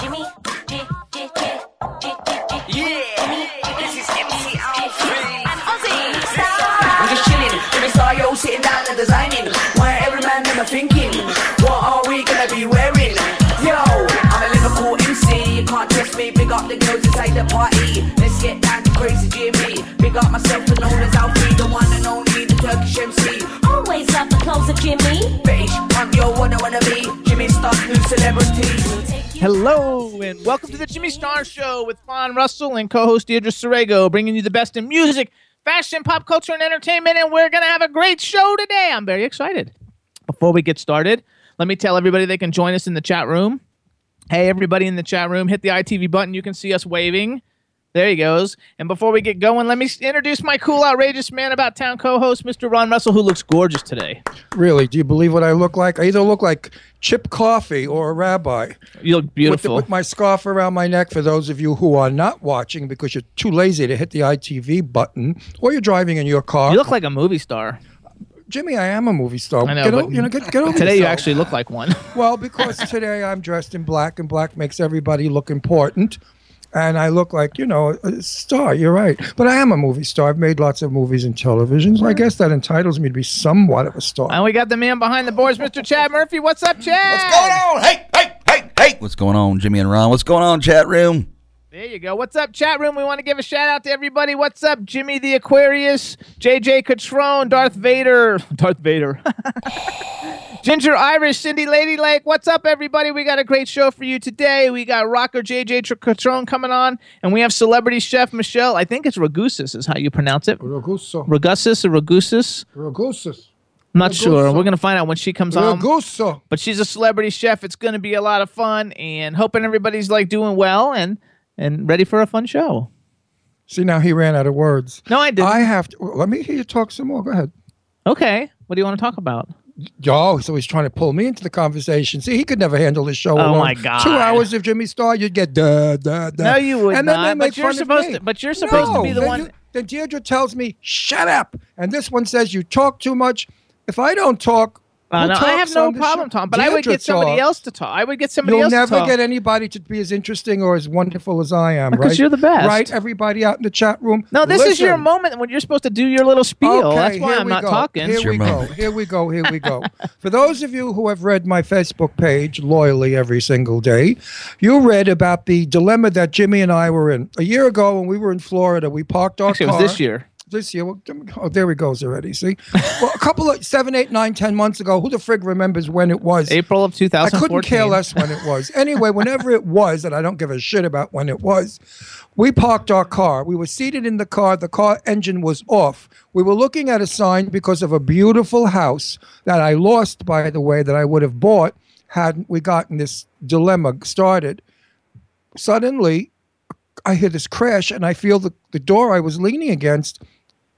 Jimmy, J, J, J, J, J, J, Yeah, this is MC Alfred and Ozzy Star. I'm just chilling, every star yo sitting down and designing. Why every man never thinking, what are we gonna be wearing? Yo, I'm a Liverpool MC, you can't trust me. Big up the girls inside the party. Let's get down to crazy Jimmy. Big up myself and known as Alfie, the one and only, the Turkish MC. Always love the clothes of Jimmy. British, I'm yo, what I wanna be. Jimmy Star, new celebrity. Hello and welcome to the Jimmy Star Show with Fawn Russell and co-host Deirdre Sorego, bringing you the best in music, fashion, pop culture, and entertainment. And we're gonna have a great show today. I'm very excited. Before we get started, let me tell everybody they can join us in the chat room. Hey, everybody in the chat room, hit the ITV button. You can see us waving. There he goes. And before we get going, let me s- introduce my cool, outrageous man about town co-host, Mr. Ron Russell, who looks gorgeous today. Really? Do you believe what I look like? I either look like Chip Coffee or a rabbi. You look With, the- beautiful. with my scarf around my neck, for those of you who are not watching because you're too lazy to hit the ITV button or you're driving in your car. you look like a movie star. Jimmy, I am a movie star. I know, Get but- o- you know, get, get over Today you yourself. actually look like one. Well, because today I'm dressed in black and black makes everybody look important. And I look like, you know, a star. You're right. But I am a movie star. I've made lots of movies and television. So I guess that entitles me to be somewhat of a star. And we got the man behind the boards, Mr. Chad Murphy. What's up, Chad? on? Hey, hey, hey, hey. What's going on, Jimmy and Ron? What's going on, chat room? There you go. What's up, chat room? We want to give a shout out to everybody. What's up, Jimmy the Aquarius, JJ Catrone, Darth Vader, Darth Vader, Ginger Irish, Cindy Lady Lake. What's up, everybody? We got a great show for you today. We got rocker JJ Tr- Catrone coming on, and we have celebrity chef Michelle. I think it's Ragusis is how you pronounce it. Ragusa. Ragusis or Ragusis? Ragusa. I'm not sure. Ragusa. We're gonna find out when she comes on. Ragusa. but she's a celebrity chef. It's going to be a lot of fun, and hoping everybody's like doing well and and ready for a fun show. See, now he ran out of words. No, I didn't. I have to. Let me hear you talk some more. Go ahead. okay, what do you want to talk about? Uh, Oh, so he's trying to pull me into the conversation. See, he could never handle this show. Oh, alone. my God. Two hours of Jimmy Star, you'd get da da da. No, you would and then not, They make but you're fun of supposed me. to- but you're supposed to No, be the then one- you- then Deirdre tells me, "Shut up," and this one says, "You talk too much." If I don't talk, Uh, who no, I have talks no on the problem, show? Tom. But I would Deirdre get somebody talks. else to talk. I would get somebody You'll else. never to talk. get anybody to be as interesting or as wonderful as I am, Because right? you're the best. right? Everybody out in the chat room. No, this is your listen. moment when you're supposed to do your little spiel. That's why here I'm we not go. talking. Here It's your we moment. go. Here we go. Here we go. For those of you who have read my Facebook page loyally every single day, you read about the dilemma that Jimmy and I were in a year ago when we were in Florida. We parked our Actually, it car was this year. this year. Well, oh, there he goes already. See, well, a couple of seven, eight, nine, ten months ago. Who the frig remembers when it was? April of I 2014. couldn't care less when it was. Anyway, whenever it was, and I don't give a shit about when it was, we parked our car. We were seated in the car. The car engine was off. We were looking at a sign because of a beautiful house that I lost, by the way, that I would have bought hadn't we gotten this dilemma started. Suddenly, I hear this crash, and I feel the, the door I was leaning against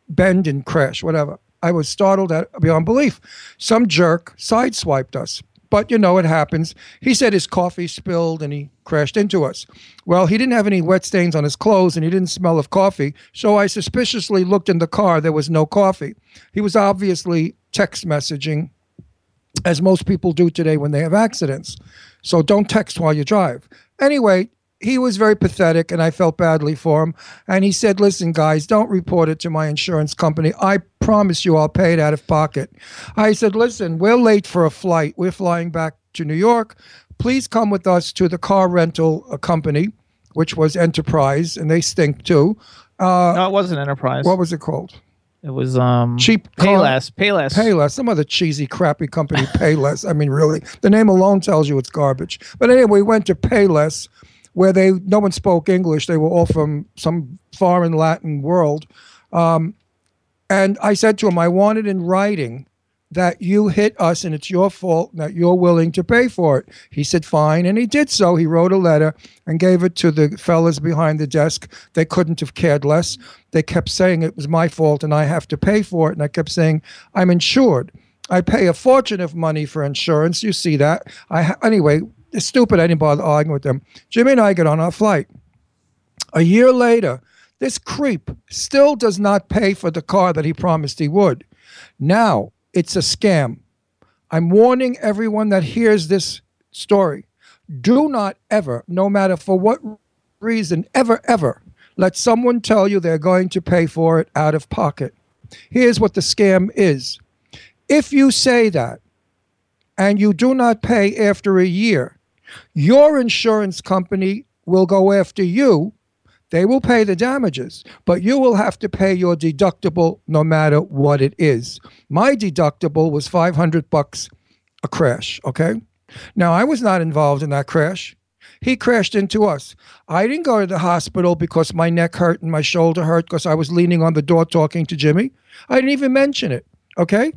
bend and crash, whatever. I was startled at beyond belief. Some jerk sideswiped us. But you know, it happens. He said his coffee spilled and he crashed into us. Well, he didn't have any wet stains on his clothes and he didn't smell of coffee. So I suspiciously looked in the car. There was no coffee. He was obviously text messaging, as most people do today when they have accidents. So don't text while you drive. Anyway, he was very pathetic and I felt badly for him. And he said, Listen, guys, don't report it to my insurance company. I promise you I'll pay it out of pocket. I said, Listen, we're late for a flight. We're flying back to New York. Please come with us to the car rental uh, company, which was Enterprise, and they stink too. Uh, No, it wasn't Enterprise. what was it called? it was um Cheap car- Payless. Payless. Payless, some other cheesy, crappy company, Payless. I mean, really, the name alone tells you it's garbage. But anyway, we went to Payless, where they no one spoke English. They were all from some foreign Latin world. Um, and I said to him, I want it in writing that you hit us and it's your fault and that you're willing to pay for it. He said, fine. And he did so. He wrote a letter and gave it to the fellas behind the desk. They couldn't have cared less. They kept saying it was my fault and I have to pay for it. And I kept saying, I'm insured. I pay a fortune of money for insurance. You see that. I ha- Anyway, it's stupid. I didn't bother arguing with them. Jimmy and I get on our flight. A year later, this creep still does not pay for the car that he promised he would. Now it's a scam. I'm warning everyone that hears this story. Do not ever, no matter for what reason, ever, ever let someone tell you they're going to pay for it out of pocket. Here's what the scam is if you say that and you do not pay after a year, your insurance company will go after you. They will pay the damages, but you will have to pay your deductible no matter what it is. My deductible was 500 bucks a crash, okay? Now, I was not involved in that crash. He crashed into us. I didn't go to the hospital because my neck hurt and my shoulder hurt because I was leaning on the door talking to Jimmy. I didn't even mention it, okay?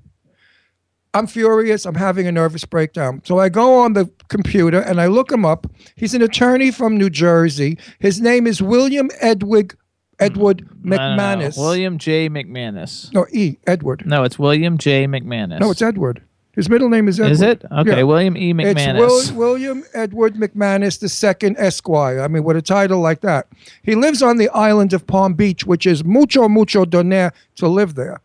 I'm furious. I'm having a nervous breakdown. So I go on the computer and I look him up. He's an attorney from New Jersey. His name is William Edwig Edward I don't know. McManus. William J. McManus. No, E. Edward. No, it's William J. McManus. No, it's Edward. His middle name is Edward. Is it? Okay, Yeah. William E. It's McManus. Will, William Edward McManus II, Esquire. I mean, with a title like that. He lives on the island of Palm Beach, which is mucho, mucho donaire to live there.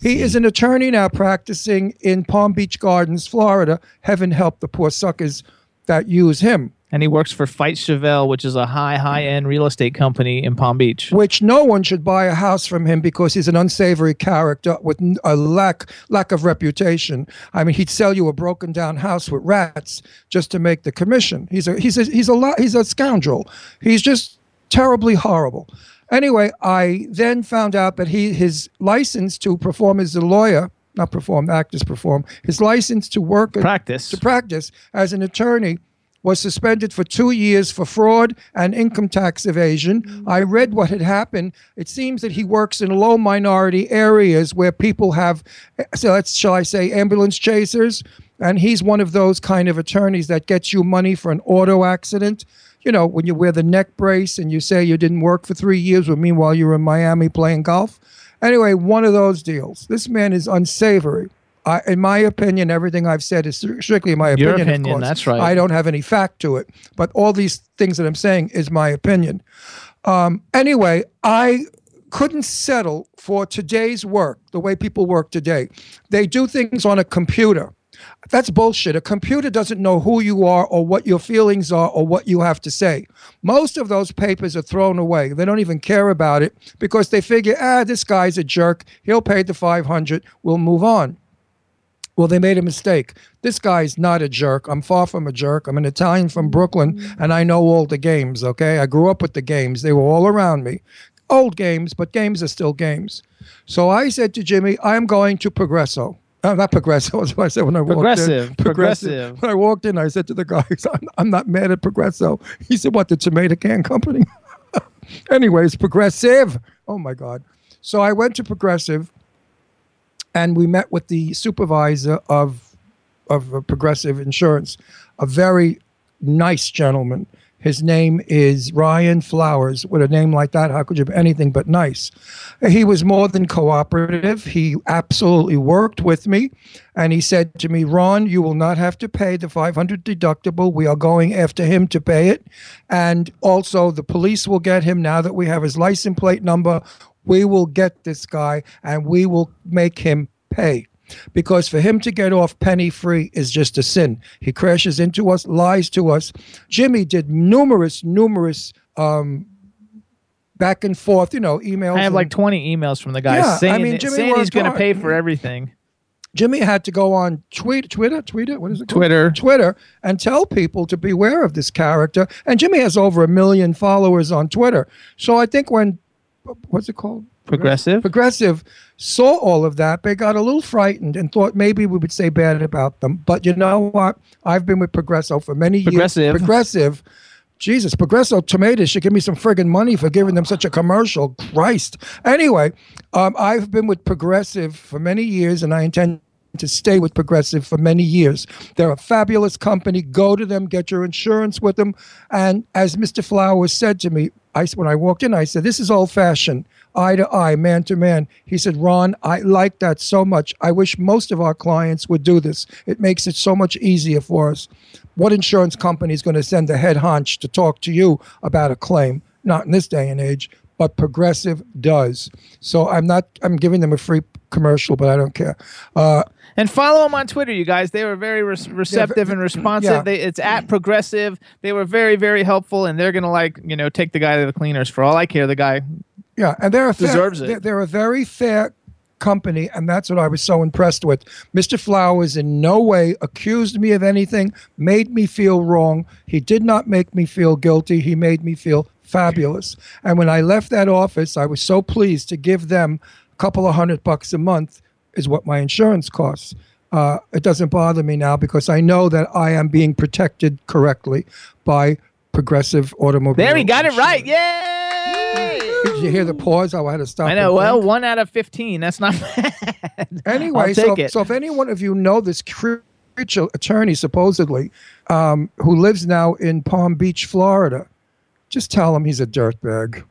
He Hmm. is an attorney now practicing in Palm Beach Gardens, Florida. Heaven help the poor suckers that use him, and he works for Fight Chevelle, which is a high, high-end real estate company in Palm Beach. which no one should buy a house from him because he's an unsavory character with n- a lack lack of reputation. I mean, he'd sell you a broken down house with rats just to make the commission. He's a he's a he's a lot he's a scoundrel. He's just terribly horrible. Anyway, I then found out that he his license to perform as a lawyer, not perform, actors perform, his license to work Practice. to practice as an attorney was suspended for two years for fraud and income tax evasion. I read what had happened. It seems that he works in low minority areas where people have, so that's, shall I say, ambulance chasers. And he's one of those kind of attorneys that gets you money for an auto accident. You know, when you wear the neck brace and you say you didn't work for three years, but meanwhile you're in Miami playing golf. Anyway, one of those deals. This man is unsavory. I, in my opinion, everything I've said is strictly my Your opinion. of opinion, course. that's right. I don't have any fact to it, but all these things that I'm saying is my opinion. Um, anyway, I couldn't settle for today's work, the way people work today. They do things on a computer. That's bullshit. A computer doesn't know who you are or what your feelings are or what you have to say. Most of those papers are thrown away. They don't even care about it because they figure, ah, this guy's a jerk. He'll pay the 500. We'll move on. Well, they made a mistake. This guy's not a jerk. I'm far from a jerk. I'm an Italian from Brooklyn Mm-hmm. and I know all the games, okay? I grew up with the games, they were all around me. Old games, but games are still games. So I said to Jimmy, I'm going to Progresso. Uh, not Progresso, that's what I said when I walked in. Progressive, progressive. When I walked in, I said to the guys, I'm, I'm not mad at Progresso. He said, What, the tomato can company? Anyways, Progressive. Oh my God. So I went to Progressive and we met with the supervisor of of uh, Progressive Insurance, a very nice gentleman. His name is Ryan Flowers. With a name like that, how could you be anything but nice? He was more than cooperative. He absolutely worked with me. And he said to me, Ron, you will not have to pay the 500 deductible. We are going after him to pay it. And also, the police will get him now that we have his license plate number. We will get this guy and we will make him pay. Because for him to get off penny free is just a sin. He crashes into us, lies to us. Jimmy did numerous, numerous um, back and forth, you know, emails. I have and- like 20 emails from the guy Yeah, I saying, mean, it- Jimmy saying he's worked going to hard. pay for everything. Jimmy had to go on tweet, Twitter, Twitter, what is it? called? Twitter. Twitter, and tell people to beware of this character. And Jimmy has over a million followers on Twitter. So I think when, what's it called? Progressive. Progressive saw all of that, they got a little frightened and thought maybe we would say bad about them. But you know what? I've been with Progresso for many Progressive. years. Progressive. Jesus, Progresso Tomatoes should give me some friggin' money for giving them such a commercial. Christ. Anyway, um, I've been with Progressive for many years and I intend to stay with Progressive for many years. They're a fabulous company. Go to them, get your insurance with them. And as Mr. Flowers said to me, I, when I walked in, I said, This is old fashioned, eye to eye, man to man. He said, Ron, I like that so much. I wish most of our clients would do this. It makes it so much easier for us. What insurance company is going to send a head hunch to talk to you about a claim? Not in this day and age, but Progressive does. So I'm not, I'm giving them a free commercial, but I don't care. Uh, And follow them on Twitter, you guys. They were very res- receptive and responsive. yeah. They, it's at Progressive. They were very, very helpful, and they're gonna like you know take the guy to the cleaners for all I care. The guy Yeah, and they're a fair, Deserves it. They're, they're a very fair company, and that's what I was so impressed with. Mr. Flowers in no way accused me of anything, made me feel wrong. He did not make me feel guilty. He made me feel fabulous. And when I left that office, I was so pleased to give them a couple of hundred bucks a month is what my insurance costs. Uh, it doesn't bother me now because I know that I am being protected correctly by Progressive Automobile. there, he got it Insurance. right. Yay! Did you hear the pause? Oh, I had to stop. I and know. Well, think. one out of fifteen. That's not bad. Anyway, I'll so, take it. so if any one of you know this creature attorney, supposedly, um, who lives now in Palm Beach, Florida, just tell him he's a dirtbag.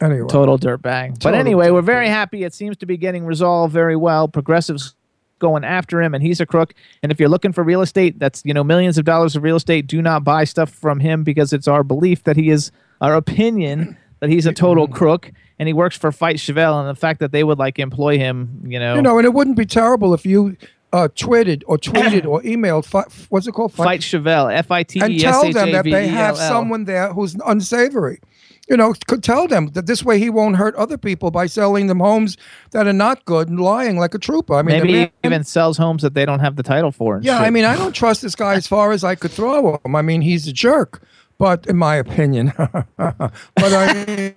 Anyway, Total dirtbag. But Total anyway, we're very happy. It seems to be getting resolved very well. Progressives going after him, and he's a crook. And if you're looking for real estate, that's you know millions of dollars of real estate. Do not buy stuff from him because it's our belief that he is our opinion that he's a total Mm-hmm. crook, and he works for Fight Chevelle. And the fact that they would like employ him, you know, you know, and it wouldn't be terrible if you uh, twitted or tweeted or emailed. Fi- what's it called? Fi- Fight Chevelle, F I T and E S tell H them A that V they E have L L. someone there who's unsavory. You know, could tell them that this way he won't hurt other people by selling them homes that are not good and lying like a trooper. I mean, the Maybe man- he even sells homes that they don't have the title for. and Yeah, I shit. mean, I don't trust this guy as far as I could throw him. I mean, he's a jerk, but in my opinion, but I mean,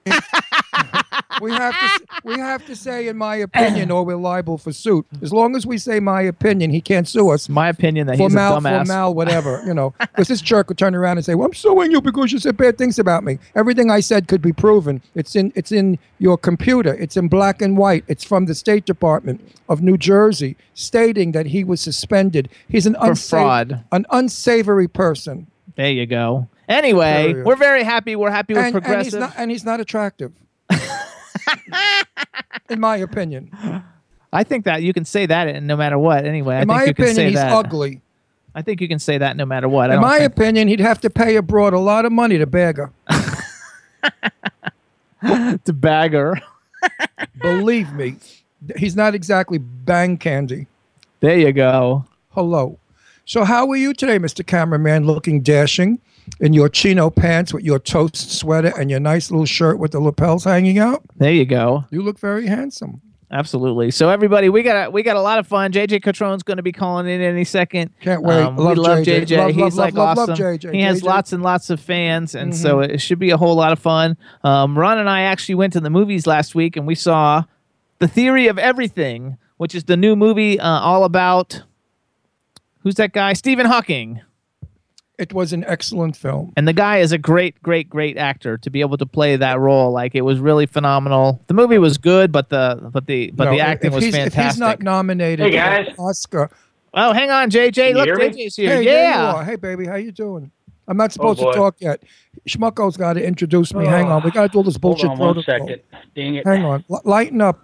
we have to s- we have to say in my opinion, or we're liable for suit. As long as we say my opinion, he can't sue us. my opinion that For he's mal, a for dumbass. mal, whatever, you know, because this jerk would turn around and say, "Well, I'm suing you because you said bad things about me." Everything I said could be proven. It's in, it's in your computer. It's in black and white. It's from the State Department of New Jersey, stating that he was suspended. He's an unsav- fraud. an unsavory person, There you go. Anyway, There you go. we're very happy. We're happy with and, and he's progressive. not, and he's not attractive, in my opinion. I think that you can say that and no matter what. Anyway, I In think my you can opinion, say he's that. ugly. I think you can say that no matter what. I In don't my think- opinion, he'd have to pay abroad a lot of money to bag her. it's a bagger. Believe me, he's not exactly bang candy. There you go. Hello. So, how are you today, Mr. Cameraman, looking dashing in your chino pants with your toast sweater and your nice little shirt with the lapels hanging out? There you go. You look very handsome. Absolutely. So everybody, we got a, we got a lot of fun. JJ Catrone's going to be calling in any second. Can't wait. Um, we Love love JJ. JJ. Love, He's love, love, like love, love awesome. JJ. He has JJ. lots and lots of fans, and so Mm-hmm. it should be a whole lot of fun. Um, Ron and I actually went to the movies last week, and we saw The Theory of Everything, which is the new movie uh, all about who's that guy? Stephen Hawking. It was an excellent film. And the guy is a great, great, great actor to be able to play that role. Like it was really phenomenal. The movie was good, but the but the but the No, acting if was he's, fantastic. If he's not nominated Hey, guys. for an Oscar, oh, hang on, JJ. you Look, hear me? JJ's here. Hey, there you yeah. are. Hey, baby, how you doing? I'm not supposed Oh, boy. to talk yet. Schmucko's got to introduce me. Hang on, we got to do all this bullshit. Hold on one protocol. second. Dang it. Hang on, L- lighten up.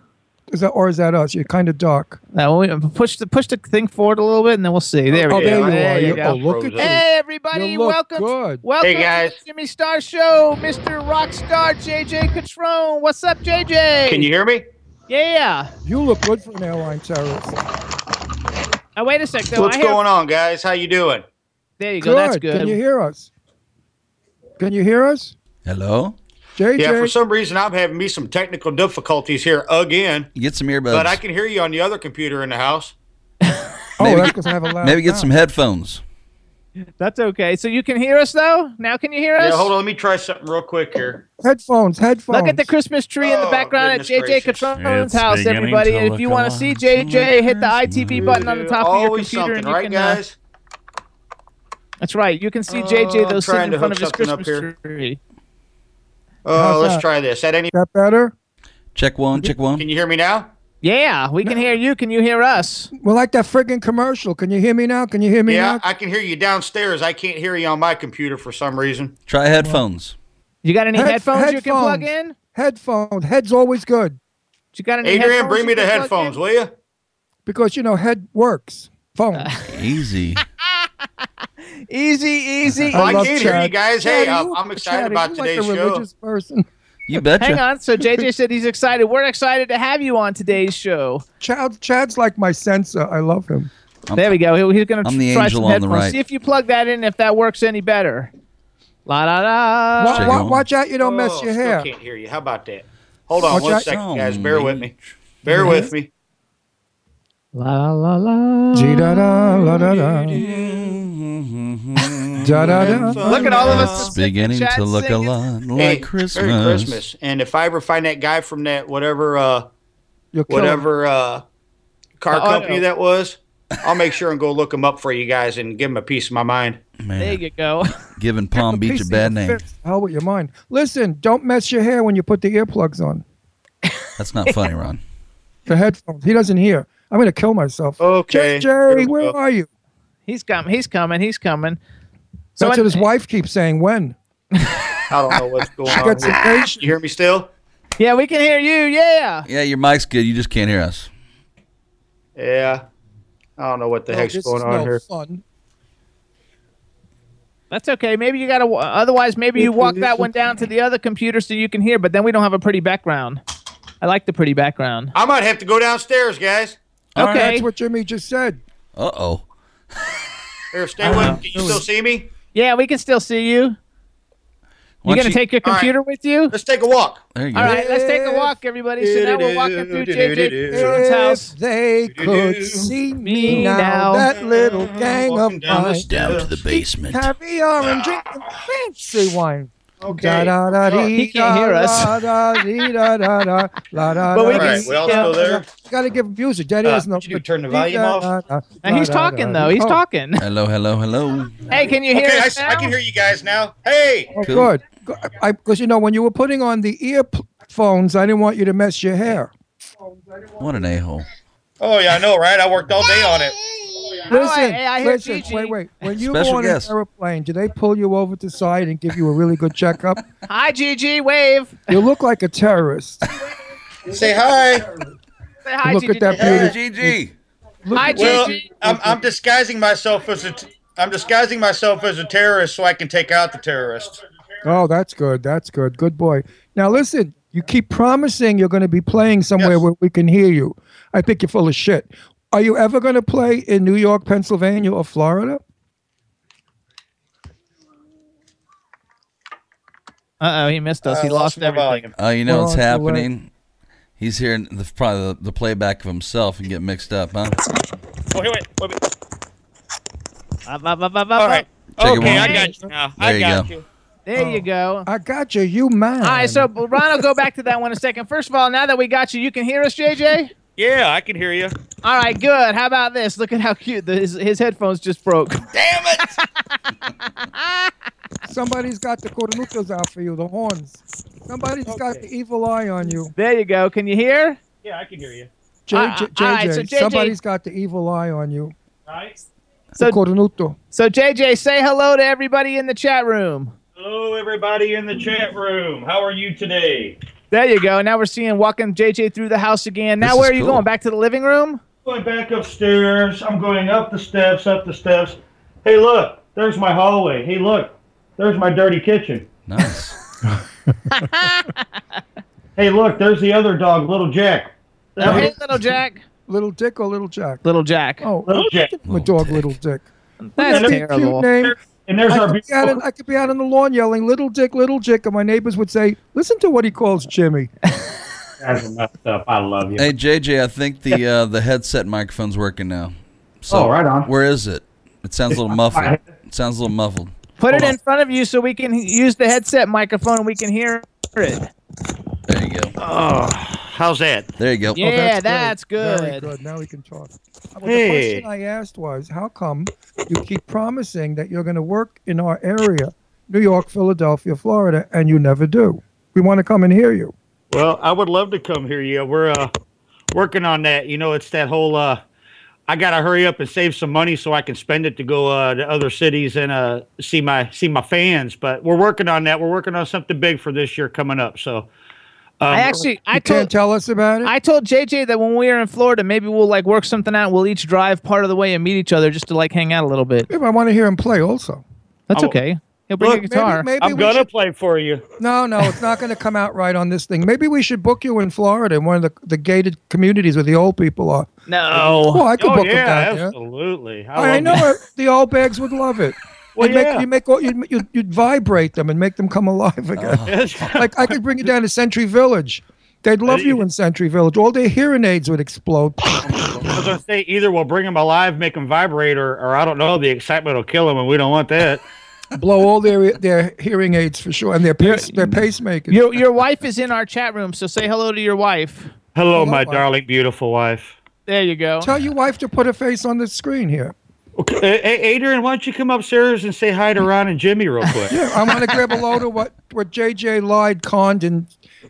Is that or is that us? You're kind of dark. Now, we- push the push the thing forward a little bit, and then we'll see. There we oh, go. there you are. you You- go. oh, look at Frozen. you. Hey everybody, You look welcome, good. welcome Hey, guys. to the Jimmy Star Show, Mr. Rockstar JJ Catrone. What's up, JJ? Can you hear me? Yeah. You look good for an airline terrorist. Oh, wait a sec. Though. What's I hear- going on, guys? How you doing? There you go. That's good. Can you hear us? Can you hear us, Hello? JJ? Yeah, for some reason I'm having me some technical difficulties here again, Get some earbuds. but I can hear you on the other computer in the house. oh, maybe- that's because I have a loud. Maybe get mouth. some headphones. That's okay. So you can hear us though. Now can you hear us? Yeah, hold on. Let me try something real quick here. headphones. Headphones. Look at the Christmas tree in the Oh, background at goodness JJ gracious. Catrone's It's house, beginning everybody. to And if look you want a to see lot JJ, like hit the ITV button on the top of your Always computer, and something, you right, can. uh, guys? that's right. You can see Oh, JJ I'm though trying sitting to in front hook of his something up Christmas here. tree. Oh, How's let's that? try this. At any, Is that better? Check one, check one. can you hear me now? Yeah, we can hear you. Can you hear us? We're like that friggin' commercial. Can you hear me now? Can you hear me Yeah, now? I can hear you downstairs. I can't hear you on my computer for some reason. Try headphones. You got any Head- headphones, you can plug headphones. in? Headphone. Head's always good You got any Adrian, headphones bring me you the can plug headphones, in? will you? because you know head works. Phone. Uh, Easy. Easy, easy. I love can't hear you guys. Hey, Chad, I'm- you- I'm excited Chad, about you like a today's show. religious person. You betcha. Hang on. So JJ said he's excited. We're excited to have you on today's show. Chad, Chad's like my sensor. I love him. there we go. He- He's going to I'm the try angel some on the headphones. right. See if you plug that in, if that works any better. La da da. Wa- Check wa- it out. watch out you don't mess Oh, your still hair. can't hear you. How about that? Hold on Watch one out. second, Oh, guys. Bear with me. man. Bear with me. La la la. Gee, da, da, la, da, da. Da, da, da. Look at all of us. It's beginning Chad's to look a singing. lot Hey, like Christmas. Merry Christmas. And if I ever find that guy from that whatever uh You'll kill him. whatever uh car The auto. company that was, I'll make sure and go look him up for you guys and give him a piece of my mind. There Man, you go. giving Palm Beach a PC bad name. fix. Hell with your mind. Listen, don't mess your hair when you put the earplugs on. That's not funny, Ron. The headphones. He doesn't hear. I'm gonna kill myself. Okay. Here we JJ, where go. are you? He's coming. He's coming. He's coming. So That's an- what his wife keeps saying. When? Oh, I don't know what's going on. Got some here. patience. You hear me still? Yeah, we can hear you. Yeah. Yeah, your mic's good. You just can't hear us. Yeah. I don't know what the heck's Oh, this going is on no here. fun. That's okay. Maybe you gotta. Otherwise, maybe you walk that one down to the other computer so you can hear. But then we don't have a pretty background. I like the pretty background. I might have to go downstairs, guys. right. Okay. That's what Jimmy just said. Uh oh. Here, stay Uh, with me. Can you still see me? Yeah, we can still see you. You gonna take your All right. computer with you? Let's take a walk. There you go. All right, let's take a walk, everybody. So now we're walking through JJ Jordan's house. If they could see Me me now, now. that little gang Walking of down the mine, street. Ah. Down to the basement. caviar and drinking fancy wine. Okay. Da, da, da, Oh, He can't hear us. Da, da, dee, da, da, da, la, da, But da, we can All right, see we all down- still there? Got to give music. That Uh, is no. did you turn the volume off? Now, he's talking though. He's oh, talking. Hello, hello, hello. Hey, can you hear Okay, I, us s- I now? can hear you guys now. Hey, Oh, Cool. good. Because you know when you were putting on the earphones, I didn't want you to mess your hair. What an a hole. oh yeah, I know, right? I worked all day on it. Listen, I- I hear listen. Gigi. Wait, wait. When you Special go on guest. an airplane, do they pull you over to the side and give you a really good checkup? Hi, Gigi. Wave. you look like a terrorist. Say hi. Say hi, Look at Gigi. that Hey, Hey, GG. Hi, Well, Gigi. I'm, I'm disguising myself as a. T- I'm disguising myself as a terrorist so I can take out the terrorist. Oh, that's good. That's good. Good boy. Now listen, you keep promising you're going to be playing somewhere Yes. where we can hear you. I think you're full of shit. Are you ever going to play in New York, Pennsylvania, or Florida? Uh oh, he missed us. He I lost my everything. Oh, you know Well, what's it's all right. happening? He's hearing the, probably the, the playback of himself and get mixed up, huh? Oh, here, wait, wait, wait. Ba, ba, ba, ba, ba. All right. Check it okay, out. I got you now. There I you got go. you. There Oh. you go. I got you. You man. All right, so well, Ron, will go back to that one in a second. First of all, now that we got you, you can hear us, JJ. Yeah, I can hear you. All right, good. How about this? Look at how cute the, his, his headphones just broke. Damn it! somebody's got the cornucos out for you, the horns. Somebody's got the evil eye on you. There you go. Can you hear? Yeah, I can hear you. J- All right, J- Uh, all right, so JJ, JJ somebody's got the evil eye on you. Right. So- the cornuto. So JJ, say hello to everybody in the chat room. Hello, everybody in the chat room. How are you today? There you go. Now we're seeing walking JJ through the house again. Now This where is are you cool. going? Back to the living room? Going back upstairs. I'm going up the steps, up the steps. Hey, look, there's my hallway. Hey, look, there's my dirty kitchen. Nice. Hey, look, there's the other dog, little Jack. Oh, hey, little Jack. Little Dick or Little Jack? Little Jack. Oh, Little Jack. my Little dog, Dick. Little Dick. that's That'd be a terrible. Cute name. And there's I our could, be out in, beautiful. I could be out on the lawn yelling, Little Dick, Little Dick, and my neighbors would say, Listen to what he calls Jimmy. Guys are messed up. I love you. hey, JJ, I think the uh, the headset microphone's working now. So, Oh, right on. Where is it? It sounds a little muffled. It sounds a little muffled. Put it in front of you so we can h- use the headset microphone and we can hear it. There you go. How's that? There you go. Yeah, great. that's good. Very good. Now we can talk. Well, Hey. The question I asked was, how come you keep promising that you're going to work in our area, New York, Philadelphia, Florida, and you never do? We want to come and hear you. Well, I would love to come here. Yeah, we're uh, working on that. You know, it's that whole uh, I gotta hurry up and save some money so I can spend it to go uh, to other cities and uh, see my see my fans. But we're working on that. We're working on something big for this year coming up. So um, I actually, I You can't told, tell us about it. I told JJ that when we were in Florida, maybe we'll like work something out. We'll each drive part of the way and meet each other just to like hang out a little bit. I want to hear him play also. That's Oh. okay. He'll bring Look, a maybe- guitar. Maybe, maybe I'm we gonna should, play for you. No, no, it's not going to come out right on this thing. Maybe we should book you in Florida in one of the, the gated communities where the old people are. No. Well, I could Oh book him yeah, down there. absolutely. I, I, love know that. it. the old bags would love it. Well, you'd make, Oh, yeah. Uh-huh. you make all, you'd, you'd, you'd vibrate them and make them come alive again. like I could bring you down to Century Village. They'd love you in Century Village. All their hearing aids would explode. I was gonna say either we'll bring them alive, make them vibrate, or, or I don't know. The excitement will kill them, and we don't want that. blow all their their hearing aids for sure and their pace, their pacemakers. Your your wife is in our chat room, so say hello to your wife. Hello, my wife. darling, beautiful wife. There you go. Tell your wife to put her face on the screen here. Okay, hey, hey, Adrian, why don't you come upstairs and say hi to Ron and Jimmy real quick? Yeah, I want to grab a load of what what JJ lied, conned, and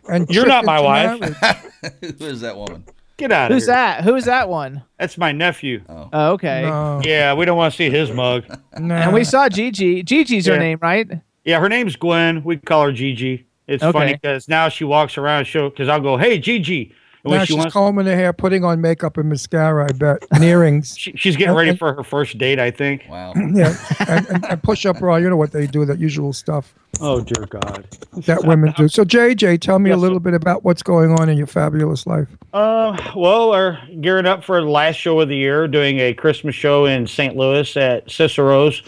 and You're tricked not my into wife. marriage. Who is that woman? Get out of Who's here. that? Who's that one? That's my nephew. Oh, okay. No, Yeah, we don't want to see his mug. no. And we saw Gigi. Gigi's her Yeah. name, right? Yeah, her name's Gwen. We call her Gigi. It's funny 'cause funny Okay. because now she walks around. Show because I'll go, hey Gigi, and when now she she's wants, combing her hair, putting on makeup and mascara. I bet and earrings. she, she's getting ready for her first date. I think. Wow. yeah, and, and, and push up bra. You know what they do? That usual stuff Oh dear God. that women do. So JJ, tell me Yes, a little bit about what's going on in your fabulous life. Uh, well, we're gearing up for the last show of the year, doing a Christmas show in St. Louis at Cicero's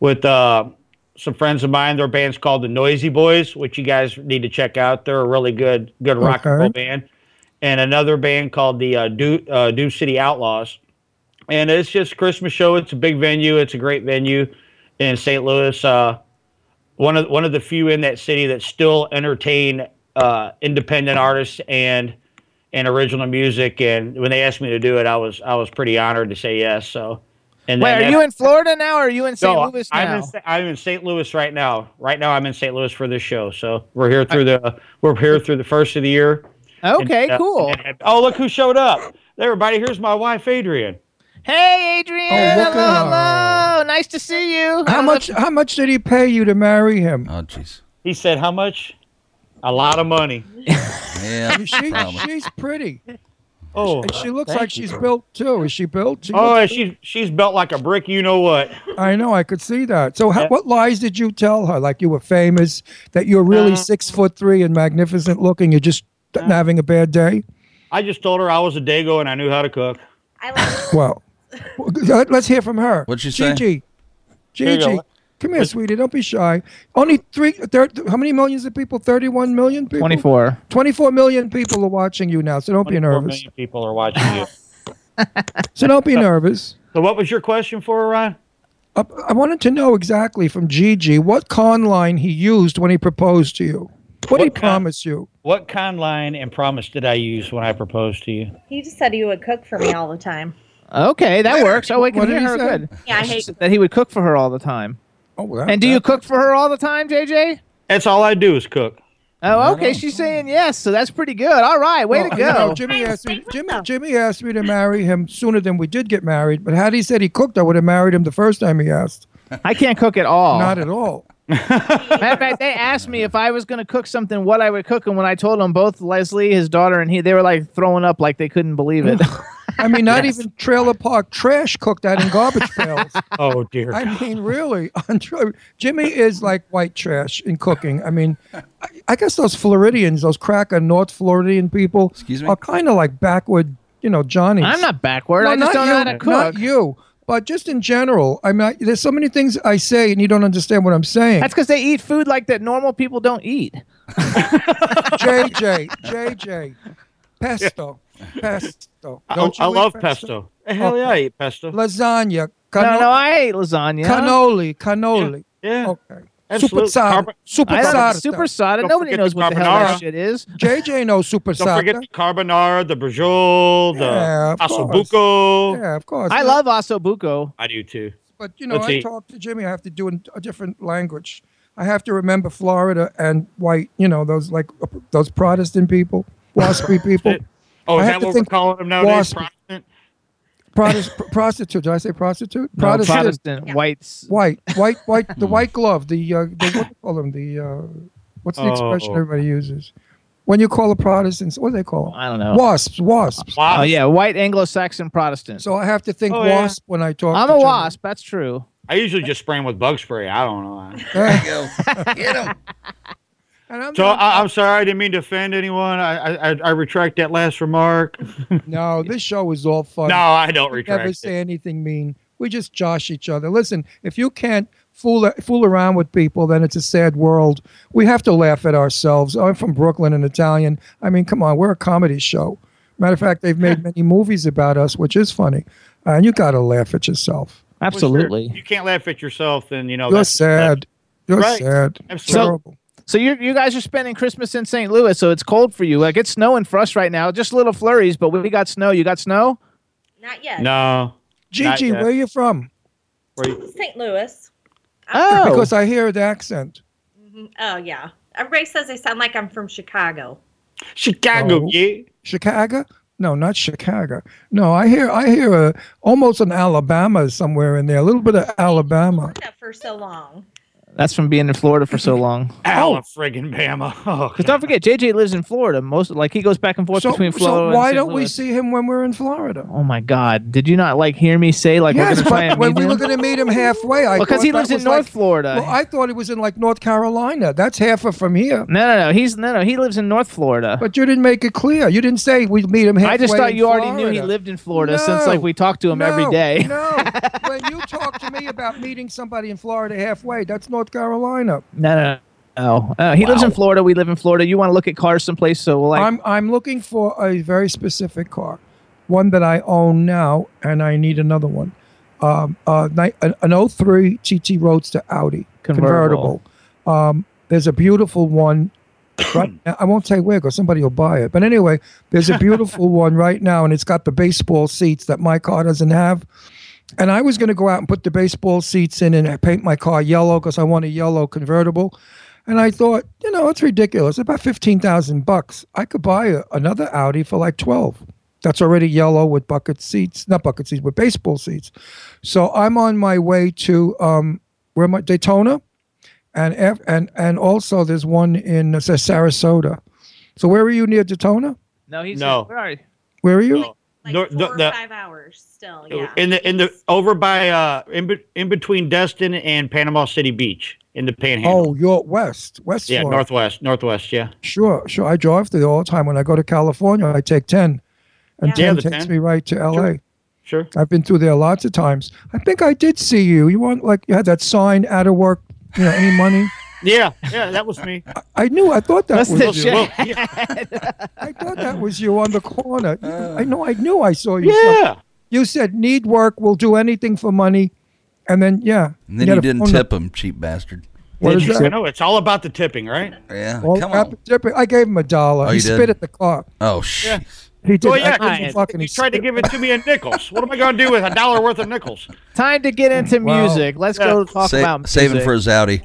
with uh, some friends of mine. Their band's called the Noisy Boys, which you guys need to check out. They're a really good, good rock and Okay. roll band. And another band called the uh, Do uh, Doom City Outlaws. And it's just a Christmas show. It's a big venue. It's a great venue in St. Louis. Uh, one of one of the few in that city that still entertain uh, independent artists and and original music. And when they asked me to do it, I was I was pretty honored to say yes. So, and Wait, then are that- you in Florida now or are you in St. No, Louis I'm now? in, Sa- I'm in St. Louis right now. Right now, I'm in St. Louis for this show. So we're here through the we're here through the first of the year. And, okay, uh, cool. and- oh, look who showed up! Everybody, here's my wife, Adrian. Hey, Adrian. Oh, look hello, at her. hello. Nice to see you. I How don't much? How much did he pay you to marry him? Oh, jeez. He said, "How much? A lot of money." Yeah. She, probably. she's pretty. Oh, And she looks thank like you. she's built too. Is she built? She Oh, looks- and she she's built like a brick. You know what? I know. I could see that. So, how, what lies did you tell her? Like you were famous, that you're really Uh, six foot three and magnificent looking. You're just having a bad day. I just told her I was a dago and I knew how to cook. I like Well, let- let's hear from her. What'd she say? Gigi. you go. Gigi. Come here, sweetie. Don't be shy. Only three. Thir- how many millions of people? Thirty-one million people. 24. 24 million people are watching you now, so don't be 24 nervous. million people are watching you. So don't be nervous. So, what was your question for her, Ron? Uh, I wanted to know exactly from Gigi what con line he used when he proposed to you. What, did he What con- promise you? What con line and promise did I use when I proposed to you? He just said he would cook for me all the time. Okay, that works. Oh, I can What hear did he her say? good. Yeah, I hate. That he would cook for her all the time. Oh, well, And do you cook for her all the time, JJ? That's all I do is cook. Oh, okay. She's saying yes, so that's pretty good. All right, way Well, to you know, go. Jimmy Thanks, asked me. thanks, Jimmy, Linda. Jimmy asked me to marry him sooner than we did get married. But had he said he cooked, I would have married him the first time he asked. I can't cook at all. Not at all. Matter of fact, they asked me if I was going to cook something, what I would cook, and when I told them, both Leslie, his daughter, and he, they were like throwing up, like they couldn't believe it. I mean, not even trailer park trash cooked out in garbage pails. Oh dear. I mean, really, Andre- Jimmy is like white trash in cooking. I mean, I, I guess those Floridians, those cracker North Floridian people, Excuse me? are kind of like backward, you know, Johnny. I'm not backward. No, I just not don't you, know how to cook. Not you, but just in general. I mean, I, there's so many things I say and you don't understand what I'm saying. That's because they eat food like that normal people don't eat. JJ, JJ, pesto, pesto. I, Don't I you eat love pesto. Hell yeah, I eat pesto. Lasagna, No, cano- no, I hate lasagna. cannoli, cannoli. Yeah. Okay. Absolutely. Super Carbo- super I sarta. don't, super soda. Don't Nobody forget knows the what the hell that carbonara. shit is. JJ knows super Don't sarta. forget the carbonara, the brujol, the Yeah, of asobuco. Yeah, of course. I No, love osso buco. I do too. But you know, Let's I see. talk to Jimmy. I have to do in a different language. I have to remember uh, Florida and white. You know, those like those Protestant people, waspy people. Oh, I is have that to what we're think calling them wasp- nowadays? Protestant? Protest, pr- prostitute. Did I say prostitute? No, Protestant whites. White, white, white. Hmm. the white glove. The uh, the what do you call them? The uh, what's the expression Oh. everybody uses when you call a Protestant? What do they call them? I don't know. Wasps, wasps. Wow. Oh yeah, white Anglo-Saxon Protestant. So I have to think Oh, yeah. wasp when I talk. I'm to a Jimmy. wasp. That's true. I usually just spray them with bug spray. I don't know. There you go. Get him. And I'm So not- I, I'm sorry. I didn't mean to offend anyone. I I, I- I retract that last remark. no, this show is all fun. no, I don't we never retract say it. anything mean. We just josh each other. Listen, if you can't fool uh, fool around with people, then it's a sad world. We have to laugh at ourselves. I'm from Brooklyn, an Italian. I mean, come on, we're a comedy show. Matter of fact, they've made many movies about us, which is funny. Uh, and you got to laugh at yourself. Well, sure, Absolutely. You can't laugh at yourself, then you know You're Oh, that's- sad. You're Right. sad. Absolutely. Terrible. So you you guys are spending Christmas in St. Louis, so it's cold for you. Like it's snowing for us right now, just little flurries, but we got snow. You got snow? Not yet. No. Not Gigi, yet. where are you from? St. Louis. Oh, Because I hear the accent. Mhm. Oh yeah. Everybody says I sound like I'm from Chicago. Chicago, No. yeah. Chicago? No, not Chicago. No, I hear I hear a, almost an Alabama somewhere in there. A little bit of Alabama. Florida for so long. that's from being in Florida for so long. Ala friggin' Bama. Oh, Because don't forget, JJ lives in Florida. Most like he goes back and forth So, between so Florida. why and St. don't we Louis. see him when we're in Florida? Oh my God! Did you not like hear me say like yes, we're gonna try but and when meet we him? were going to meet him halfway, I because thought he that lives in was North like- Florida. Well, I thought he was in like North Carolina. That's half of from here. no, no, no. He's no, no. He lives in North Florida. But you didn't make it clear. You didn't say we'd meet him halfway. I just thought in you already knew he Florida. lived in Florida since like No. we talked to him every No, day. no, when you talk to me about meeting somebody in Florida halfway, that's North Carolina. No, no. no. Oh, uh, he lives in Florida. We live in Florida. You want to look at cars someplace, so we'll like. I'm I'm looking for a very specific car, one that I own now, and I need another one. Um, uh, ni- an, an 03 GT Roadster Audi Convertible. convertible. Um, there's a beautiful one. Right now. I won't say where because somebody will buy it. But anyway, there's a beautiful one right now, and it's got the baseball seats that my car doesn't have. And I was going to go out and put the baseball seats in and paint my car yellow because I want a yellow convertible. And I thought, you know, it's ridiculous. About fifteen thousand bucks, I could buy a, another Audi for like twelve. That's already yellow with bucket seats, not bucket seats, with baseball seats. So I'm on my way to um, where am I? Daytona, and af- and and also there's one in uh, Sar- Sarasota. So where are you near Daytona? no, he's No. Where are you? Where are you? No. Like Nor- four the- or the- five hours still. Yeah. In the in the over by uh in, be, in between Destin and Panama City Beach in the Panhandle. Oh, you're west, west. yeah, Florida. northwest, northwest. Yeah, Sure, sure. I drive through there all the time. When I go to California, I take ten, Yeah. and Yeah, ten the takes 10. me right to L.A. sure. I've been through there lots of times. I think I did see you. You want like you had that sign out of work, you know, any money. Yeah, yeah, that was me. I knew. I thought that That's was the you. shit. I thought that was you on the corner. You- I know. I knew. I saw you. some- yeah, You said need work. We'll do anything for money, and then yeah. And then had you a didn't phone number. tip him, cheap bastard. What is Did you- I that? know it's all about the tipping, right? Yeah. Well, Come I- on. I gave him a dollar. Oh, he you spit did? at the car. Oh, shit. He did. Oh I gave yeah, him I- fucking- you he tried to spit- give it to me in nickels. What am I going to do with a dollar worth of nickels? Time to get into Wow. music. Let's go talk Sa- about music. saving for his Audi.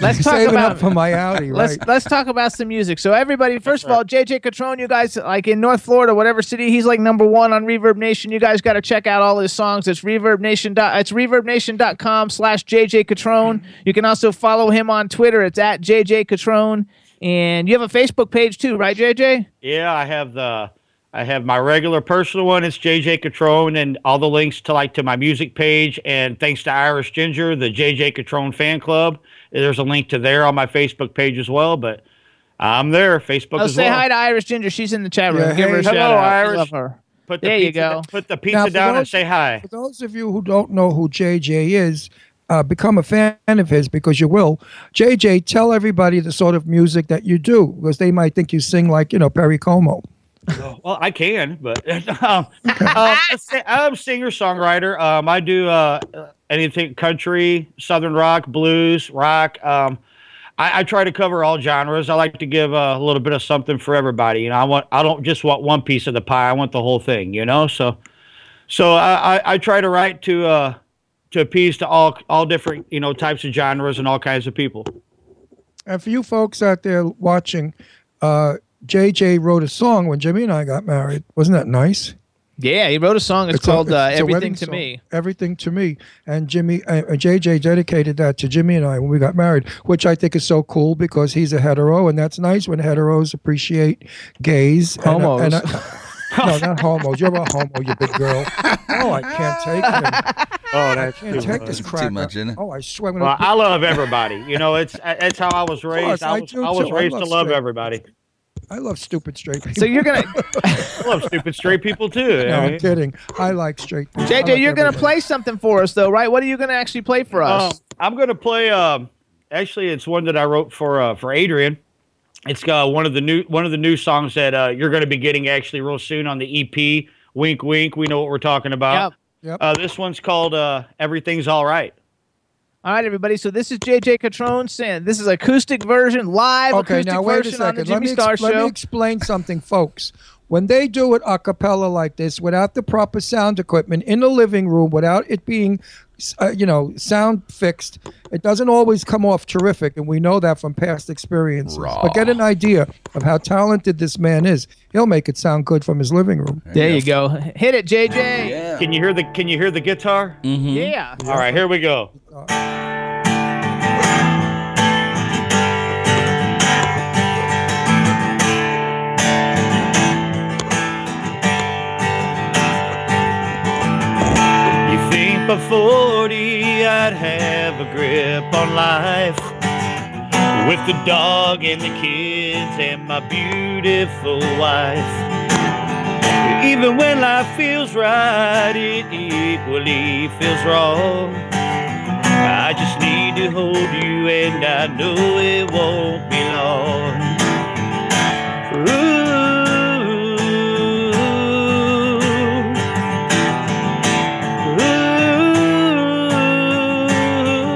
Let's talk saving about. up for my Audi, Let's right? let's talk about some music. So everybody, first of all, JJ Catrone, you guys like in North Florida, whatever city, he's like number one on Reverb Nation. You guys got to check out all his songs. It's Reverb Nation. dot- It's ReverbNation.com slash JJ Catrone. You can also follow him on Twitter. It's at JJ Catrone, and you have a Facebook page too, right, JJ? Yeah, I have the I have my regular personal one. It's JJ Catrone, and all the links to like to my music page. And thanks to Irish Ginger, the JJ Catrone fan club. There's a link to there on my Facebook page as well. But I'm there, Facebook Oh, as say well. hi to Irish Ginger. She's in the chat room. Yeah, Give her a hey. shout Hello, out. We Irish. Love her. put the there you pizza, go. Put the pizza for down and those- say hi. For those of you who don't know who JJ is, uh, become a fan of his because you will. JJ, tell everybody the sort of music that you do because they might think you sing like, you know, Perry Como. Well, I can, but um, uh, I'm singer songwriter. Um, I do uh, anything country, southern rock, blues, rock. Um, I, I try to cover all genres. I like to give uh, a little bit of something for everybody. You know, I want I don't just want one piece of the pie. I want the whole thing. You know, so so I, I, I try to write to uh, to appease to all all different you know types of genres and all kinds of people. And for you folks out there watching, uh, JJ wrote a song when Jimmy and I got married. Wasn't that nice? Yeah, he wrote a song. It's, a- called uh, it's a wedding "Everything to song. Me." Everything to me. And Jimmy, uh, uh, JJ dedicated that to Jimmy and I when we got married, which I think is so cool because he's a hetero, and that's nice when heteros appreciate gays. and, uh, Homos. And, uh, no, not homos. You're a homo, you big girl. Oh, I can't take it. Oh, that's I can't take this Too crap. much, isn't it? Oh, I swear. I'm gonna Well, I love everybody. You know, it's that's how I was raised. I I was, do I was too. I raised love to love straight- everybody. I love stupid straight people. So you're gonna, I love stupid straight people too. No, I I'm mean, kidding. I like straight people. I JJ, like you're gonna everybody. play something for us though, right? What are you gonna actually play for Oh. us? um, I'm gonna play. Um, actually, it's one that I wrote for uh, for Adrian. It's uh, one of the new one of the new songs that uh, you're going to be getting actually real soon on the EP. Wink, wink. We know what we're talking Oh. about. Yep. Yep. Uh, this one's called uh, "Everything's All Right." All right, everybody. So this is JJ Catrone saying this is acoustic version, live Okay, acoustic now wait a version on the second. Let Jimmy me, Star ex- let me Show. explain something, folks. When they do it a cappella like this, without the proper sound equipment in the living room, without it being, uh, you know, sound fixed, it doesn't always come off terrific, and we know that from past experiences. Raw. But get an idea of how talented this man is. He'll make it sound good from his living room. there you go. Hit it, JJ. Yeah. Can you hear the Can you hear the guitar? Mm-hmm. Yeah. All right, here we go. You think by 40 I'd have a grip on life with the dog and the kids and my beautiful wife. Even when life feels right, it equally feels wrong. I just need to hold you, and I know it won't be long.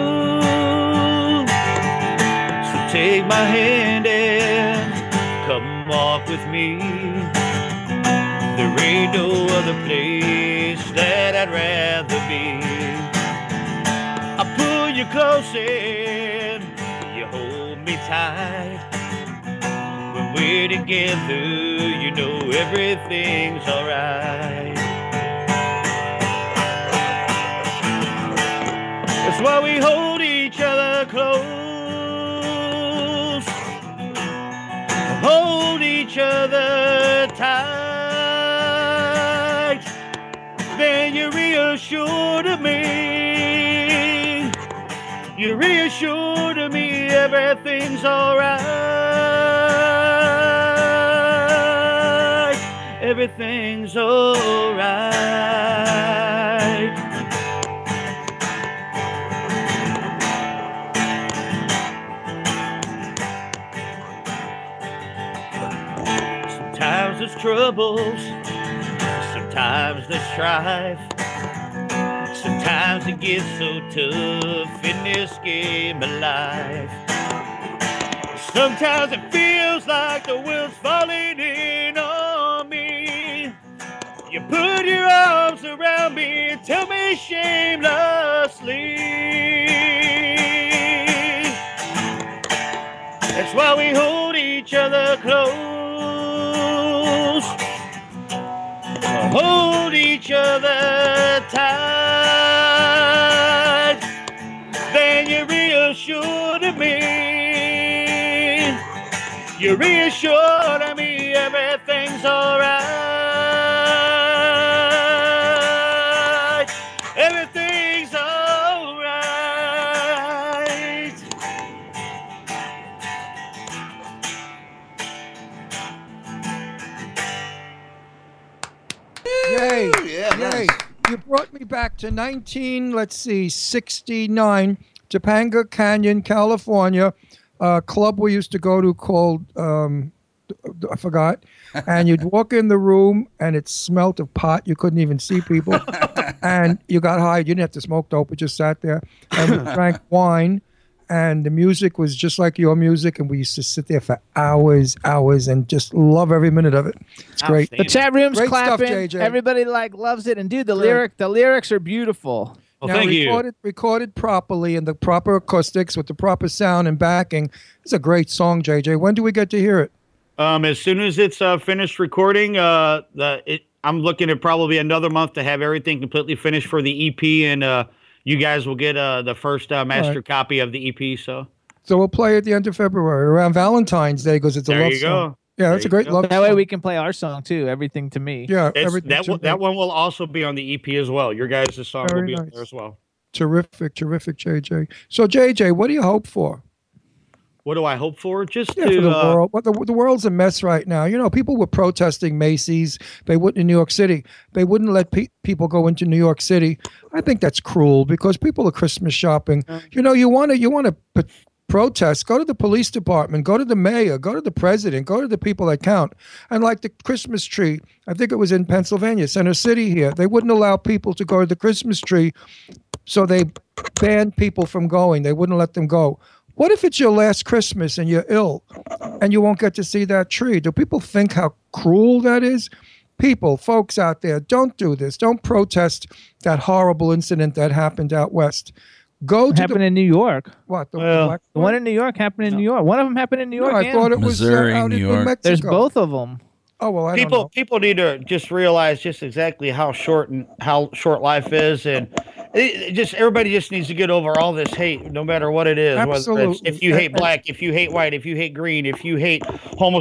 Ooh. Ooh. So take my hand and come walk with me. There ain't no other place that I'd rather be. I pull you close in, you hold me tight. When we're together, you know everything's alright. That's why we hold each other close hold each other tight. Then you reassured me. You reassured me everything's alright. Everything's alright. Sometimes there's troubles, sometimes there's strife. Sometimes it gets so tough in this game of life. Sometimes it feels like the world's falling in on me. You put your arms around me and tell me shamelessly. That's why we hold each other close. Hold each other tight. Then you reassured me. You reassured me everything's alright. Everything's alright. Yay! Yeah, Yay! nice. You brought me back to 19, let's see, 69, Topanga Canyon, California, a club we used to go to called, um, I forgot. And you'd walk in the room and it smelt of pot. You couldn't even see people. and you got high. You didn't have to smoke dope. We just sat there and we drank wine. And the music was just like your music. And we used to sit there for hours, hours, and just love every minute of it. It's great. The chat room's Mm-hmm. Great stuff, clapping. JJ. Everybody like loves it, and dude, the Good. lyric, the lyrics are beautiful. Well, now thank you. recorded, recorded properly in the proper acoustics with the proper sound and backing. It's a great song, JJ. When do we get to hear it? Um, as soon as it's uh, finished recording, uh, the it, I'm looking at probably another month to have everything completely finished for the EP, and uh, you guys will get uh, the first uh, master right. copy of the EP. So So we'll play at the end of February around Valentine's Day because it's a There love you song. go. Yeah, that's a great love. That way we can play our song too. Everything to me. Yeah, it's, everything that should one, be that one will also be on the EP as well. Your guys' song will Very be on nice. there as well. terrific, terrific, JJ. So JJ, what do you hope for? What do I hope for? Just Yeah, to for the uh, world. But the, the world's a mess right now. You know, people were protesting Macy's. They wouldn't in New York City. They wouldn't let pe- people go into New York City. I think that's cruel because people are Christmas shopping. You know, you want to you want to p- protest. Go to the police department. Go to the mayor. Go to the president. Go to the people that count. And like the Christmas tree, I think it was in Pennsylvania, Center City here. They wouldn't allow people to go to the Christmas tree so they banned people from going. They wouldn't let them go. What if it's your last Christmas and you're ill and you won't get to see that tree? Do people think how cruel that is? People, folks out there, don't do this. Don't protest that horrible incident that happened out west. Go to happened the in New York. what? The, Well, black- The one in New York happened in New York. One of them happened in New No, York. I and- thought it was uh, Missouri, out New in New York. Mexico. There's both of them. Oh well, I people don't people need to just realize just exactly how short and how short life is and it, it just everybody just needs to get over all this hate no matter what it is whether it's- Absolutely. if you hate And- and- black if you hate white if you hate green if you hate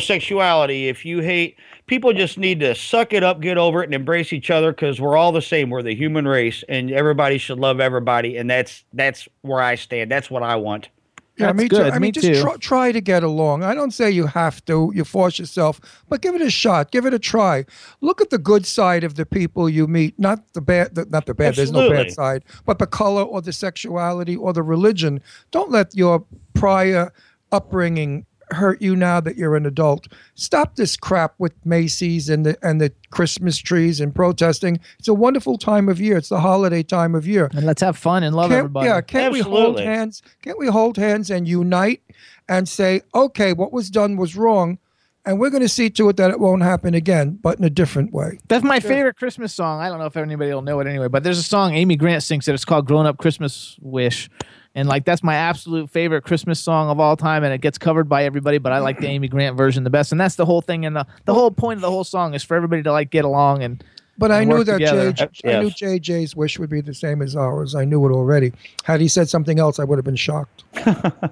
homosexuality if you hate people just need to suck it up get over it and embrace each other because we're all the same we're the human race and everybody should love everybody and that's that's where i stand that's what i want know. Yeah, That's me too. good. I mean, Me just too. Try, try to get along. I don't say you have to. You force yourself, but give it a shot. Give it a try. Look at the good side of the people you meet, not the bad. The, not the bad. There's no Absolutely. bad side, but the color or the sexuality or the religion. Don't let your prior upbringing hurt you now that you're an adult. Stop this crap with Macy's and the and the Christmas trees and protesting. It's a wonderful time of year. It's the holiday time of year And let's have fun and love can't, everybody. Yeah, can't we hold Absolutely. hands? Can't we hold hands and unite and say, okay, what was done was wrong, and we're going to see to it that it won't happen again, but in a different way. That's my favorite Christmas song. I don't know if anybody will know it anyway, but there's a song Amy Grant sings that it's called Grown Up Christmas Wish. And like that's my absolute favorite Christmas song of all time, and it gets covered by everybody. But I like the Amy Grant version the best, and that's the whole thing. And the, the whole point of the whole song is for everybody to like get along. And But I And knew work that together. JJ, Uh, I knew yes. JJ's wish would be the same as ours. I knew it already. Had he said something else, I would have been shocked.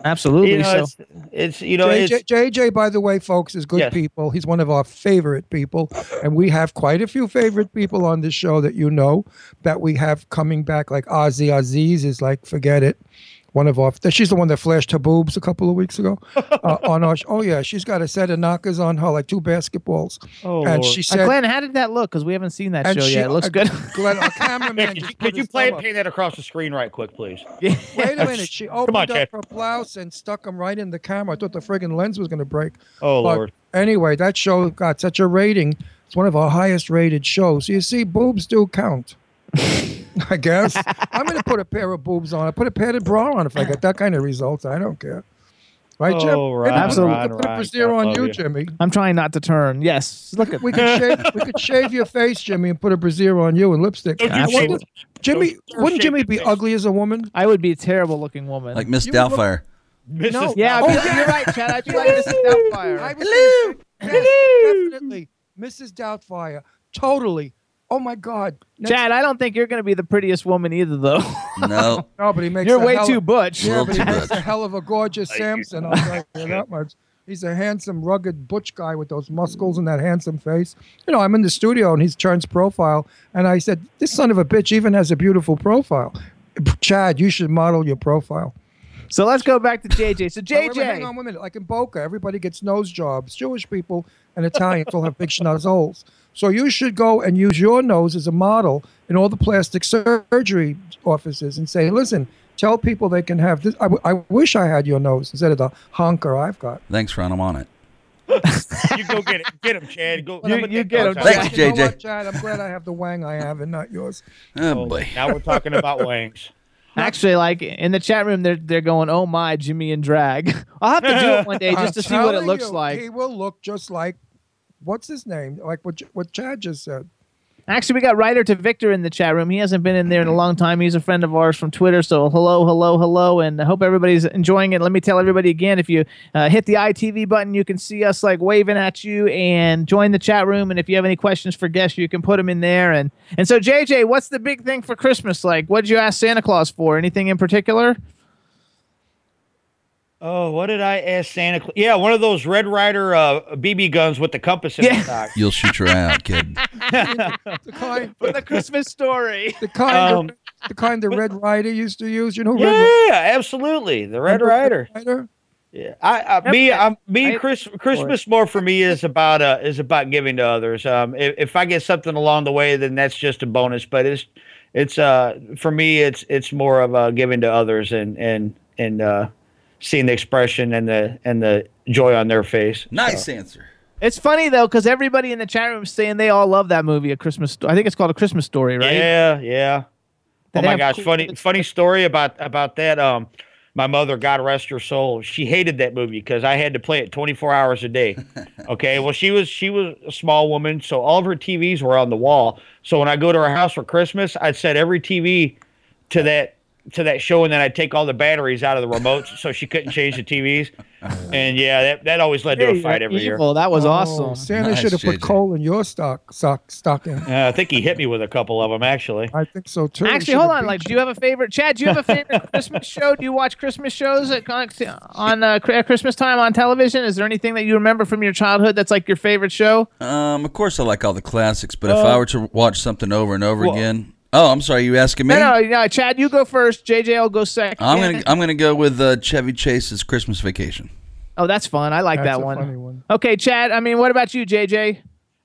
absolutely, you know so it's, it's you know JJ, it's, JJ, by the way, folks, is good Yes. people. He's one of our favorite people, and we have quite a few favorite people on this show that you know that we have coming back. Like Ozzy Aziz is like, forget it. One of our, she's the one that flashed her boobs a couple of weeks ago uh, on our. sh- Oh yeah, she's got a set of knockers on her, like two basketballs, oh, and Lord. she Uh, said, Glenn, how did that look? Because we haven't seen that and show she, yet. It looks uh, good. Glenn, our Yeah, cameraman, could you, just could put you his play thumb up. paint that across the screen right quick, please? Wait a minute, she opened on, up Chad. her blouse and stuck them right in the camera. I thought the friggin' lens was gonna break. Oh But Lord. anyway, that show got such a rating. It's one of our highest rated shows. You see, boobs do count. I guess. I'm going to put a pair of boobs on. I put a padded bra on if I get that kind of results. I don't care. Right, Jim? Oh, right, Absolutely. right, put a right. brassiere I on love you, you. Jimmy. I'm trying not to turn. Yes, look at We could shave. We could shave your face, Jimmy, and put a brassiere on you and lipstick. Don't you I shave- wonder- Jimmy, don't you wouldn't shave Jimmy your be face. ugly as a woman? I would be a terrible looking woman. Like Miss You would look- Doubtfire. Mrs. No. yeah, I'd Oh, be- yeah. you're right, Chad. I'd be like Mrs. Doubtfire. I was Hello. definitely. Mrs. Doubtfire. Totally. Oh my God. Next- Chad, I don't think you're going to be the prettiest woman either, though. No. No, but he makes you're a way hell too Of, butch. yeah, Little but he too makes much. a hell of a gorgeous Samson. I'll tell you that much. He's a handsome, rugged butch guy with those muscles and that handsome face. You know, I'm in the studio and he turns profile, and I said, "This son of a bitch even has a beautiful profile." Chad, you should model your profile. So let's go back to JJ. So Oh, Wait, wait, wait, hang JJ, on one minute. Like in Boca, everybody gets nose jobs. Jewish people and Italians all have big schnozzles. So you should go and use your nose as a model in all the plastic surgery offices and say, listen, tell people they can have this. I, w- I wish I had your nose instead of the honker I've got. Thanks, Ron. I'm on it. you go get it. Get him, Chad. Go. You- Now put you that get him, down. Thanks, You know JJ. what, Chad? I'm glad I have the wang I have and not yours. Oh, boy. Now we're talking about wangs. actually, like in the chat room, they're they're going, "Oh my, Jimmy and drag." I'll have to do it one day I'm just to see what it telling looks you, like. He will look just like, what's his name? Like what, Ch- what Chad just said. Actually, we got writer to Victor in the chat room. He hasn't been in there in a long time. He's a friend of ours from Twitter. So hello, hello, hello, and I hope everybody's enjoying it. Let me tell everybody again: if you uh, hit the ITV button, you can see us like waving at you and join the chat room. And if you have any questions for guests, you can put them in there. And and so JJ, what's the big thing for Christmas like? What did you ask Santa Claus for? Anything in particular? Oh, what did I ask Santa? Cla- yeah, one of those Red Rider uh, BB guns with the compass in Yeah. the back. You'll shoot your eye out, kid. The kind, For the Christmas story. the kind, Um, the, the kind the Red Rider used to use. You know, who Red Yeah, absolutely, the Red Rider. Rider. Yeah, I, I me, Yep. I'm me. I- Chris, Christmas more for me is about uh is about giving to others. Um, if, if I get something along the way, then that's just a bonus. But it's it's uh for me, it's it's more of uh giving to others and and and uh seeing the expression and the and the joy on their face. Nice answer. It's funny though, because everybody in the chat room is saying they all love that movie, A Christmas. Sto- I think it's called A Christmas Story, right? Yeah, yeah. That oh they my have gosh, cool- funny funny story about about that. Um, my mother, God rest her soul, she hated that movie because I had to play it 24 hours a day. Okay, well she was she was a small woman, so all of her TVs were on the wall. So when I go to her house for Christmas, I'd set every TV to that to that show, and then I'd take all the batteries out of the remotes so she couldn't change the TVs. And yeah, that that always led to Yeah, a fight every year. evil. That was Oh, awesome. Santa Nice, should have put JJ. coal in your stock sock stocking. Uh, I think he hit me with a couple of them actually. I think so too. He Actually, should hold have on. beat Like, you. do you have a favorite? Chad, do you have a favorite Christmas show? Do you watch Christmas shows at con- on uh, cr- at Christmas time on television? Is there anything that you remember from your childhood that's like your favorite show? Um, of course I like all the classics, but if I were to watch something over and over Well- again, oh, I'm sorry, you asking me? No, no, no. Chad, you go first. JJ, will go 2nd I'm gonna I'm gonna go with uh, Chevy Chase's Christmas Vacation. oh, that's fun. I like That's that a one. funny one. Okay, Chad. I mean, what about you, JJ?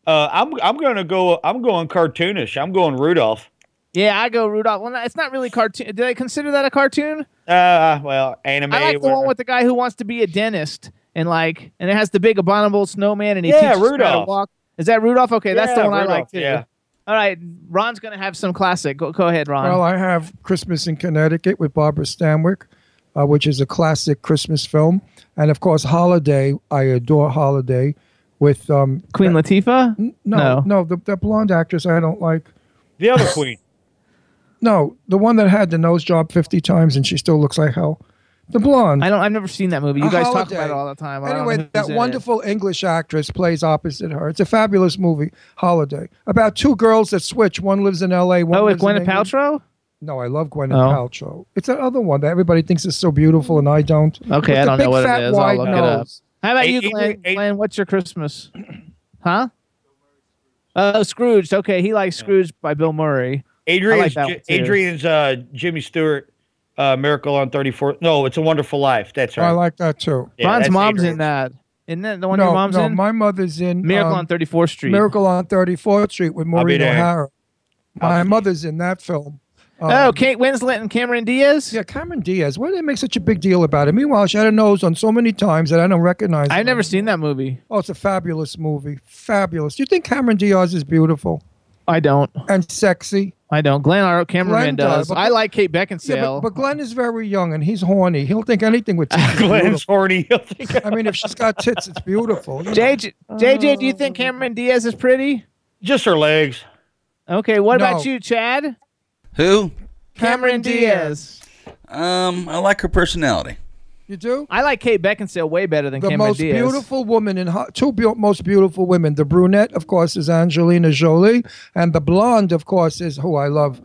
Uh, I'm I'm gonna go. I'm going cartoonish. I'm going Rudolph. Yeah, I go Rudolph. Well, no, it's not really cartoon. Do they consider that a cartoon? Uh, well, anime. I like the whatever. one with the guy who wants to be a dentist and like, and it has the big abominable snowman and he Yeah, teaches him how to Rudolph. walk. Is that Rudolph? Okay, that's the Yeah, one I like Rudolph, too. yeah. All right, Ron's gonna have some classic. Go, go ahead, Ron. Well, uh, I have Christmas in Connecticut with Barbara Stanwyck, uh, which is a classic Christmas film, and of course Holiday. I adore Holiday with um Queen Latifah. no no. no, the, the blonde actress I don't like. the other queen. No, the one that had the nose job fifty times and she still looks like hell. The blonde. I don't. I've never seen that movie. You A guys talk Holiday. about it all the time. I don't know Anyway, who's that in it. wonderful English actress plays opposite her. It's a fabulous movie, Holiday, about two girls that switch. One lives in L.A. One Oh, lives with in Gwyneth England. Paltrow. No, I love Gwyneth Oh. Paltrow. It's that other one that everybody thinks is so beautiful, and I don't. With Okay, I the don't know big, what fat, it is. I'll wide look it up. nose. How about you, Eight- Glenn? eight- Glenn, what's your Christmas? Huh? Oh, Scrooge. Okay, he likes Scrooge by Bill Murray. Adrian's that one, too. Adrian's uh, Jimmy Stewart. Uh, Miracle on 34th. No, it's a Wonderful Life. That's right. I like that too. Yeah, Oh, Ron's that's mom's Adrian's. in that. Isn't that the one no, your mom's no, in? my mother's in Miracle um, on 34th Street. Miracle on 34th Street with I'll be Maureen there. O'Hara. My I'll be- mother's in that film. Um, Oh, Kate Winslet and Cameron Diaz. Yeah, Cameron Diaz. Why do they make such a big deal about it? Meanwhile, she had a nose on so many times that I don't recognize. her I've never anymore. seen that movie. Oh, it's a fabulous movie. Fabulous. You think Cameron Diaz is beautiful I don't. and sexy? I don't. Glenn, our cameraman, Glenn does, does. but- I like Kate Yeah, Beckinsale. but, but Glenn is very young and he's horny. He'll think anything with tits. is Glenn's beautiful. horny. He'll think- I mean, if she's got tits, it's beautiful. You know, JJ, JJ, do you think Cameron Diaz is pretty? Just her legs. Okay, what about No. you, Chad? Who? Cameron Diaz. Um, I like her personality. You do? I like Kate Beckinsale way better than The Cameron most Diaz. beautiful woman in Ho- two beau- most beautiful women. The brunette, of course, is Angelina Jolie, and the blonde, of course, is who I love.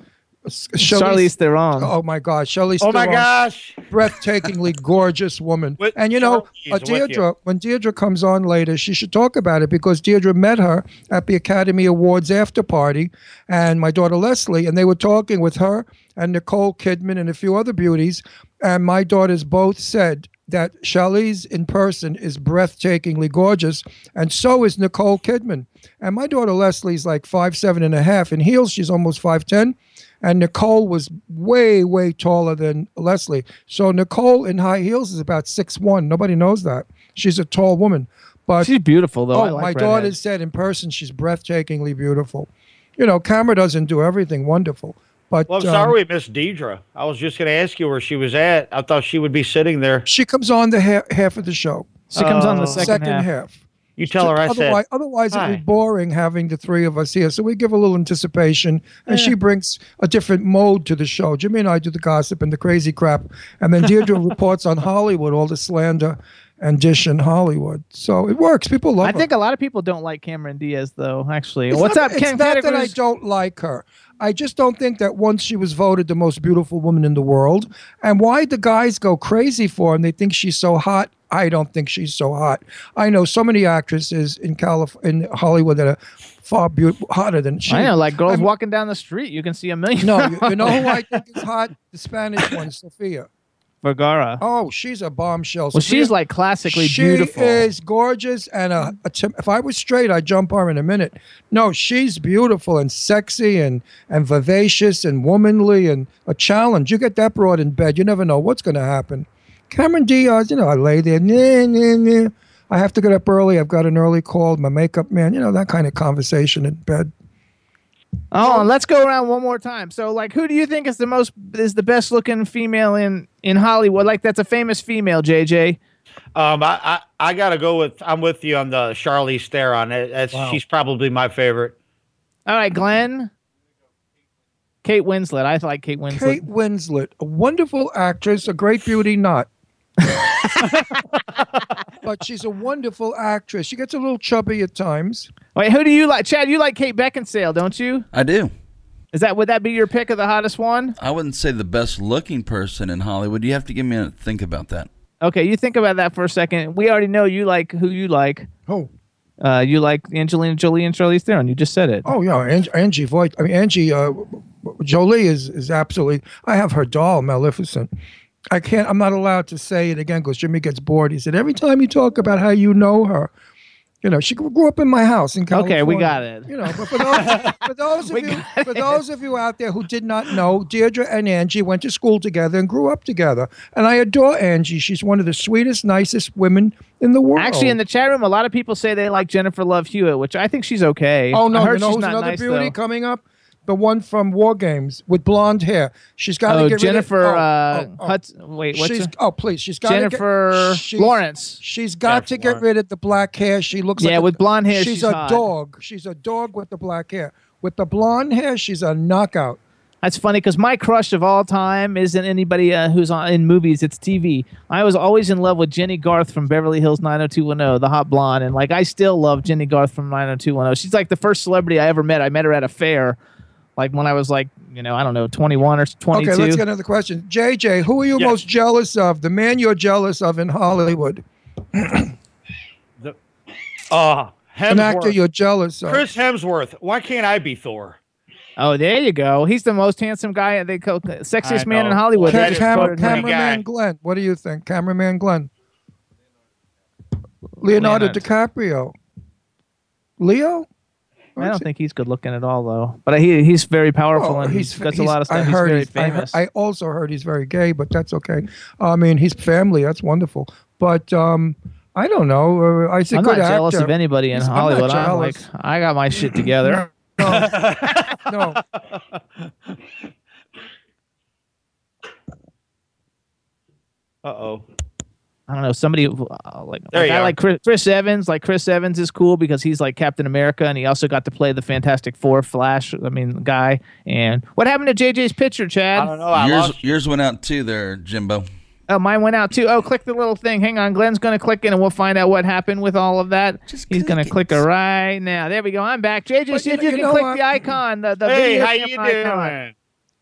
S- Charlize Theron. Oh my God, Charlize. Oh my Theron. gosh. breathtakingly gorgeous woman. With- and you know, Charlize uh, with you. Deirdre, when Deirdre comes on later, she should talk about it because Deirdre met her at the Academy Awards after party and my daughter Leslie, and they were talking with her and Nicole Kidman and a few other beauties. And my daughters both said that Charlize in person is breathtakingly gorgeous, and so is Nicole Kidman. And my daughter Leslie's like five seven and a half in heels. She's almost five ten, and Nicole was way way taller than Leslie. So Nicole in high heels is about six one. Nobody knows that she's a tall woman. But She's beautiful though. oh, I like my redheads. daughter said in person she's breathtakingly beautiful. You know, camera doesn't do everything wonderful, but Well, I'm um, sorry we missed Deidre. I was just going to ask you where she was at. I thought she would be sitting there. she comes on the ha- half of the show, Um, She comes on the Uh, second, second half. half. You tell her I otherwise, said. otherwise it'd hi. be boring having the three of us here. So we give a little anticipation, and she brings a different mode to the show. Jimmy and I do the gossip and the crazy crap, and then Deirdre reports on Hollywood, all the slander and dish in Hollywood. So it works. People love I her. think a lot of people don't like Cameron Diaz, though. Actually, It's what's not- up, Ken? It's not that I Cattergoose? don't like her. I just don't think that once she was voted the most beautiful woman in the world, and why the guys go crazy for her and they think she's so hot. I don't think she's so hot. I know so many actresses in Calif- in Hollywood that are far beautiful, hotter than she. I know, like girls I'm- walking down the street, you can see a million. No, you, you know who I think is hot? The Spanish one, Sofia. Vergara. Oh, she's a bombshell. well, Sofia- she's like classically she beautiful. is gorgeous, and a, a t- if I was straight, I'd jump her in a minute. No, she's beautiful and sexy and and vivacious and womanly and a challenge. You get that broad in bed, you never know what's going to happen. Cameron Diaz, you know, I lay there, nah, nah, nah. I have to get up early. I've got an early call. My makeup man, you know, that kind of conversation in bed. Oh, and let's go around one more time. So, like, who do you think is the most is the best looking female in in Hollywood? Like, that's a famous female, JJ. Um, I, I, I gotta go with. I'm with you on the Charlize Theron. That- That's she's probably my favorite. All right, Glenn. Kate Winslet. I like Kate Winslet. Kate Winslet, a wonderful actress, a great beauty not. but she's a wonderful actress. She gets a little chubby at times. Wait, who do you like? Chad, you like Kate Beckinsale, don't you? I do. Is that would that be your pick of the hottest one? I wouldn't say the best looking person in Hollywood. You have to give me a minute to think about that. Okay, you think about that for a second. We already know you like who you like. Oh, Uh, you like Angelina Jolie and Charlize Theron. You just said it. oh yeah, Ang- Angie Voigt. I mean, Angie uh, Jolie is is absolutely. I have her doll, Maleficent. I can't. I'm not allowed to say it again because Jimmy gets bored. He said every time you talk about how you know her, you know she grew up in my house in California. Okay, we got it. You know, but for those, for those of We you got for those of you out there who did not know, Deirdre and Angie went to school together and grew up together. And I adore Angie. She's one of the sweetest, nicest women in the world. Actually, in the chat room, a lot of people say they like Jennifer Love Hewitt, which I think she's okay. Oh no! I heard You know she's who's not another nice, beauty though. coming up? The one from War Games with blonde hair. She's got to Oh, get Jennifer Rid of, uh, oh, oh, oh. Huts- Wait, what's she's, her- oh, please. She's got Jennifer get, she's- Lawrence? She's got to Jennifer get Lawrence. rid of the black hair. She looks Yeah, like a- with blonde hair, she's a hot. dog. She's a dog with the black hair. With the blonde hair, she's a knockout. That's funny because my crush of all time isn't anybody uh, who's on in movies. It's TV. I was always in love with Jenny Garth from Beverly Hills 90210, the hot blonde, and like I still love Jenny Garth from 90210. She's like the first celebrity I ever met. I met her at a fair, like when I was like you know I don't know 21 or 22. Okay, let's get another question. JJ, who are you Yeah. most jealous of? The man you're jealous of in Hollywood, Uh, Hemsworth. an actor you're jealous of. Chris Hemsworth. Why can't I be Thor? oh, there you go. He's the most handsome guy. They call uh, sexiest I man in know. Hollywood. Well, They that Ca- is just camera- voted him. pretty cameraman guy. Glenn, what do you think? Cameraman Glenn. Leonardo Leonardo. DiCaprio. Leo? I don't think he's good looking at all, though. But he he's very powerful Oh, and he's, he's got a he's- lot of stuff. I he's heard very he's- I, heard- famous. I also heard he's very gay, but that's okay. I mean, he's family. That's wonderful. But um, I don't know. Uh, I said am good not jealous actor. of anybody in He's- I'm not Hollywood. I'm, like, jealous. I got my shit together. No. Uh oh. I don't know somebody who, uh, like, There like you I are. like Chris, Chris Evans. Like Chris Evans is cool because he's like Captain America, and he also got to play the Fantastic Four Flash. I mean, guy. And what happened to JJ's picture, I Chad? don't know. Oh, I yours, lost. yours went out too there, Jimbo. Oh, mine went out too. Oh, click the little thing. Hang on, Glenn's gonna click in, and we'll find out what happened with all of that. Just He's click gonna it. click it right now. There we go. I'm back. JJ, But see you if know- you you can know click what? the icon. The, the Hey, video how you camera icon. doing?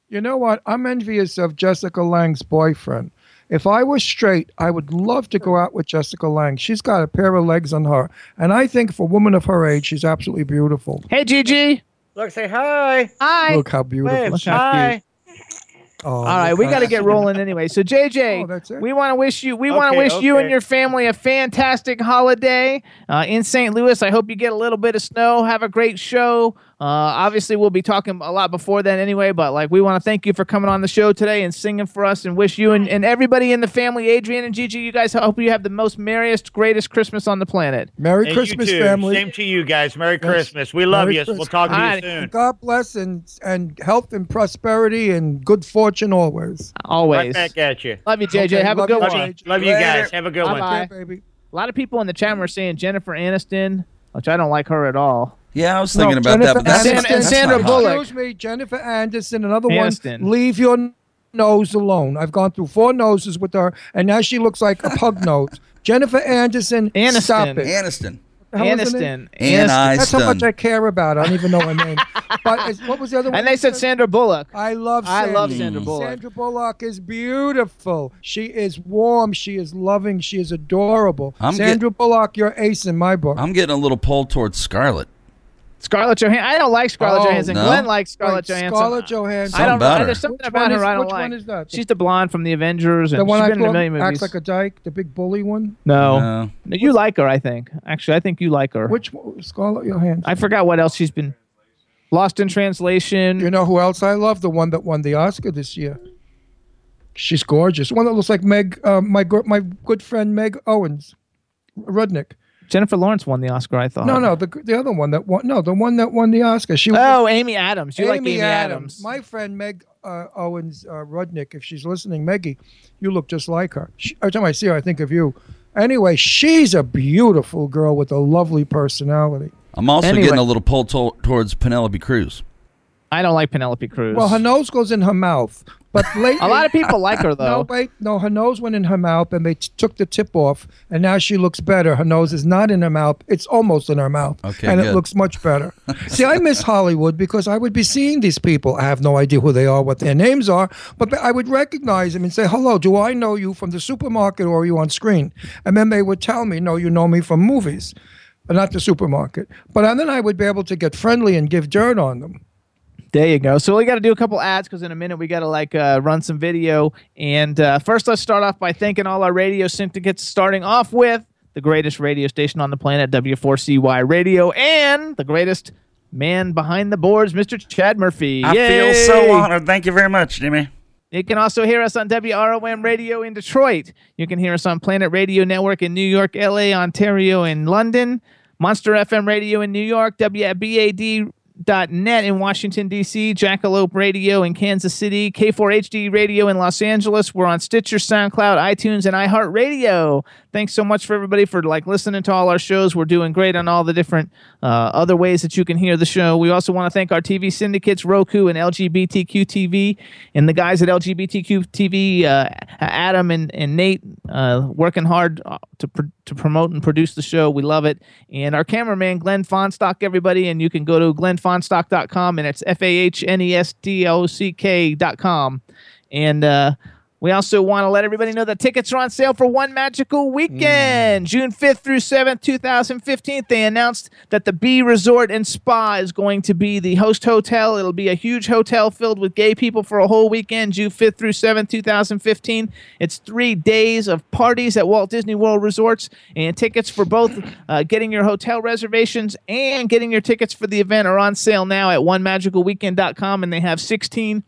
You know what? I'm envious of Jessica Lang's boyfriend. If I was straight, I would love to go out with Jessica Lang. She's got a pair of legs on her. And I think for a woman of her age, she's absolutely beautiful. Hey, Gigi. Look, say hi. Hi. Look how beautiful. Wave, she- hi. oh, All right, we got to get rolling anyway. So JJ, Oh, that's it? we want to wish you we want to Okay, wish you and okay. your family a fantastic holiday uh, in St. Louis. I hope you get a little bit of snow. Have a great show. Uh, obviously, we'll be talking a lot before then anyway. But like, we want to thank you for coming on the show today and singing for us, and wish you and, and everybody in the family, Adrian and Gigi, you guys. I hope you have the most merriest, greatest Christmas on the planet. Merry And you Christmas, too. family. Same to you guys. Merry Christmas. We love Merry you. We'll Christmas. talk to Hi. you soon. God bless and, and health and prosperity and good fortune always. Always Right back at you. love you, JJ. Okay, have a love good you, one. Love Bye. you, love you Later. guys. Have a good one. Bye-bye. Okay, baby. A lot of people in the chat were saying Jennifer Aniston, which I don't like her at all. Yeah, I was thinking about that, but that's Aniston- that's not Sandra hot. Bullock. Excuse me, Jennifer Anderson, another Aniston. one. Leave your n- nose alone. I've gone through four noses with her, and now she looks like a pug nose. Jennifer Anderson, Aniston. stop it. Aniston. How is her name? Aniston. And Aniston. I That's how much I stun. care about. her. I don't even know her name. But is, what was the other one? And they you said Sandra Bullock. I love I Sandra. love Sandra Bullock. Sandra Bullock is beautiful. She is warm. She is loving. She is adorable. I'm get- Sandra Bullock, you're ace in my book. I'm getting a little pull towards Scarlet. Scarlett Johansson. I don't like Scarlett Oh, Johansson. no? Glenn likes Right, Scarlett Johansson. Scarlett Johansson. I don't about know. her. There's something Which about one her is- I don't which like. one is that? She's the blonde from the Avengers, and the one she's I been in a thought million movies. acts like a dyke, the big bully one. no. No. No, you like her. I think. Actually, I think you like her. Which one? Scarlett Johansson? I forgot what else she's been. Lost in Translation. you know who else I love? The one that won the Oscar this year. She's gorgeous. One that looks like Meg, uh, my gr- my good friend Meg Owens, Rudnick. Jennifer Lawrence won the Oscar. I thought. No, no, the the other one that won. No, the one that won the Oscar. She was Oh, Amy Adams. You like Amy Adams? My friend Meg uh, Owens uh, Rudnick, if she's listening, Meggie, you look just like her. She, every time I see her, I think of you. Anyway, she's a beautiful girl with a lovely personality. I'm also Anyway. getting a little pull to- towards Penelope Cruz. I don't like Penelope Cruz. Well, her nose goes in her mouth, but lately, a lot of people like her no, though. wait, no, her nose went in her mouth, and they t- took the tip off, and now she looks better. Her nose is not in her mouth; it's almost in her mouth, Okay, and it good. looks much better. See, I miss Hollywood because I would be seeing these people. I have no idea who they are, what their names are, but I would recognize them and say, "Hello, do I know you from the supermarket or are you on screen?" And then they would tell me, "No, you know me from movies." but Not the supermarket, but then I would be able to get friendly and give dirt on them. There you go. So we got to do a couple ads because in a minute we got to like uh, run some video. And uh, first, let's start off by thanking all our radio syndicates, starting off with the greatest radio station on the planet, W4CY Radio, and the greatest man behind the boards, Mr. Chad Murphy. Yay! Thank you very much, Jimmy. You can also hear us on WROM Radio in Detroit. You can hear us on Planet Radio Network in New York, LA, Ontario, and London. Monster FM Radio in New York, WBAD.net in Washington, D.C., Jackalope Radio in Kansas City, K4HD Radio in Los Angeles. We're on Stitcher, SoundCloud, iTunes, and iHeartRadio. Thanks so much for everybody for like listening to all our shows. We're doing great on all the different uh, other ways that you can hear the show. We also want to thank our TV syndicates, Roku and LGBTQ TV, and the guys at LGBTQ TV, uh, Adam and, and Nate, uh, working hard uh, to, pr- to promote and produce the show. We love it. And our cameraman, Glenn Fonstock, everybody. And you can go to glennfonstock.com, and it's F A H N E S D O C K dot com. And uh, we also want to let everybody know that tickets are on sale for one magical weekend, June 5th through 7th, 2015. They announced that the B Resort and Spa is going to be the host hotel. It'll be a huge hotel filled with gay people for a whole weekend, June 5th through 7th, 2015. It's three days of parties at Walt Disney World Resorts, and tickets for both uh, getting your hotel reservations and getting your tickets for the event are on sale now at onemagicalweekend.com, and they have 16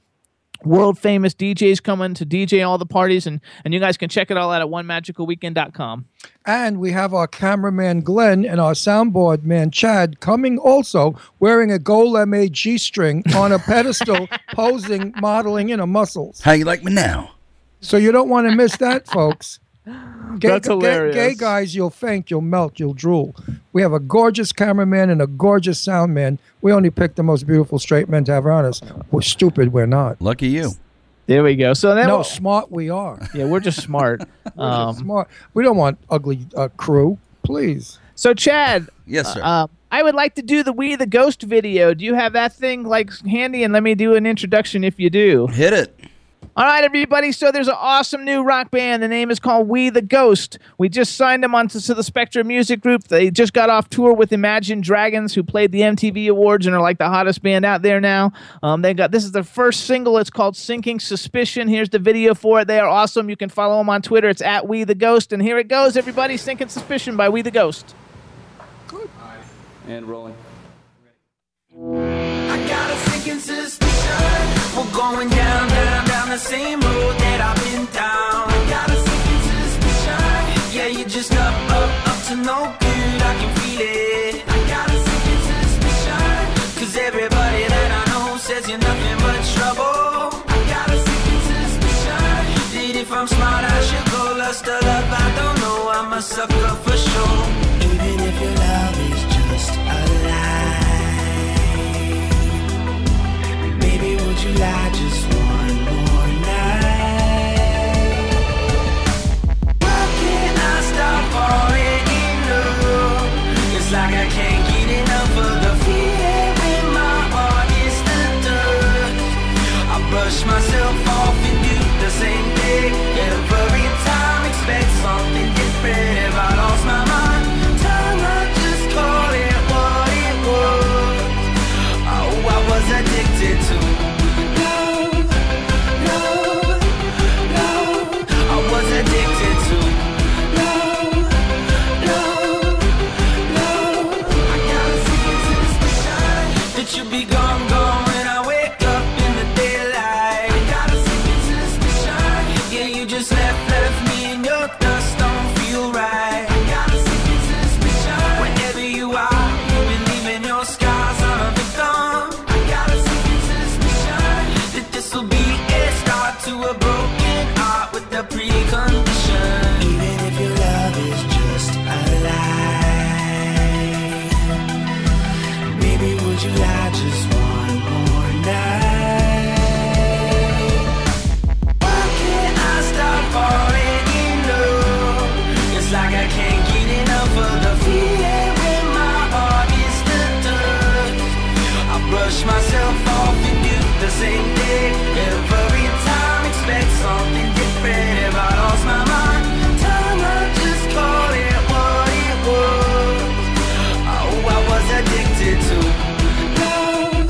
world famous DJs coming to DJ all the parties and and you guys can check it all out at onemagicalweekend.com. And we have our cameraman Glenn and our soundboard man Chad coming also wearing a Golem A G string on a pedestal, posing, modeling in her muscles. How you like me now? So you don't want to miss that, folks. Gay, That's gay- hilarious. Gay, guys, you'll faint, you'll melt, you'll drool. We have a gorgeous cameraman and a gorgeous sound man. We only pick the most beautiful straight men to have around us. We're stupid, we're not. Lucky you. There we go. So then No, we'll- smart we are. yeah, we're just smart. um, Smart. We don't want ugly uh, crew. Please. so Chad, Yes, Uh, sir. um, I would like to do the We the Ghost video. Do you have that thing like handy? And let me do an introduction if you do. Hit it. All right, everybody. So there's an awesome new rock band. The name is called We the Ghost. We just signed them onto to the Spectrum Music Group. They just got off tour with Imagine Dragons, who played the MTV Awards and are like the hottest band out there now. Um, they got this is their first single. It's called Sinking Suspicion. Here's the video for it. They are awesome. You can follow them on Twitter. It's at We the Ghost. And here it goes, everybody. Sinking Suspicion by We the Ghost. And rolling. I got a sinking suspicion. We're going down, down, down the same road that I've been down. I got a sinking suspicion. Yeah, you're just up, up, up to no good. I can feel it. I got a sinking suspicion. Cause everybody that I know says you're nothing but trouble. I got a sinking suspicion. That if I'm smart, I should go low. just a love, I don't know, I'm a sucker for sure. Even if your love is just a lie, baby, would you lie just one more night? Why can't I stop falling in love? It's like I can't get enough of the feeling when my heart is the dirt. I brush myself off and do the same thing every time. Expect something different. If I lost my mind, time I just call it what it was. Oh, I was addicted to love, love, love. I was addicted to love, love, love. I gotta see it to the station that you be gone, gone when I wake up in the daylight. I gotta see it to the station. Yeah, you just left, left me and your dust don't feel right. I gotta see it to the station. Wherever you are, you've been leaving your scars on a victim. I gotta see it to the station. That this'll be a start to a broken heart with a precondition. Even if your love is just a lie. Baby, would you lie just one more night? Why can't I stop falling in love? It's like I can't get enough of the feeling when my heart is the dirt. I brush myself off and do the same thing every time. Expect something different. If I lost my mind, time I just call it what it was. Oh, I was addicted to love,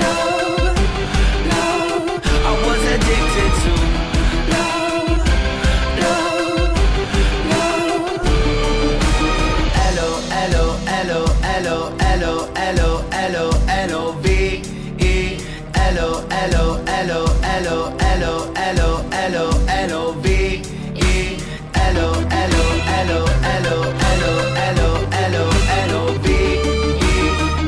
love, love. I was addicted to love, love, love. Hello, hello, hello, hello, hello, hello, hello, hello, V E. Hello, hello, hello, hello, hello, hello, hello, hello, V E. Hello, hello, hello, hello, hello, hello, hello, hello, V E.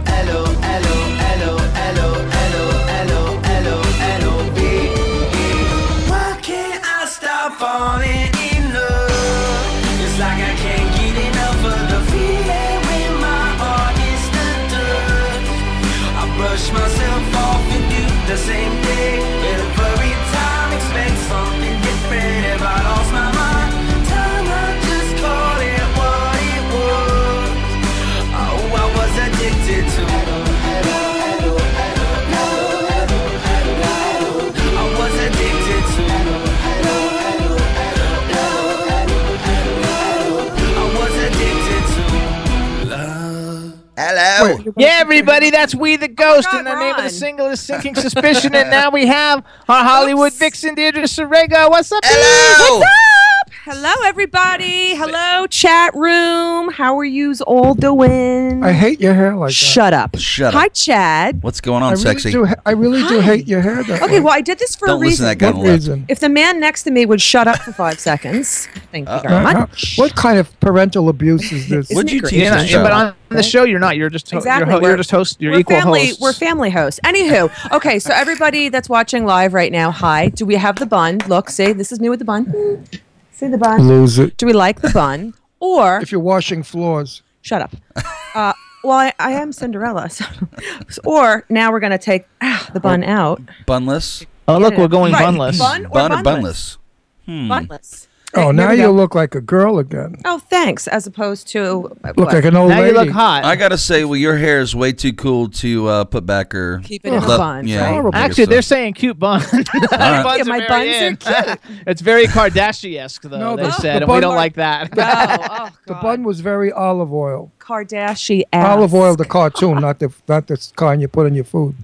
Hello, hello, hello, hello, hello, hello, hello, hello, V E. Why can't I stop falling in love? It's like I can't get enough of the feeling when my heart is the dirt. I brush myself off and do the same thing every time. Expect something different. If I lost my mind, time I just call it what it was. Oh, I was addicted to. I was addicted to. I was addicted to. Hello. Yeah, everybody, that's We the Ghost, God, and the name of Ron. the single is Sinking Suspicion. and now we have our Hollywood vixen, Deirdre Sorego. What's up, Hello. Hello, everybody. Hello, chat room. How are yous all doing? I hate your hair like that. Shut up. Shut Hi, up. Chad. What's going I on, really sexy? do. ha- I really do hate your hair. That way. Okay, well, I did this for a Don't listen reason. to that guy. what on the left. reason? If the man next to me would shut up for five seconds, thank you very Uh, uh, much. what kind of parental abuse is this? Isn't Would you it great? teach You're not- the show? but on the show, you're not. You're just ho- Exactly. you're, ho- We're- you're just host. You're we're equal family. hosts. We're family hosts. Anywho, okay, so everybody that's watching live right now, hi. Do we have the bun? Look, see, this is me with the bun. Hmm. See the bun. Lose it. Do we like the bun? Or If you're washing floors, shut up. Uh, well, I, I am Cinderella. So, or now we're gonna take ah, the bun out. Bunless. Oh, look, we're going Right. bunless. Bun or Bun or bunless? bunless? mm-hmm. Bunless. oh, Right, now here we you go. look like a girl again. Uh, Oh, thanks. As opposed to Look like an old Now lady. you look hot. I gotta say, well, your hair is way too cool to uh, put back or Keep it in a bun, Yeah, right? I Actually, they're guess so. saying cute bun. right. Yeah, my buns are cute. it's very Kardashian-esque, though. No, they the- the said, and we bun don't might- like that. oh, The bun was very olive oil. Kardashian. Olive oil, the cartoon, not the not the kind you put in your food.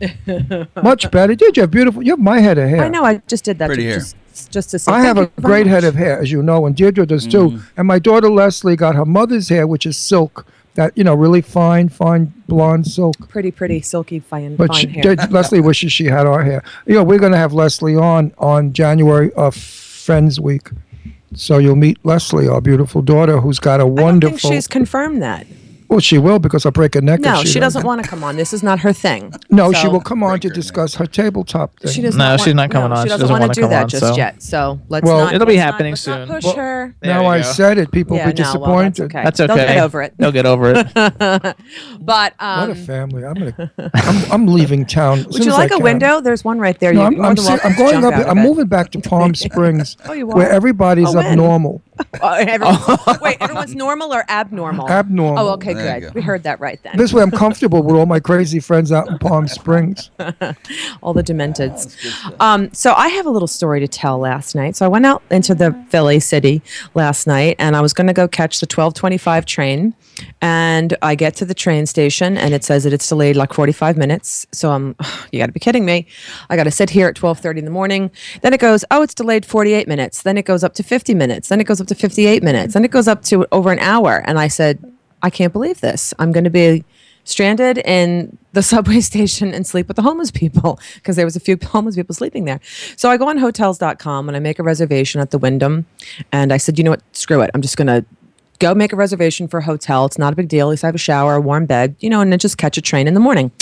Much better. Did you have beautiful? You have my head of hair. I know. I just did that Pretty to, hair. just, just to say. I thank have you a very great much. head of hair, as you know, and Deirdre does too. Mm. And my daughter Leslie got her mother's hair, which is silk, that you know, really fine, fine blonde silk. pretty, pretty silky, fine, But fine she, hair. did- Leslie wishes she had our hair. You know, we're going to have Leslie on on January uh, Friends Week, so you'll meet Leslie, our beautiful daughter, who's got a I don't wonderful. think she's confirmed that. Well, she will because I'll break her neck. No, if she doesn't. doesn't want to come on. This is not her thing. No, she So- will come on to discuss her tabletop thing. She does No, not she's want- not coming no, on. she She doesn't doesn't wanna wanna do come that on, just so- yet. So let's not- It'll be let's not- happening let's soon. not push Well, her. there Now you I go. said it, people will be no, well, that's disappointed. okay. That's They'll get okay. over it. They'll get over it. but um, what a family! I'm gonna, I'm, I'm leaving town. as would soon you as I like a can. window? There's one right there. No, You're I'm, more I'm, than se- welcome I'm to going jump up. out of I'm it. moving back to Palm Springs, Oh, you where are? everybody's Oh, when? abnormal. Oh, and everyone- wait, everyone's normal or abnormal? Abnormal. Oh, okay, There you go. good. We heard that right then. This way, I'm comfortable with all my crazy friends out in Palm Springs. all the dementeds. Um, so I have a little story to tell last night. So I went out into the Philly city last night and I was going to go catch the 1225 train. And I get to the train station and it says that it's delayed like 45 minutes. So I'm, you got to be kidding me. I got to sit here at 1230 in the morning. Then it goes, oh, it's delayed 48 minutes. Then it goes up to 50 minutes. Then it goes up to 58 minutes. Then it goes up to over an hour. And I said, I can't believe this. I'm going to be stranded in the subway station and sleep with the homeless people because there was a few homeless people sleeping there. So I go on hotels.com and I make a reservation at the Wyndham and I said, "You know what? Screw it. I'm just going to go make a reservation for a hotel. It's not a big deal. At least I have a shower, a warm bed, you know, and then just catch a train in the morning."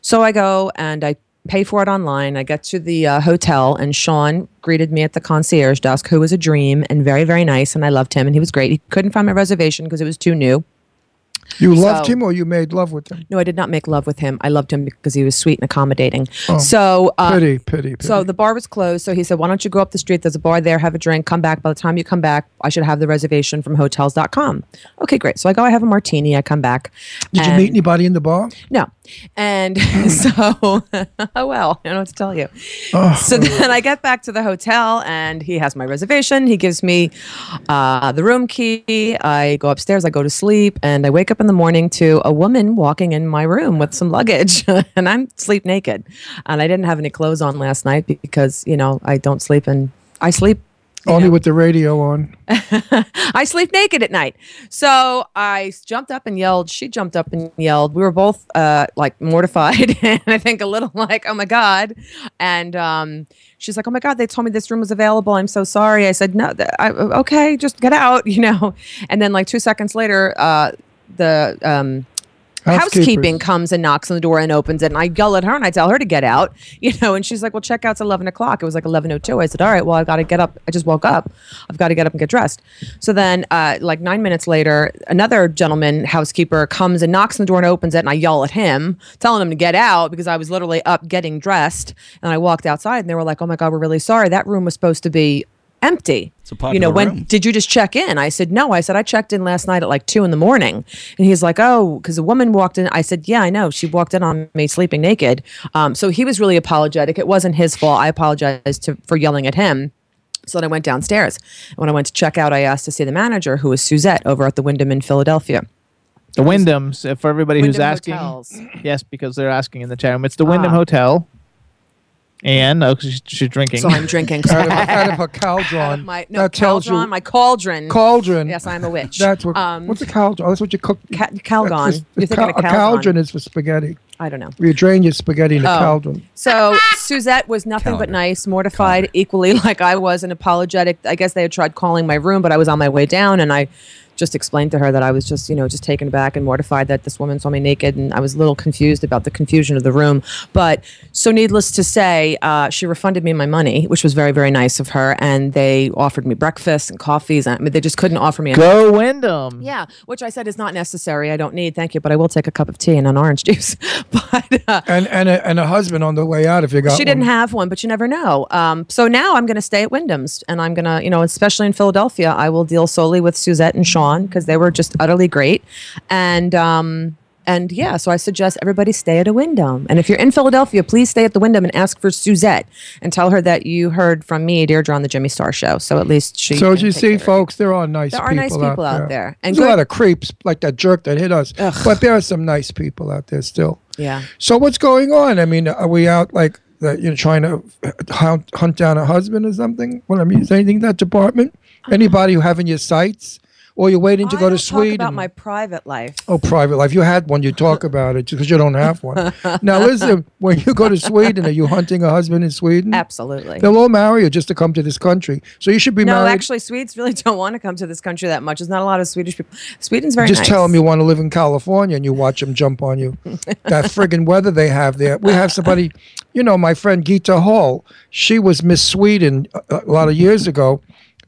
So I go and I pay for it online. I get to the uh, hotel and Sean greeted me at the concierge desk, who was a dream and very, very nice. And I loved him and he was great. He couldn't find my reservation because it was too new. You loved So- him, or you made love with him? No, I did not make love with him. I loved him because he was sweet and accommodating. Oh, so uh, pity, pity, pity. So the bar was closed. So he said, "Why don't you go up the street? There's a bar there. Have a drink. Come back. By the time you come back, I should have the reservation from Hotels.com." Okay, great. So I go. I have a martini. I come back. Did you and- meet anybody in the bar? no. And so, oh well, I don't know what to tell you. Oh. So then I get back to the hotel and he has my reservation. He gives me uh, the room key. I go upstairs, I go to sleep, and I wake up in the morning to a woman walking in my room with some luggage. and I'm sleep naked. And I didn't have any clothes on last night because, you know, I don't sleep and I sleep Only with the radio on. I sleep naked at night. So I s- jumped up and yelled. She jumped up and yelled. We were both uh, like mortified and I think a little like, oh my God. And um, she's like, oh my God, they told me this room was available. I'm so sorry. I said, no, th- I, okay, just get out, you know. And then like two seconds later, uh, the um, Housekeepers. housekeeping comes and knocks on the door and opens it and i yell at her and i tell her to get out you know and she's like well checkout's 11 o'clock it was like 11.02 i said all right well i've got to get up i just woke up i've got to get up and get dressed so then uh, like nine minutes later another gentleman housekeeper comes and knocks on the door and opens it and i yell at him telling him to get out because i was literally up getting dressed and i walked outside and they were like oh my god we're really sorry that room was supposed to be empty it's a you know popular when room. did you just check in? I said, no. I said, I checked in last night at like two in the morning. And he's like, oh, because a woman walked in. I said, yeah, I know. She walked in on me sleeping naked. Um, so he was really apologetic. It wasn't his fault. I apologized to, for yelling at him. So then I went downstairs. And when I went to check out, I asked to see the manager, who was Suzette over at the Wyndham in Philadelphia. The Wyndham's uh, for everybody who's Wyndham asking. Hotels. Yes, because they're asking in the chat room. It's the Wyndham Ah. Hotel. And oh, 'cause she's, she's drinking. So I'm drinking. out, of, out of her cauldron. My, no, that tells cauldron, you. my cauldron. Cauldron. Yes, I'm a witch. That's what. Um, what's a cauldron? Oh, That's what you cook. Ca- caldron. that's- You're a, thinking of cau- a caldron. cauldron is for spaghetti. I don't know. You drain your spaghetti in a Oh. cauldron. So Suzette was nothing but nice, mortified equally like I was, and apologetic. I guess they had tried calling my room, but I was on my way down, and I just explained to her that I was just, you know, just taken aback and mortified that this woman saw me naked, and I was a little confused about the confusion of the room. But so, needless to say, uh, she refunded me my money, which was very, very nice of her, and they offered me breakfast and coffees. and- I mean, they just couldn't offer me. enough. Go Wyndham. Yeah, which I said is not necessary. I don't need, thank you, but I will take a cup of tea and an orange juice. uh, and and a, and a husband on the way out if you got. she didn't one. have one, but you never know. Um, so now I'm going to stay at Wyndham's, and I'm going to, you know, especially in Philadelphia, I will deal solely with Suzette and Sean because they were just utterly great. And um, and yeah, so I suggest everybody stay at a Wyndham. And if you're in Philadelphia, please stay at the Wyndham and ask for Suzette and tell her that you heard from me, Deirdre, on the Jimmy Star Show. So at least she. So as can you take see, care of it. folks, there are nice There people are nice people out there. out there, and There's a good- lot of creeps like that jerk that hit us, but there are some nice people out there still. Yeah. So what's going on? I mean, are we out like that? You know, trying to hunt, hunt down a husband or something? Well, I mean, is anything in that department? Anybody who having your sights? or you're waiting to go to Talk Sweden. about my private life. Oh, private life. You had one. You talk about it because you don't have one. now, listen, when you go to Sweden, are you hunting a husband in Sweden? Absolutely. They'll all marry you just to come to this country. So you should be no, married. actually, Swedes really don't want to come to this country that much. There's not a lot of Swedish people. Sweden's very just nice. tell them you want to live in California and you watch them jump on you. that friggin' weather they have there. We have somebody, you know, my friend Geeta Hall. She was Miss Sweden uh, a, a lot of years ago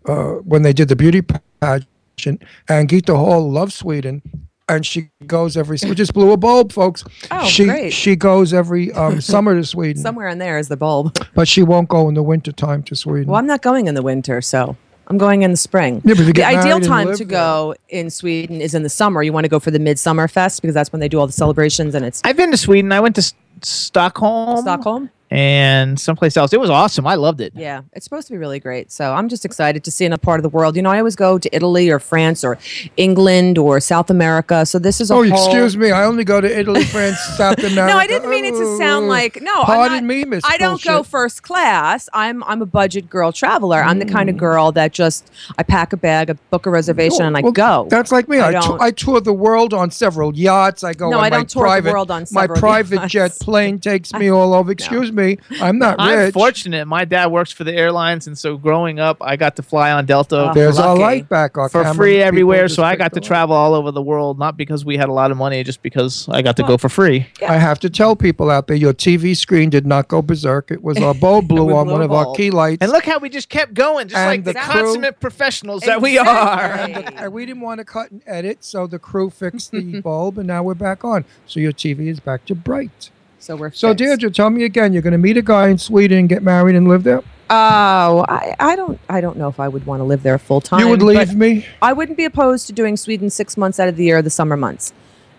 uh, when they did the beauty pageant. And Geeta Hall loves Sweden. And she goes every. We just blew a bulb, folks. Oh, she great. she goes every um, summer to Sweden, Somewhere in there is the bulb. but she won't go in the wintertime to Sweden. Well, I'm not going in the winter, so I'm going in the spring. Yeah, but if you the get married ideal and time live to go in Sweden is in the summer. You want to go for the midsummer fest because that's when they do all the celebrations and it's I've been to Sweden. I went to S- Stockholm. Stockholm. And someplace else. It was awesome. I loved it. Yeah, it's supposed to be really great. So I'm just excited to see another part of the world. You know, I always go to Italy or France or England or South America. So this is a Oh, whole- excuse me. I only go to Italy, France, South America. No, I didn't mean it to sound like no. I'm Pardon not- me, Miss. I don't go Bullshit. first class. I'm I'm a budget girl traveler. I'm the kind of girl that just I pack a bag, I book a reservation, and I Mm. Well, go. That's like me. I I, tou- don't- I tour the world on several yachts. I go No, on I my don't tour the private, world on my several private yachts. jet plane takes me all over. Excuse me, I'm not I'm rich. fortunate. My dad works for the airlines, and so growing up, I got to fly on Delta There's our lucky, light back. Our for camera free people everywhere. just So I picked got to up. travel all over the world, not because we had a lot of money, just because I got to go for free. I have to tell people out there, your TV screen did not go berserk. It was our bulb blew on blew one a of our bulb. key lights. And look how we just kept going, just And like the, the crew- consummate professionals that we are. and, the- and we didn't want to cut and edit, so the crew fixed the bulb, and now we're back on. So your TV is back to bright. so we're So, fixed. Deirdre, tell me again, you're going to meet a guy in Sweden and get married and live there? Oh, I, I don't I don't know if I would want to live there full time. you would but leave me, I wouldn't be opposed to doing Sweden six months out of the year, the summer months.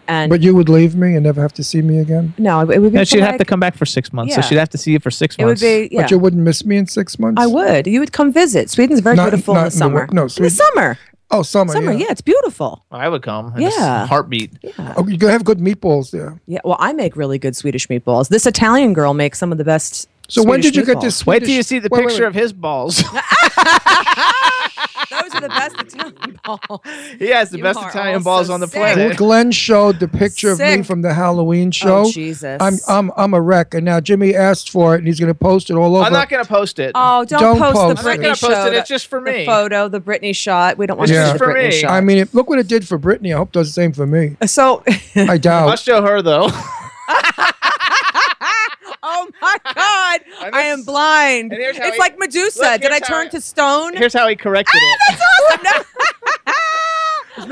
And but you would leave me and never have to see me again. no, it would be. And she'd have to like- come back for six months. Yeah. So she'd have to see you for six It would months. be yeah. But you wouldn't miss me in six months. I would. You would come visit. Sweden's very Not- beautiful not in in the the summer. wi- no, in the Sweden- summer. Oh, summer. Summer, yeah. yeah. it's beautiful. I would come. in a s- Yeah. Heartbeat. Oh, you're gonna have good meatballs there. Yeah. Well, I make really good Swedish meatballs. This Italian girl makes some of the best. So when Swedish did you get meatballs. this? Wait till Swedish- you see the Wait, wait, picture wait. of his balls. Those are the best Italian balls. he has the You best are Italian all balls so on the sick. Well, planet. Glenn showed the picture of me Sick. from the Halloween show. Oh Jesus. I'm I'm I'm a wreck, and now Jimmy asked for it, and he's gonna post it all over. I'm not going to post it. Oh, don't, Don't post, post the it. I'm Britney not gonna show. post it. the- It's just for the me. photo, the Britney shot. We don't want It's to just see the for Britney me. shot. I mean, it, look what it did for Britney. I hope it does the same for me. so. I I'll doubt. show her though. oh my God! And I am this- blind. and here's how It's he- like Medusa. Look, Did I here's how turn I- to stone? Here's how he corrected it. that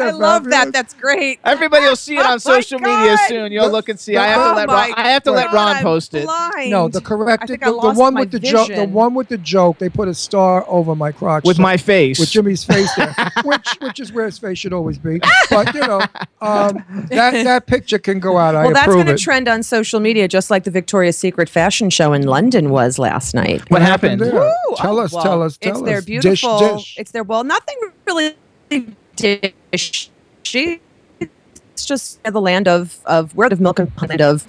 I love that. fabulous? That's great. Everybody will see it Oh my on social media God. soon. You'll look and see. I Oh have to let my Ron, I have to let God, Ron I'm post it. blind. No, the corrected think I the, the lost one my with the joke. The vision. one with the joke. They put a star over my crotch With so- my face. with Jimmy's face there, which which is where his face should always be. But you know, um, that that picture can go out. I well, that's approve gonna it. trend on social media, just like the Victoria's Secret fashion show in London was last night. what happened? there? Woo! Tell Oh, us, well, tell us, tell It's us. their Dish, beautiful. dish. It's their well, nothing really dishy. It's just the land of of word of milk and planet of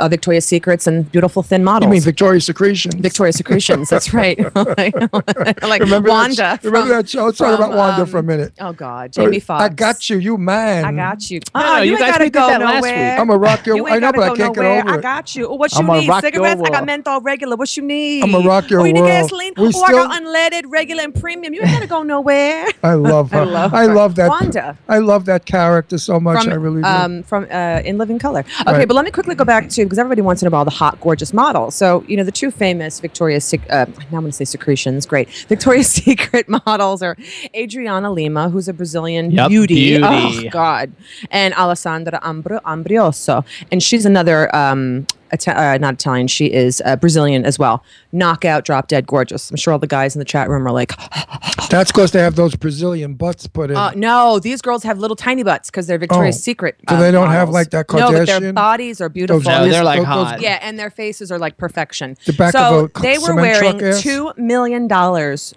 uh, Victoria's Secrets and beautiful thin models. You mean Victoria's Secretion? Victoria's Secretions? That's right. like Remember Wanda. That, sh- remember from- that show? Let's talk from, about Wanda um, for a minute. Oh God, Jamie Foxx. I got you, you man. I got you. No, Ah, you ain't guys gotta we did go that last week. nowhere. I'm a rock your. You ain't I know, gotta but I go can't nowhere. get over I it. got you. Oh, What you I'ma need? rock your Cigarettes? I got world. menthol regular. What you need? I'ma rock your oh, you need world. gasoline? We oh, I still- got unleaded, regular, and premium. You ain't gotta go nowhere. I love her. I love love, her. that. Wanda. I love that character so much. I really do. um, from uh, in living color. Okay, Right. but let me quickly go back to because everybody wants to know about the hot, gorgeous model. So you know the two famous Victoria's Sec- uh, now I'm going to say secretions. Great, Victoria's Secret models are Adriana Lima, who's a Brazilian Yep, beauty. Oh beauty. God, and Alessandra Ambro- Ambrioso, and she's another. Um, Ita- uh, not Italian, she is uh, Brazilian as well. Knockout, drop dead, gorgeous. I'm sure all the guys in the chat room are like, oh, That's because they have those Brazilian butts put in. uh, no, these girls have little tiny butts because they're Victoria's Oh. Secret. uh, So they don't have, like, that No, but their Kardashian? bodies are beautiful. Those- No, And they're this- like those- hot. yeah, and their faces are like perfection. The back so of a c- they were cement wearing truck ass? two million dollars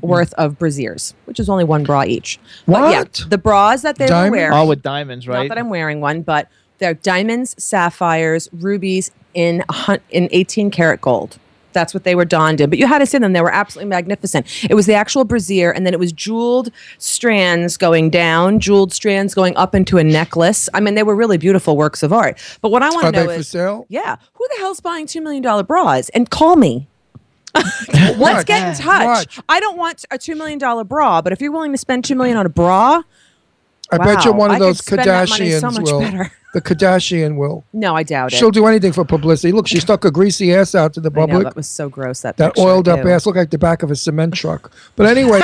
worth of brasiers, which is only one bra each. But What? yeah, the bras that they Diamonds? were wearing. All with diamonds, Not right? that I'm wearing one, but they're diamonds, sapphires, rubies in a hun- in 18 karat gold. That's what they were donned in. But you had to see them. They were absolutely magnificent. It was the actual brassiere, and then it was jeweled strands going down, jeweled strands going up into a necklace. I mean, they were really beautiful works of art. But what I want Are to know they for is, sale? yeah, who the hell's buying $2 million bras? And call me. Let's get in touch. I don't want a $2 million bra, but if you're willing to spend $2 million on a bra, I bet you wow, one of I could those spend that money Kardashians so much will. better. Oh, The Kardashian will. No, I doubt it. She'll do anything for publicity. Look, she stuck her greasy ass out to the I know, public. that was so gross. That that picture, oiled up too. ass looked like the back of a cement truck. But anyway,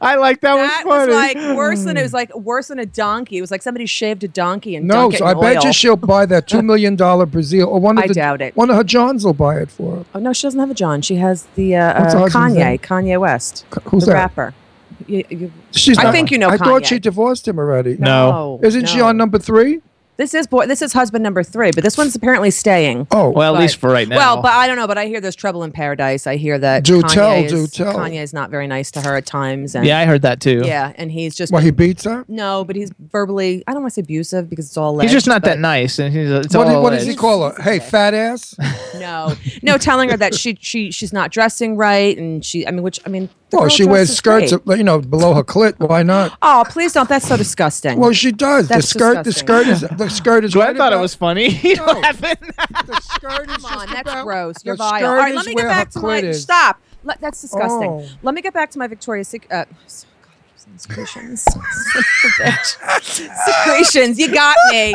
I like that, That was was funny. like worse than it was like worse than a donkey. It was like somebody shaved a donkey and no, dunked it so I in bet oil. you she'll buy that two million dollar Brazil or one of I the doubt it. one of her Johns will buy it for her. Oh no, she doesn't have a John. She has the uh, What's her uh, husband's name? Kanye, Kanye West, who's the that? rapper. You- you- She's I not- think you know. I Kanye. thought she divorced him already. No. isn't she no. on number three? This is boy. This is husband number three, but this one's apparently staying. Oh, well, at But- least for right now. Well, but I don't know. But I hear there's trouble in paradise. I hear that Do Kanye tell, is, do tell. Kanye is not very nice to her at times. And yeah, I heard that too. yeah, and he's just well, he beats her. no, but he's verbally. I don't want to say abusive because it's all. he's just not alleged, but- that nice, and he's it's What, do- all what does he edged. call her? Hey, fat ass. No, no, telling her that she she she's not dressing right, and she. I mean, which I mean. the Well, girl she wears dresses skirts, great. you know, below her clit. Why not? Oh, please don't. That's so disgusting. Well, she does. That's the skirt, the skirt is, the skirt is. Glenn right thought it about- was funny. He No. laughing. The skirt is Come on, just that's about- gross. the You're vile. skirt All right, is let me where get her back to my clit is. stop. Let- that's disgusting. Oh. Let me get back to my Victoria's Secret. Uh, so- God, I keep saying secretions. Son of a bitch. secretions. You got me.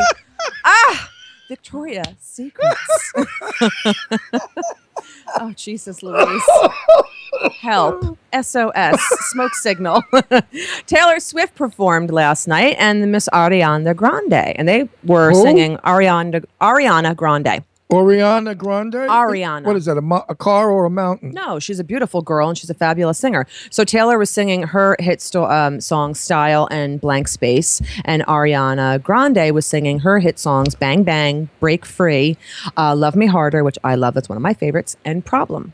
Ah, Victoria Secrets. oh Jesus, Louise. Help. SOS. Smoke signal. Taylor Swift performed last night and the Miss Ariana Grande. And they were Who? singing Ariana Ariana Grande. Oriana Grande. Ariana. What is that? A, mo- a car or a mountain? No, she's a beautiful girl and she's a fabulous singer. So Taylor was singing her hit sto- um, song "Style" and "Blank Space," and Ariana Grande was singing her hit songs "Bang Bang," "Break Free," uh, "Love Me Harder," which I love. That's one of my favorites, and "Problem."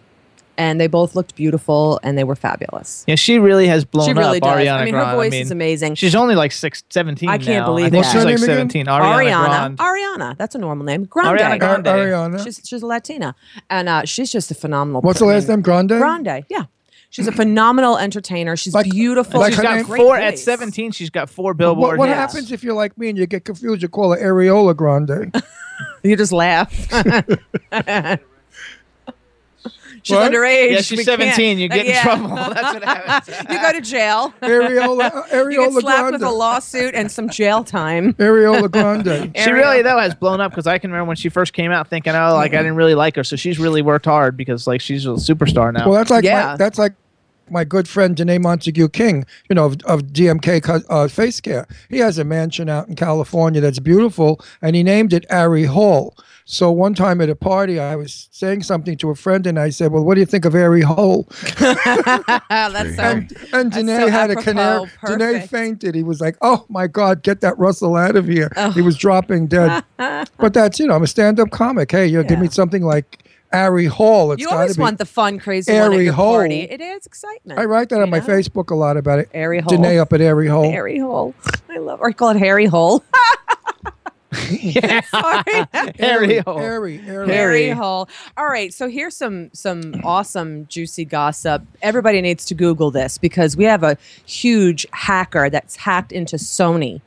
And they both looked beautiful and they were fabulous. Yeah, she really has blown She really up. does. Ariana I mean, Grande. her voice is amazing. She's only like six, 17 I can't now. believe I think that. What's she's her like name again? seventeen. Ariana, Ariana, Grande. Ariana, that's a normal name. Grande. Ariana Ar- Grande. Ariana. She's, she's a Latina, and uh, she's just a phenomenal. What's the I last mean, name? Grande. Grande. Yeah. She's a phenomenal entertainer. She's Like- beautiful. like she's her got name- great four at voice. seventeen. She's got four What, billboard what hits. happens if you're like me and you get confused? You call her Areola Grande. You just laugh. she's What? underage. Yeah, she's We can't- seventeen. You Uh, get in yeah. trouble. That's what happens. you go to jail. Areola. You get Areola slapped Grande. with a lawsuit and some jail time. Areola Grande. She really though has blown up because I can remember when she first came out thinking, oh, like I didn't really like her. So she's really worked hard because like she's a superstar now. Well, that's like my, Yeah. that's like my good friend Danae Montague King, you know, of, of DMK co- uh, Face Care. He has a mansion out in California that's beautiful, and he named it Ari Hall. So one time at a party, I was saying something to a friend, and I said, "Well, what do you think of Ari Hall?" Ah, That's so. And, and That's Danae so had a canary. apropos. Danae Perfect. fainted. He was like, "Oh my God, get that Russell out of here!" Oh. He was dropping dead. but that's you know, I'm a stand-up comic. Hey, you know, give me Yeah. something like Ari Hall. It's You gotta always be. want the fun, crazy one at airy your party. hole. It adds excitement. I write that on you my know? Facebook a lot about it. Airy hole. Danae up at Airy Hole. Harry hole. I love. Or call it Harry hole. yeah. Sorry. Harry. oh. Airy, airy. Harry Hall. All right, so here's some some awesome juicy gossip. Everybody needs to Google this because we have a huge hacker that's hacked into Sony,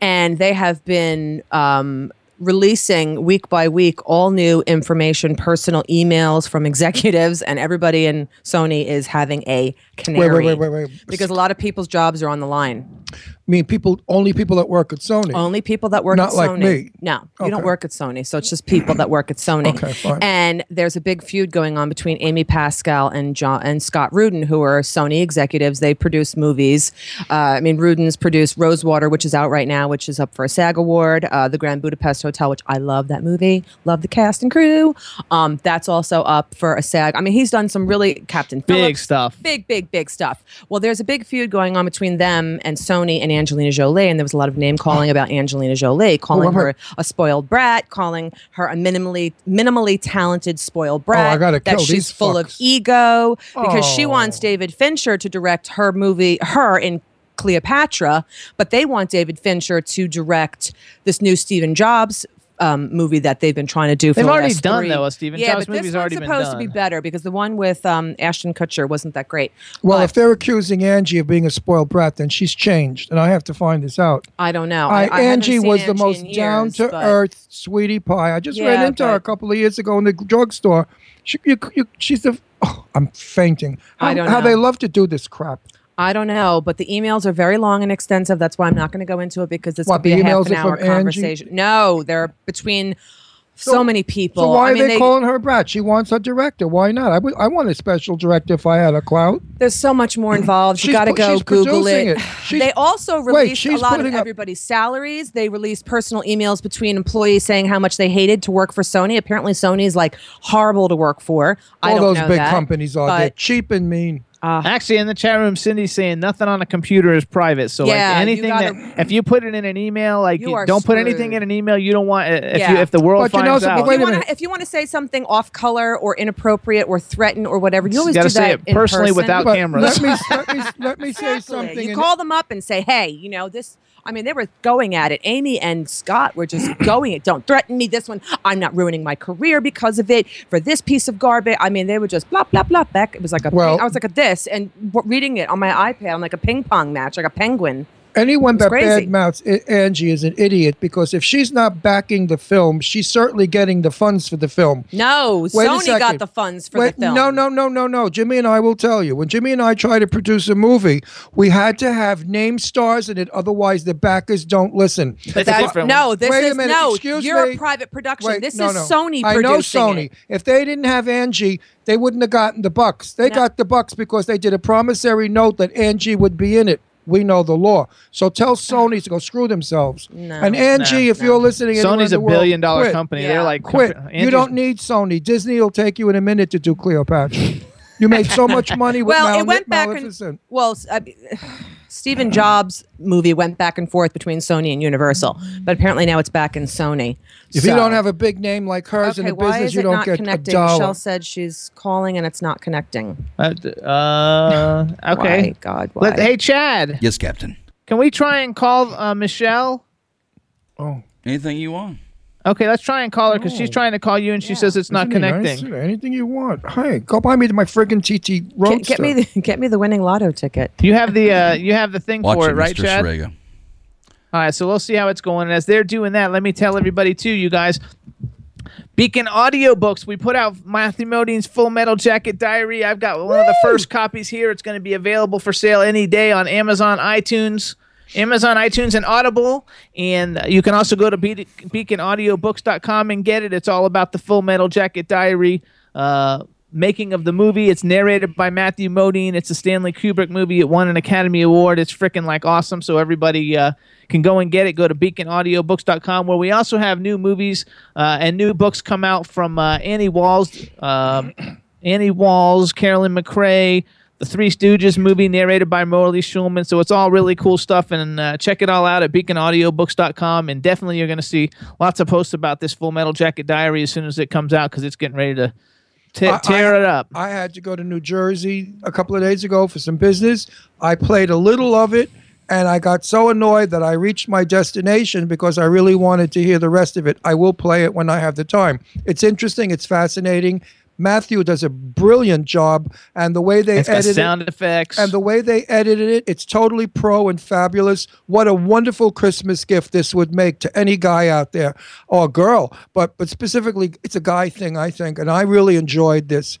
and they have been um, releasing week by week all new information, personal emails from executives, and everybody in Sony is having a Wait, canary. wait, wait, wait, wait. Because a lot of people's jobs are on the line. I mean, people only people that work at Sony. Only people that work Not at like Sony. me. No, you Okay. don't work at Sony. So it's just people that work at Sony. Okay, fine. And there's a big feud going on between Amy Pascal and John and Scott Rudin, who are Sony executives. They produce movies. Uh, I mean, Rudin's produced Rosewater, which is out right now, which is up for a SAG award. Uh, the Grand Budapest Hotel, which I love that movie. Love the cast and crew. Um, that's also up for a SAG. I mean, he's done some really Captain Big Phillips, stuff. big, big, big stuff. Well, there's a big feud going on between them and Sony and Angelina Jolie, and there was a lot of name calling about Angelina Jolie, calling I've her heard- a spoiled brat, calling her a minimally minimally talented spoiled brat. Oh, gotta that kill she's these full of fucks. ego because she Oh. wants David Fincher to direct her movie, her in. Cleopatra, but they want David Fincher to direct this new Stephen Jobs um, movie that they've been trying to do. for They've the already last done three. that with Stephen Yeah, Chow's but this movie's one's already been supposed to be done. better because the one with um, Ashton Kutcher wasn't that great. Well, if they're accusing Angie of being a spoiled brat, then she's changed, and I have to find this out. Oh, I don't know. I, I, I haven't Angie seen was the Angie most in years, down to but- earth sweetie pie. I just ran Yeah, into her a but- couple of years ago in the drugstore. She, you, you, she's the. Oh, I'm fainting. How, I don't how know. they love to do this crap. I don't know, but the emails are very long and extensive. That's why I'm not going to go into it because this What, could be the a half emails an are from hour Angie? conversation. No, they're between so, many people. So why I mean, are they, calling her brat? She wants a director. Why not? I would. I want a special director if I had a clout. There's so much more involved. You She's got to pu- go she's Google producing it. it. She's- they also Wait, released a she's lot of putting up- everybody's salaries. They released personal emails between employees saying how much they hated to work for Sony. Apparently, Sony's like horrible to work for. I All don't those know big that, companies are. They're but- cheap and mean. Actually, in the chat room, Cindy's saying nothing on a computer is private. So Yeah, you like anything gotta- that if you put it in an email, like You you are don't put anything in an email you don't want. If Yeah. you if the world But you know finds something- out, wait you wanna- if you want to say something off color or inappropriate or threaten or whatever, you You always gotta do say it that in personally person. without But cameras. let me let me let me say something. You and- call them up and say, "Hey, you know this." I mean, they were going at it. Amy and Scott were just going it. Don't threaten me. This one, I'm not ruining my career because of it. For this piece of garbage, I mean, they were just blah blah blah. Back, it was like a. ping- Well- I was like a this, and w- reading it on my iPad, I'm like a ping pong match, like a penguin. anyone It's that crazy. bad mouths Angie is an idiot because if she's not backing the film, she's certainly getting the funds for the film. No, Wait a Sony second. got the funds for Wait, the film. No, no, no, no, no. Jimmy and I will tell you. When Jimmy and I try to produce a movie, we had to have name stars in it. Otherwise, the backers don't listen. That's That's- different. no. This Wait a is minute, no. excuse you're me. a private production. Wait, this no, is no. Sony. I know producing Sony. It. If they didn't have Angie, they wouldn't have gotten the bucks. They got the bucks because they did a promissory note that Angie would be in it. We know the law. So tell Sony to go screw themselves. and Angie, if you're listening, anywhere in Sony's the a world, billion dollar quit. company. Yeah. They're like Quit. compar- you Angie's- don't need Sony. Disney will take you in a minute to do Cleopatra. you made so much money with Well, Mal- it went back and Maleficent. well, s- I, Stephen Jobs' movie went back and forth between Sony and Universal, but apparently now it's back in Sony. If you don't have a big name like hers okay, in the why business, is you it don't not get connecting? a dollar. Shell said she's calling and it's not connecting. Uh, d- uh, okay. Why, God, why? Let- hey Chad, Yes, Captain. can we try and call uh, Michelle? Oh, Anything you want. Okay, let's try and call her because she's trying to call you and she says it's not isn't it nice? connecting. Anything you want. Hey, go buy me my friggin' TT Get- Roadster. get me the, get me the winning lotto ticket. You have the uh, you have the thing Watch for it, it, right, Mr. Chad? Sarego. All right, so we'll see how it's going. And as they're doing that, let me tell everybody too, you guys. Beacon audiobooks. We put out Matthew Modine's Full Metal Jacket Diary. I've got one of the first copies here. It's going to be available for sale any day on Amazon, iTunes, Amazon, iTunes, and Audible. And uh, you can also go to be- beaconaudiobooks.com and get it. It's all about the Full Metal Jacket Diary. Uh, making of the movie. It's narrated by Matthew Modine. It's a Stanley Kubrick movie. It won an Academy Award. It's freaking like awesome. So everybody uh, can go and get it. Go to beaconaudiobooks.com where we also have new movies uh, and new books come out from uh, Annie Walls, um Annie Walls, Carolyn McRae. The Three Stooges movie narrated by Morley Schulman. So it's all really cool stuff. And uh, check it all out at beaconaudiobooks.com. And definitely you're going to see lots of posts about this Full Metal Jacket Diary as soon as it comes out because it's getting ready to te- I- tear I- it up. I had to go to New Jersey a couple of days ago for some business. I played a little of it and I got so annoyed that I reached my destination because I really wanted to hear the rest of it. I will play it when I have the time. It's interesting, it's fascinating. Matthew does a brilliant job and the way they It's got edit it- sound effects. and the way they edited it, it's totally pro and fabulous. What a wonderful Christmas gift this would make to any guy out there or girl, but but specifically, it's a guy thing, I think. And I really enjoyed this.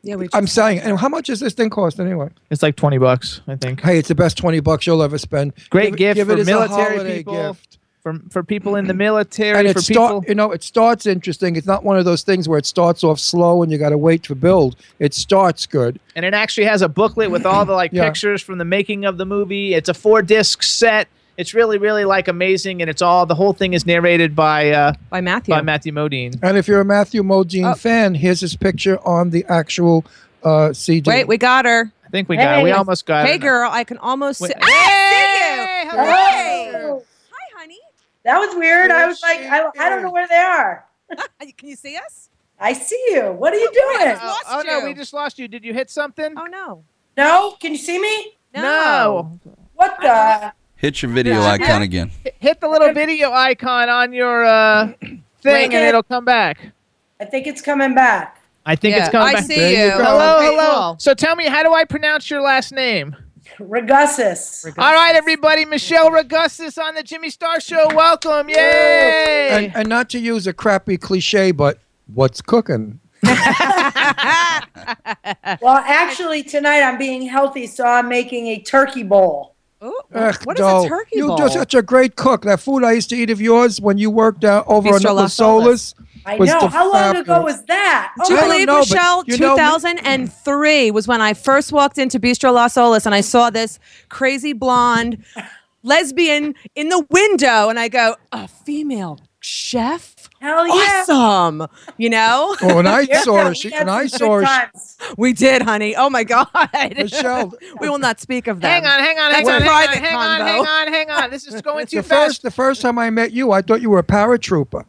Yeah, we. I'm saying, and how much does this thing cost anyway? it's like twenty bucks, I think. Hey, it's the best twenty bucks you'll ever spend. Give Great it- gift give for it as a military holiday people, gift. for for people in the military, And for it people. start, you know, it starts interesting. It's not one of those things where it starts off slow and you got to wait for build. It starts good. and it actually has a booklet with all the like Yeah. pictures from the making of the movie. It's a four disc set. It's really, really like amazing, and it's all the whole thing is narrated by uh, by Matthew. by Matthew Modine. And if you're a Matthew Modine Oh. fan, here's his picture on the actual uh, CD. Wait, we got her. I think we got it. We Hey. almost got Hey, it. girl, I can almost. Wait. see- Ah, Hey, see you. hello. Hey. Hi, honey. That was weird. I was like, I, I don't know where they are. Uh, Can you see us? I see you. What are you Wow. doing? Oh, Lost oh, no, you. we just lost you. Did you hit something? Oh no. No? Can you see me? No. What the? Hit your video Yeah. icon again. Hit the little video icon on your uh, thing Wait. and it'll come back. I think it's coming back. I think it's Yeah, coming I back. see There you Oh, you. go. Hello, Okay, hello. cool. So tell me, how do I pronounce your last name? Regussus. All right, everybody. Michelle Regussus on the Jimmy Star Show. Welcome. Yay. And, and not to use a crappy cliche, but what's cooking? Well, actually, tonight I'm being healthy, so I'm making a turkey bowl. Ugh, doll. you do such a great cook. That food I used to eat of yours when you worked out over Bistro on Las Los Olas. I was know. the How long ago fabulous. was that? Do you I don't believe, know, but Michelle, you know- 2003 was when I first walked into Bistro Las Olas and I saw this crazy blonde lesbian in the window and I go, a female chef? Hell yeah. Awesome. You know? Oh, and I Yeah, saw her. we She- had and I some saw good her. times. We did, honey. Oh, my God. Michelle. we will not speak of that. Hang on, hang on, hang on, That's a hang on, private hang on, convo. hang on, hang on. This is going too the fast. first the first time I met you, I thought you were a paratrooper.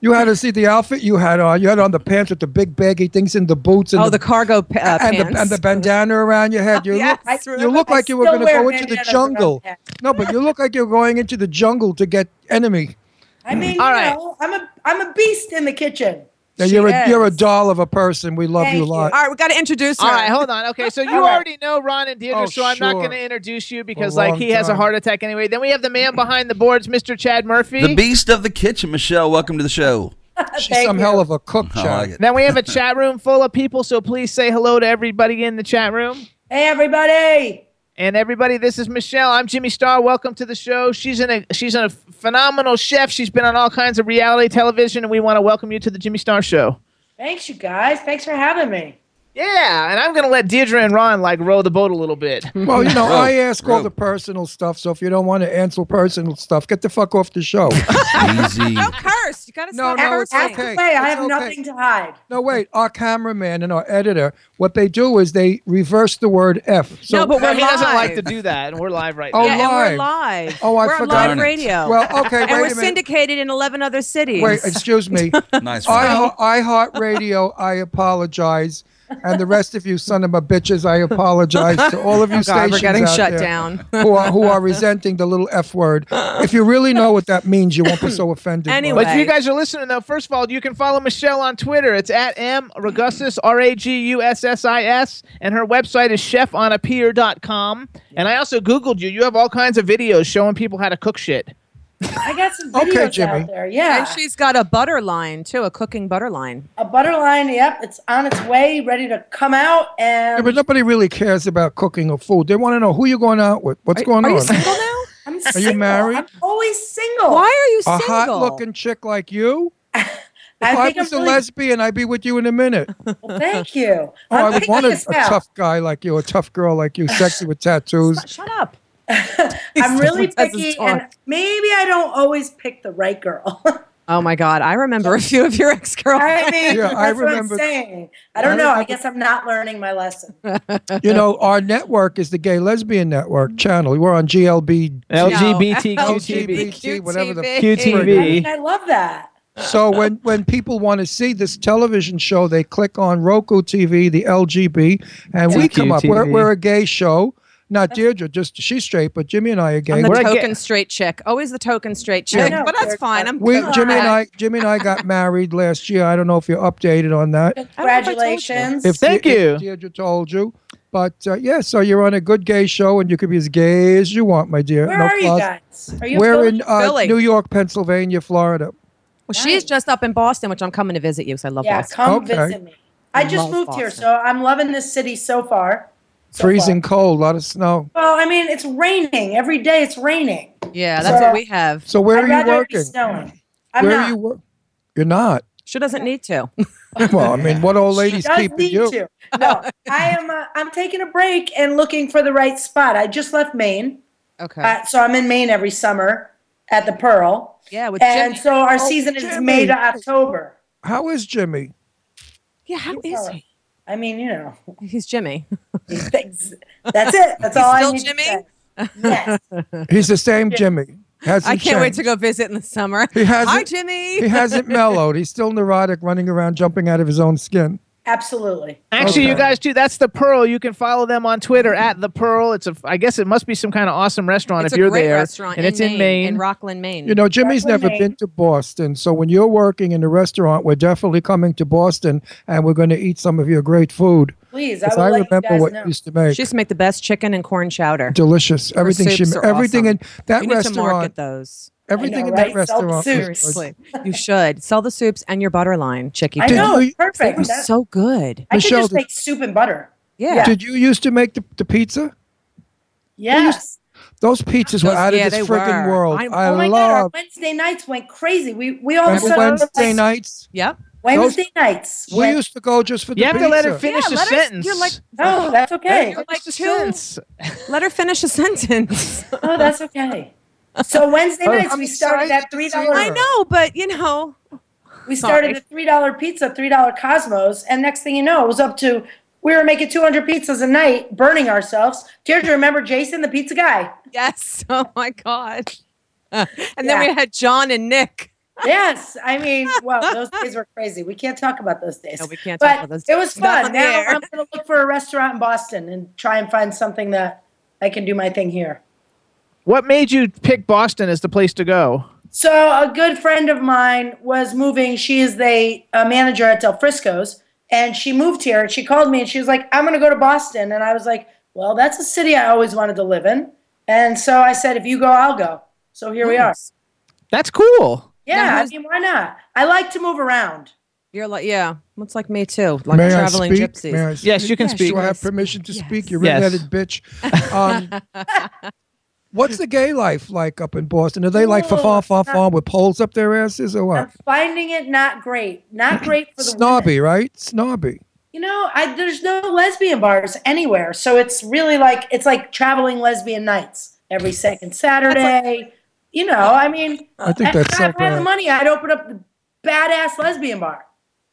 You had to see the outfit you had on. You had on the pants with the big baggy things and the boots and Oh, the cargo pa- uh, and pants. Oh, The, and the bandana around your head. You yes, look, I you look remember. like you were I going to still go wear into the bandanas around jungle. my head. No, but you look like you're going into the jungle to get enemy. I mean, All you right. know, I'm a I'm a beast in the kitchen. Now, you're a you're a doll of a person. We love you a lot. we got to introduce All her. right, hold on. Okay, so you All right. already know Ron and Deirdre, Oh, so I'm not sure. going to introduce you because, For a like, long he has a time. heart attack anyway. Then we have the man behind the boards, Mr. Chad Murphy. The beast of the kitchen, Michelle. Welcome to the show. She's some hell of a cook, I like Chad. it. Then we have a chat room full of people, so please say hello to everybody in the chat room. Hey, everybody. And everybody, this is Michelle. I'm Jimmy Starr. Welcome to the show. She's in a she's in a phenomenal chef. She's been on all kinds of reality television, and we want to welcome you to the Jimmy Star Show. Thanks, you guys. Thanks for having me. Yeah, and I'm gonna let Deirdre and Ron like row the boat a little bit. Well, you know, Row, I ask all row. the personal stuff, so if you don't want to answer personal stuff, get the fuck off the show. Easy. Curse. You got to No, stop no, it's cursing. okay. Hey, I It's have okay. nothing to hide. No, wait. Our cameraman and our editor, what they do is they reverse the word F. So, No, but we're he doesn't like live. to do that, and we're live right Oh, now. yeah, and live. we're live. Oh, I we're forgot. on live Darn it. radio. Well, okay, wait And we're a minute. syndicated in 11 other cities. wait, excuse me. Nice I, iHeart Radio, I apologize. And the rest of you son of a bitches, I apologize to all of you Oh, God, we're stations getting out shut there down. who are who are resenting the little F word. If you really know what that means, you won't be so offended. by it. But if you guys are listening, though, first of all, you can follow Michelle on Twitter. It's at M Ragussis, R A G U S S I S, and her website is chefonapier.com. And I also Googled you. You have all kinds of videos showing people how to cook shit. I got some videos Okay, out there. Yeah. And she's got a butter line too, a cooking butter line. a butter line. Yep, it's on its way, ready to come out. And Yeah, but nobody really cares about cooking or food. They want to know who you're going out with. What's going are on? you single I'm Are you single. married? I'm always single. A hot looking chick like you? If I, think I'm was a really- lesbian, I'd be with you in a minute. Well, thank you. Oh, I'm I would thinking want a, as a well. tough guy like you, a tough girl like you, sexy with tattoos. Shut up. I'm really That's picky, his talk. and maybe I don't always pick the right girl. Oh my God, I remember a few of your ex girlfriends. I mean, that's what I'm saying. I don't I know. I remember- guess I'm not learning my lesson. You know, our network is the Gay Lesbian Network channel. We're on GLB. LGBTQTV, LGBTQTV, whatever the I, mean, I love that. So when when people want to see this television show, they click on Roku TV, the LGB, and we come up. We're, TQTV. we're a gay show. Not Deirdre, just she's straight, but Jimmy and I are gay. I'm the We're a gay- token straight chick. Always the token straight Yeah. I chick. know, But that's fine. I'm we good with Jimmy and that. I Jimmy and I got married last year. I don't know if you're updated on that. Congratulations. If Dei- if Deirdre told you. But uh, yeah, so you're on a good gay show, and you could be as gay as you want, my dear. Where No are you closet. guys? Are you We're Philly? in uh, Philly. New York, Pennsylvania, Florida. Well, she's just up in Boston, which I'm coming to visit you because I love Yeah, Boston. come visit me. I just Love moved here, so I'm loving this city so far. Freezing cold, a lot of snow. Well, I mean, it's raining every day. It's raining. Yeah, that's what we have. So where I'd are you rather it be working? snowing. I'm where not. are you? Wor- you're not. She doesn't need to. Well, I mean, what old lady's does keeping need you? to. No, I am. Uh, I'm taking a break and looking for the right spot. I just left Maine, Okay. uh, so I'm in Maine every summer at the Pearl. Yeah, with and Jimmy. so our Oh, season is Jimmy. May to October. How is Jimmy? Yeah, how is he? I mean, you know, He's Jimmy. That's it. That's all I need. Jimmy? He's the same Jimmy. Hasn't I can't wait to changed. go visit in the summer. He hasn't- Hi, Jimmy. He hasn't mellowed. He's still neurotic, running around, jumping out of his own skin. Absolutely. Actually, you guys too. That's the Pearl. You can follow them on Twitter at the Pearl. It's a. I guess it must be some kind of awesome restaurant It's if a you're great there. restaurant and in it's in Maine, Maine. in Rockland, Maine. You know, Jimmy's never been to Boston, so when you're working in a restaurant, we're definitely coming to Boston, and we're going to eat some of your great food. Please, Because I remember what you used to make. She used to make the best chicken and corn chowder. Delicious. Her Everything she soups ma- are everything in awesome. that you need to restaurant- market those. everything I know, in that right? Sell the restaurant was- soups. Seriously, you should sell the soups and your butter line, Chicky. I Did know, you- perfect. They were That- so good. I could Michelle, just did- make soup and butter. Yeah. Did you used to make the, the pizza? Yes. Those pizzas were Those- out of yeah, this they freaking were. world. I, I- oh my God, our love Wednesday nights went crazy. We we all Remember of a sudden were Wednesday like- nights? Yep. Wednesday nights. We used to go just for the You have to let her pizza. finish Yeah, the let her- sentence. you're like- No, oh, that's okay. You're like two. Let her finish a sentence. Oh, that's okay. So Wednesday Oh, nights I'm we started at three dollars. I know, but you know, we started at three dollar pizza, three dollar Cosmos, and next thing you know, it was up to we were making two hundred pizzas a night, burning ourselves. Deirdre, remember Jason, the pizza guy? Yes. Oh my God. and then we had John and Nick. yes, I mean, well, those days were crazy. We can't talk about those days. No, we can't but talk about those It was days. Not fun. Now there. I'm going to look for a restaurant in Boston and try and find something that I can do my thing here. What made you pick Boston as the place to go? So a good friend of mine was moving. She is the uh, manager at Del Frisco's, and she moved here. And she called me, and she was like, "I'm going to go to Boston." And I was like, "Well, that's a city I always wanted to live in." And so I said, "If you go, I'll go." So here we are. Nice. That's cool. Now, Yeah, I who's- mean, why not? I like to move around. You're like, yeah, it's like me too. Like May I traveling speak? gypsies. May I speak? Do I have permission to speak? You Yes. redheaded bitch. Um, what's the gay life like up in Boston? Are they like fa Oh, fa fa it's not- fa with poles up their asses or what? Finding it not great, not great for the women. Snobby, right? Snobby. You know, I, there's no lesbian bars anywhere, so it's really like it's like traveling lesbian nights every second Saturday. you know, I mean, I think if that's I so had the bad. money, I'd open up the badass lesbian bar.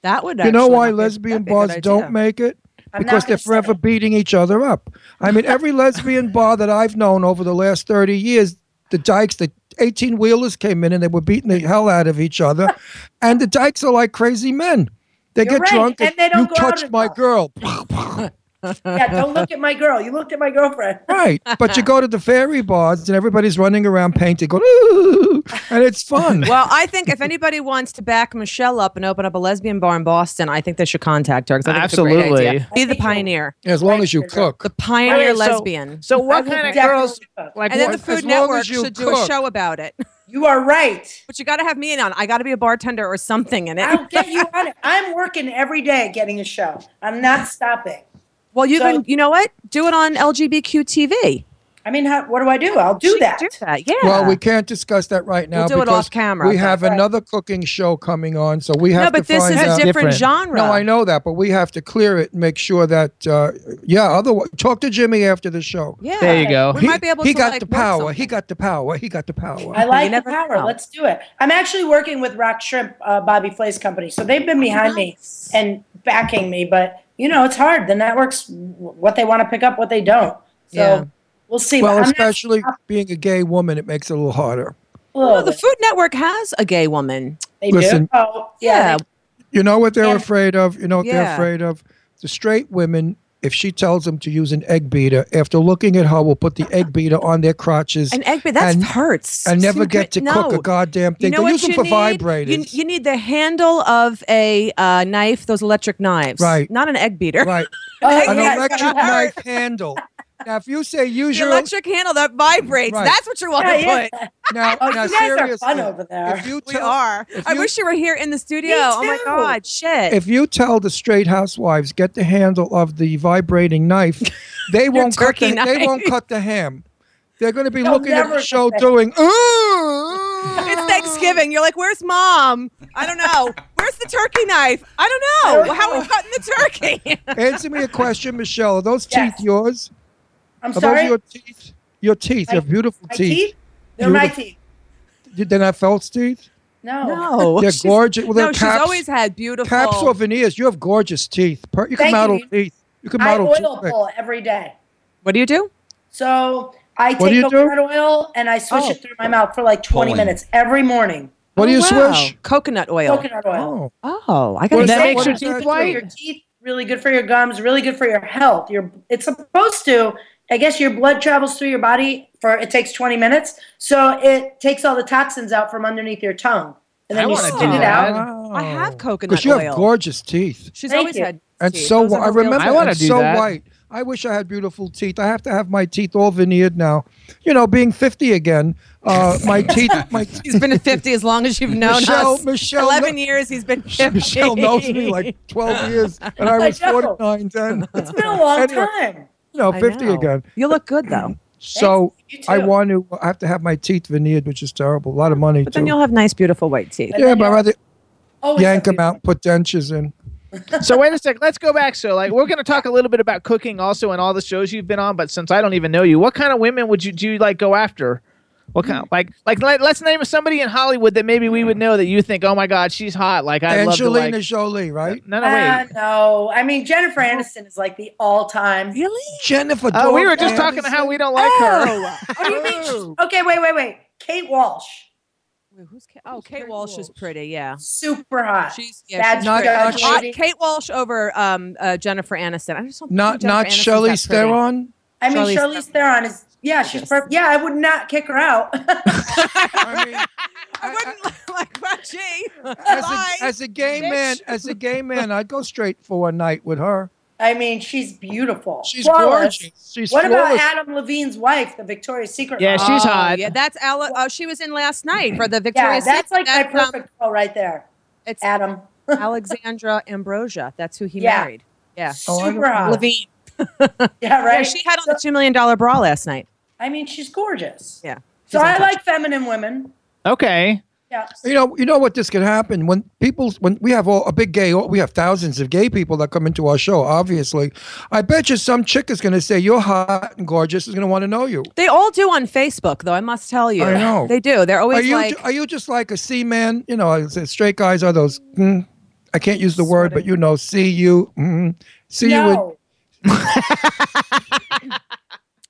That would you know why lesbian bars don't make it? I'm not Because they're gonna say forever beating each other up. I mean, every lesbian bar that I've known over the last 30 years, the dykes, the 18 wheelers came in and they were beating the hell out of each other. and the dykes are like crazy men. They You're get right, drunk and they you don't go out touched my girl. Yeah, don't look at my girl. You looked at my girlfriend. right. But you go to the fairy bars and everybody's running around painting, going, ooh, and it's fun. Well, I think if anybody wants to back Michelle up and open up a lesbian bar in Boston, I think they should contact her. 'cause I think It's a Absolutely. great idea. Be the pioneer. as long as you cook. The pioneer Alright, so- lesbian. So I what will kind of definitely girls? Like and then the what- Food as long Network as you should do a cook. show about it. You are right. But you got to have me in on. I got to be a bartender or something in it. I'll get you on it. I'm working every day getting a show. I'm not stopping. well, you So- can. You know what? Do it on LGBTQ TV. I mean, how, what do I do? I'll do that. Do that. Yeah. Well, we can't discuss that right We'll now. do it off because camera, We but- have another cooking show coming on, so we have. no, to but this find is a out- different, genre. No, I know that, but we have to clear it and make sure that. Uh, yeah, otherwise, talk to Jimmy after the show. Yeah. There you Oh, go. We He, might be able he to got like, the work power. something. He got the power. He got the power. I like the never power. know. Let's do it. I'm actually working with Rock Shrimp, uh, Bobby Flay's company. So they've Oh, been behind me and backing me. But, you know, it's hard. The networks, what they want to pick up, what they don't. So Yeah. we'll see. well, But I'm not- especially being a gay woman, it makes it a little harder. No, the Food Network has a gay woman. They Listen. do. Oh, yeah. Yeah. You know what they're Yeah. afraid of? You know what they're Yeah. afraid of? The straight women. If she tells them to use an egg beater, after looking at her, will put the egg beater on their crotches. An egg, but that And- hurts. and never Some get to cri- cook a no. goddamn thing. You know they what use them you for need? You, vibrators. you need the handle of a uh, knife, those electric knives. Right. Not an egg beater. right. Oh, An yeah, it's electric gonna hurt. knife handle. Now, if you say use The your electric handle that vibrates. Right. That's what you're want Yeah, to yeah. put. now, Oh, now you guys seriously, are fun over there. if you We tell, are. if I you- wish you were here in the studio. Me Oh my too. God. Shit. if you tell the straight housewives get the handle of the vibrating knife, they won't cut turkey the, they knife. won't cut the ham. They're going to be They'll looking at never the cut show the- doing ooh. it's Thanksgiving. You're like, where's mom? I don't know. Where's the turkey knife? I don't know. I don't How are know. we cutting the turkey? Answer me a question, Michelle. Are those Yes. teeth yours? I'm Are sorry. those your teeth? Your teeth. My- your beautiful my teeth. teeth? They're my Beautiful. teeth. You- They're not false teeth. No. No, They're she's- gorgeous. Well, they're no, she's caps- always had beautiful. Caps or veneers. You have gorgeous teeth. Per- You can Thank model you. teeth. You can I model oil toothpick. pull every day. what do you do? So I What do take you do? coconut oil and I swish Oh. it through my mouth for like 20 Pulling. minutes every morning. What do Oh, you wow. swish? Coconut oil. Coconut oil. Oh. Oh, I What got does that that- makes what your does that teeth do? Your white. teeth really good for your gums, really good for your health. Your it's supposed to. I guess your blood travels through your body for it takes 20 minutes, so it takes all the toxins out from underneath your tongue, and then I you wanna spit do it that. out. I have coconut Because you oil. have gorgeous teeth. She's Thank always you. had. And teeth. so Those are wh- I her real remember teeth. and so white. I wish I had beautiful teeth. I have to have my teeth all veneered now. You know, being 50 again, uh, my teeth, my He's been 50 as long as you've known Michelle- us. Michelle 11 years he's been 50. Michelle knows me like 12 years, and I was 49 then. It's been a long time. You know, I 50 know. again. You look good though. So Thanks, you I too. want to. I have to have my teeth veneered, which is terrible. A lot of money. But then too. you'll have nice, beautiful white teeth. yeah, but I'd rather Always yank them out, and put dentures in. so wait a sec. Let's go back. So like we're gonna talk a little bit about cooking also and all the shows you've been on. But since I don't even know you, what kind of women would you do you, like go after? What kind? Of, like like let, us name somebody in Hollywood that maybe we would know that you think, oh my God, she's hot. Like I love to Angelina like. Jolie, right? Oh, No, no, wait. Uh, no, I mean Jennifer Aniston is like the all-time. Really? Jennifer. Uh, we Dawn were just talking about how we don't like her. Oh, what do you mean? she's- Okay, wait, wait, wait. Kate Walsh, Wait, who's Kate? Oh, Kate Walsh is pretty. Yeah. super hot. She's That's she's pretty. not- Hot not- Kate Walsh over um, uh, Jennifer Aniston. I just don't. think Not Jennifer not Aniston's Shelley that pretty. Steron. I mean, Charlize Charlize Theron is. Yeah, she's perfect. Yeah, I would not kick her out. I mean, I wouldn't like, like but gee. as Bye. a, as a gay bitch. man, as a gay man, I'd go straight for a night with her. I mean, she's beautiful. She's flawless. gorgeous. She's what about flawless. Adam Levine's wife, the Victoria's Secret? Yeah, model? she's Oh, hot. Yeah, that's Ella. Oh, she was in last night for the yeah, Victoria's that's like Secret. my That's, um, perfect girl right there. it's Adam. Alexandra Ambrosia. That's who he Yeah. married. Yeah. Oh, I'm- Super hot. Levine. Yeah, Yeah, right. she had on the two million dollar bra last night. I mean, she's gorgeous. Yeah. So She's I untouchable. like feminine women. Okay. Yeah. You know, you know what this could happen when people when we have all a big gay we have thousands of gay people that come into our show. Obviously, I bet you some chick is going to say you're hot and gorgeous is going to want to know you. They all do on Facebook, though. I must tell you, I know. they do. They're Are always you like, are you just like a C man? You know, I say straight guys are those. Mm, I can't use the word, but you know, see you, mm, see you. in- No.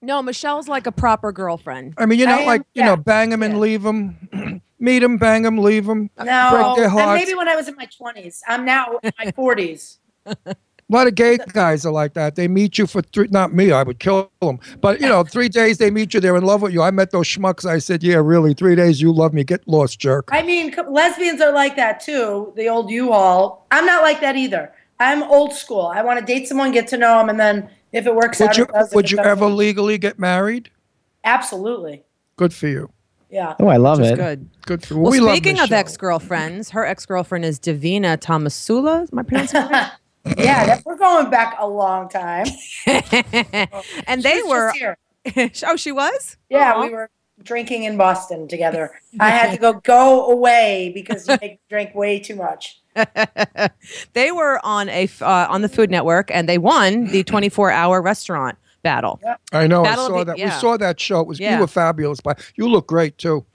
no, Michelle's like a proper girlfriend. I mean, you're I not am- like you yeah. know, bang them and leave them, meet them, bang them, leave them. No. break their And hearts. maybe when I was in my 20s. I'm now in my 40s. A lot of gay guys are like that. They meet you for three, not me, I would kill them. But, you know, three days they meet you, they're in love with you. I met those schmucks. I said, yeah, really, three days you love me. Get lost, jerk. I mean, co- lesbians are like that too. The old U-Haul. I'm not like that either. I'm old school. I want to date someone, get to know them, and then if it works Would out, you, it does. If would it you doesn't- ever legally get married? Absolutely. Good for you. Yeah. Oh, I love Which is it. good. Good for Well, we love speaking of Michelle. ex girlfriends, her ex girlfriend is Davina Tomasula. Uh, Is my pronouncing it Yeah. That, we're going back a long time. right? and they She was were. just here. oh, she was. Yeah, Aw. we were drinking in Boston together. I had to go go away because you make, drank way too much. they were on a f- uh, on the Food Network, and they won the 24 hour restaurant battle. I know. I That'll saw be- that. yeah. We saw that show. It was Yeah. You were fabulous. But you look great, too.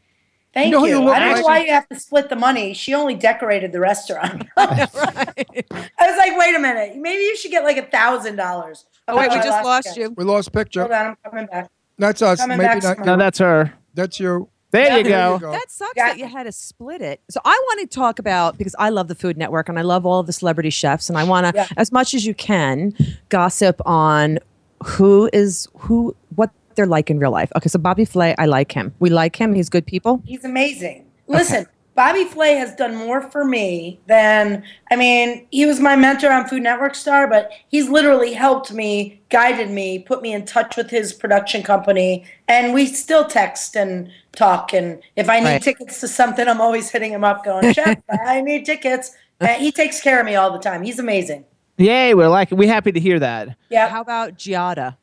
Thank know you. who you look I don't know like? why you have to split the money. She only decorated the restaurant. I was like, wait a minute. Maybe you should get like a thousand dollars. Oh wait, we I just lost you. you. We lost Hold picture. on, I'm coming back. That's us. Coming Maybe back not. tomorrow. No, that's her. That's you. There you There you go. go. That sucks Yeah. that you had to split it. So I want to talk about because I love the Food Network and I love all of the celebrity chefs and I want to Yeah. as much as you can gossip on who is who what they're like in real life. Okay, so Bobby Flay, I like him. We like him. He's good people. He's amazing. Listen, Bobby Flay has done more for me than I mean, he was my mentor on Food Network Star, but he's literally helped me, guided me, put me in touch with his production company, and we still text and talk and if I need Right. tickets to something, I'm always hitting him up going, "Chef, I need tickets." Uh, he takes care of me all the time. He's amazing. Yay, we're like we happy to hear that. Yeah. How about Giada?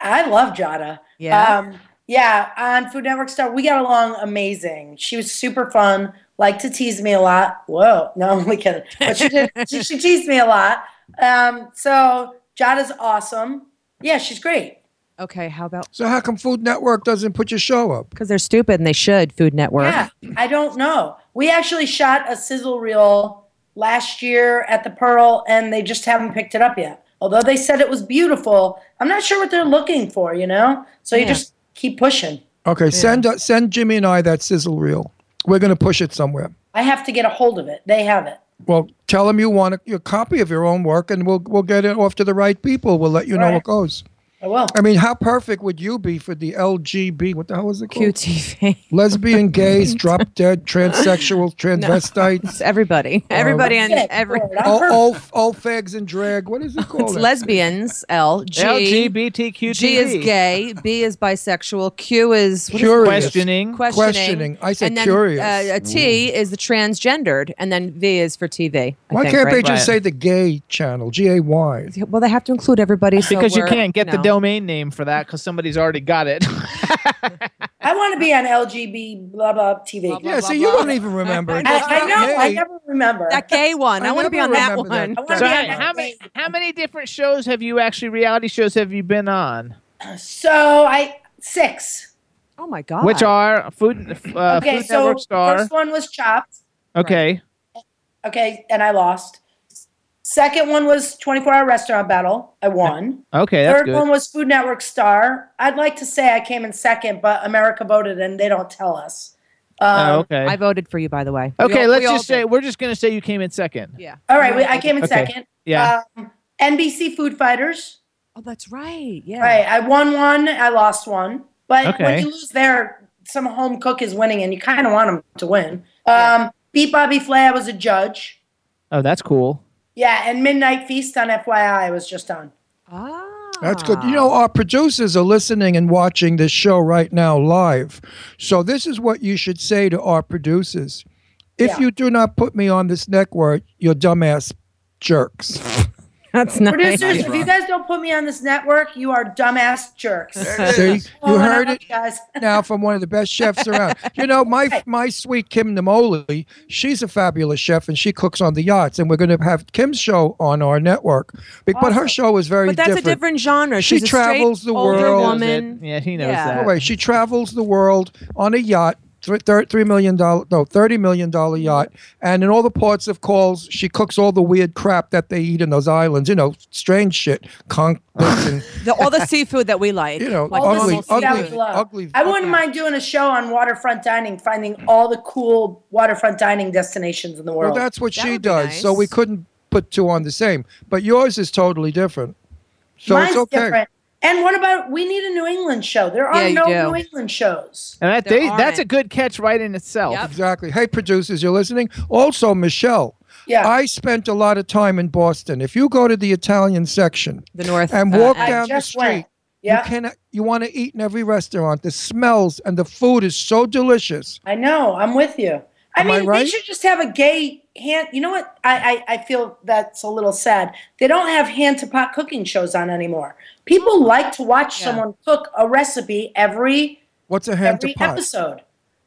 I love Jada. Yeah? Um, yeah. On Food Network Star, we got along amazing. She was super fun. Liked to tease me a lot. Whoa, no, I'm only kidding. But she did. she, she teased me a lot. Um, so Jada's awesome. Yeah, she's great. Okay, how about So how come Food Network doesn't put your show up? because they're stupid and they should Food Network. Yeah, I don't know. We actually shot a sizzle reel last year at the Pearl, and they just haven't picked it up yet. Although they said it was beautiful, I'm not sure what they're looking for. You know, so you Yeah. just keep pushing. Okay, send uh, send Jimmy and I that sizzle reel. We're going to push it somewhere. I have to get a hold of it. They have it. Well, tell them you want a, a copy of your own work, and we'll we'll get it off to the right people. We'll let you know Right. what goes. I will. I mean, how perfect would you be for the LGB? What the hell is it called? QTV. Lesbian, gays, drop dead, transsexual, transvestites. everybody. Everybody and Shit, every. all, all, all fags and drag. What is it called? It's lesbians. L G LGBTQ. G is gay. B is bisexual. Q is what is it? Curious. Questioning. Questioning. Questioning. I said and then, curious. Uh, a T is the transgendered, and then V is for TV. I Why think, can't they right? just say the gay channel? G A Y. Well, they have to include everybody. so because you we're- can't get the no. domain name for that because somebody's already got it. I want to be on LGB blah blah TV. Yeah, see, you don't even remember. I, it. I know. I Gay. never remember That gay one. I, I want to be on never that remember one. that. I wanna So be on how, that. how many how many different shows have you actually reality shows have you been on? So I six. Oh my god. Which are Food uh, okay, Food so Network Star. first one was Chopped. okay, Okay, and I lost. Second one was 24 Hour Restaurant Battle. I won. okay, that's Third good. one was Food Network Star. I'd like to say I came in second, but America voted and they don't tell us. Um, Oh, okay, I voted for you, by the way. okay. We all- let's we all just say did. we're just gonna say you came in second. Yeah. Uh, All right, we, I came in Okay. second. Yeah. Um, NBC Food Fighters. Oh, that's right. Yeah. Right, I won one, I lost one. But Okay. when you lose there, some home cook is winning and you kind of want them to win. Um, Beat Bobby Flay, I was a judge. Oh, that's cool. Yeah, and Midnight Feast on FYI, I was just on. Ah. That's good. You know, our producers are listening and watching this show right now live. So this is what you should say to our producers. If Yeah. you do not put me on this network, you're dumbass jerks. that's nice. Producers, if you guys don't put me on this network, you are dumbass jerks. See? Oh, you and I heard love it you guys. now from one of the best chefs around. You know, my my sweet Kim Namoli, she's a fabulous chef and she cooks on the yachts. And we're going to have Kim's show on our network. Be- But her show is very But that's different. a different genre. She She's a straight, travels the older world. Woman. Yeah, he knows Yeah. By that. the way, she travels the world on a yacht, thr- thir- three million dollar, no, thirty million dollar yacht, and in all the ports of calls, she cooks all the weird crap that they eat in those islands. You know, strange shit, conch, this and The, all the seafood that we like. you know, like All the ugly, normal seafood I ugly, would seafood. love. ugly. I wouldn't mind doing a show on waterfront dining, finding Mm. all the cool waterfront dining destinations in the Well, world. that's what That she would be does. So nice. we couldn't put two on the same, but yours is totally different. So Mine's it's okay. different. And what about we need a New England show? There are Yeah, you no do. New England shows. And that There they, that's aren't. a good catch right in itself. Yep. Exactly. Hey, producers, you're listening. Also, Michelle. Yeah. I spent a lot of time in Boston. If you go to the Italian section, The north. and uh, walk end. down the just street. went. You Yeah, cannot. You want to eat in every restaurant. The smells and the food is so delicious. I know. I'm with you. I Am I mean, right? they should just have a gay hand. You know what? I, I I feel that's a little sad. They don't have hand to pot cooking shows on anymore. People like to watch Yeah. someone cook a recipe every What's a hand every to pot? Oh, episode.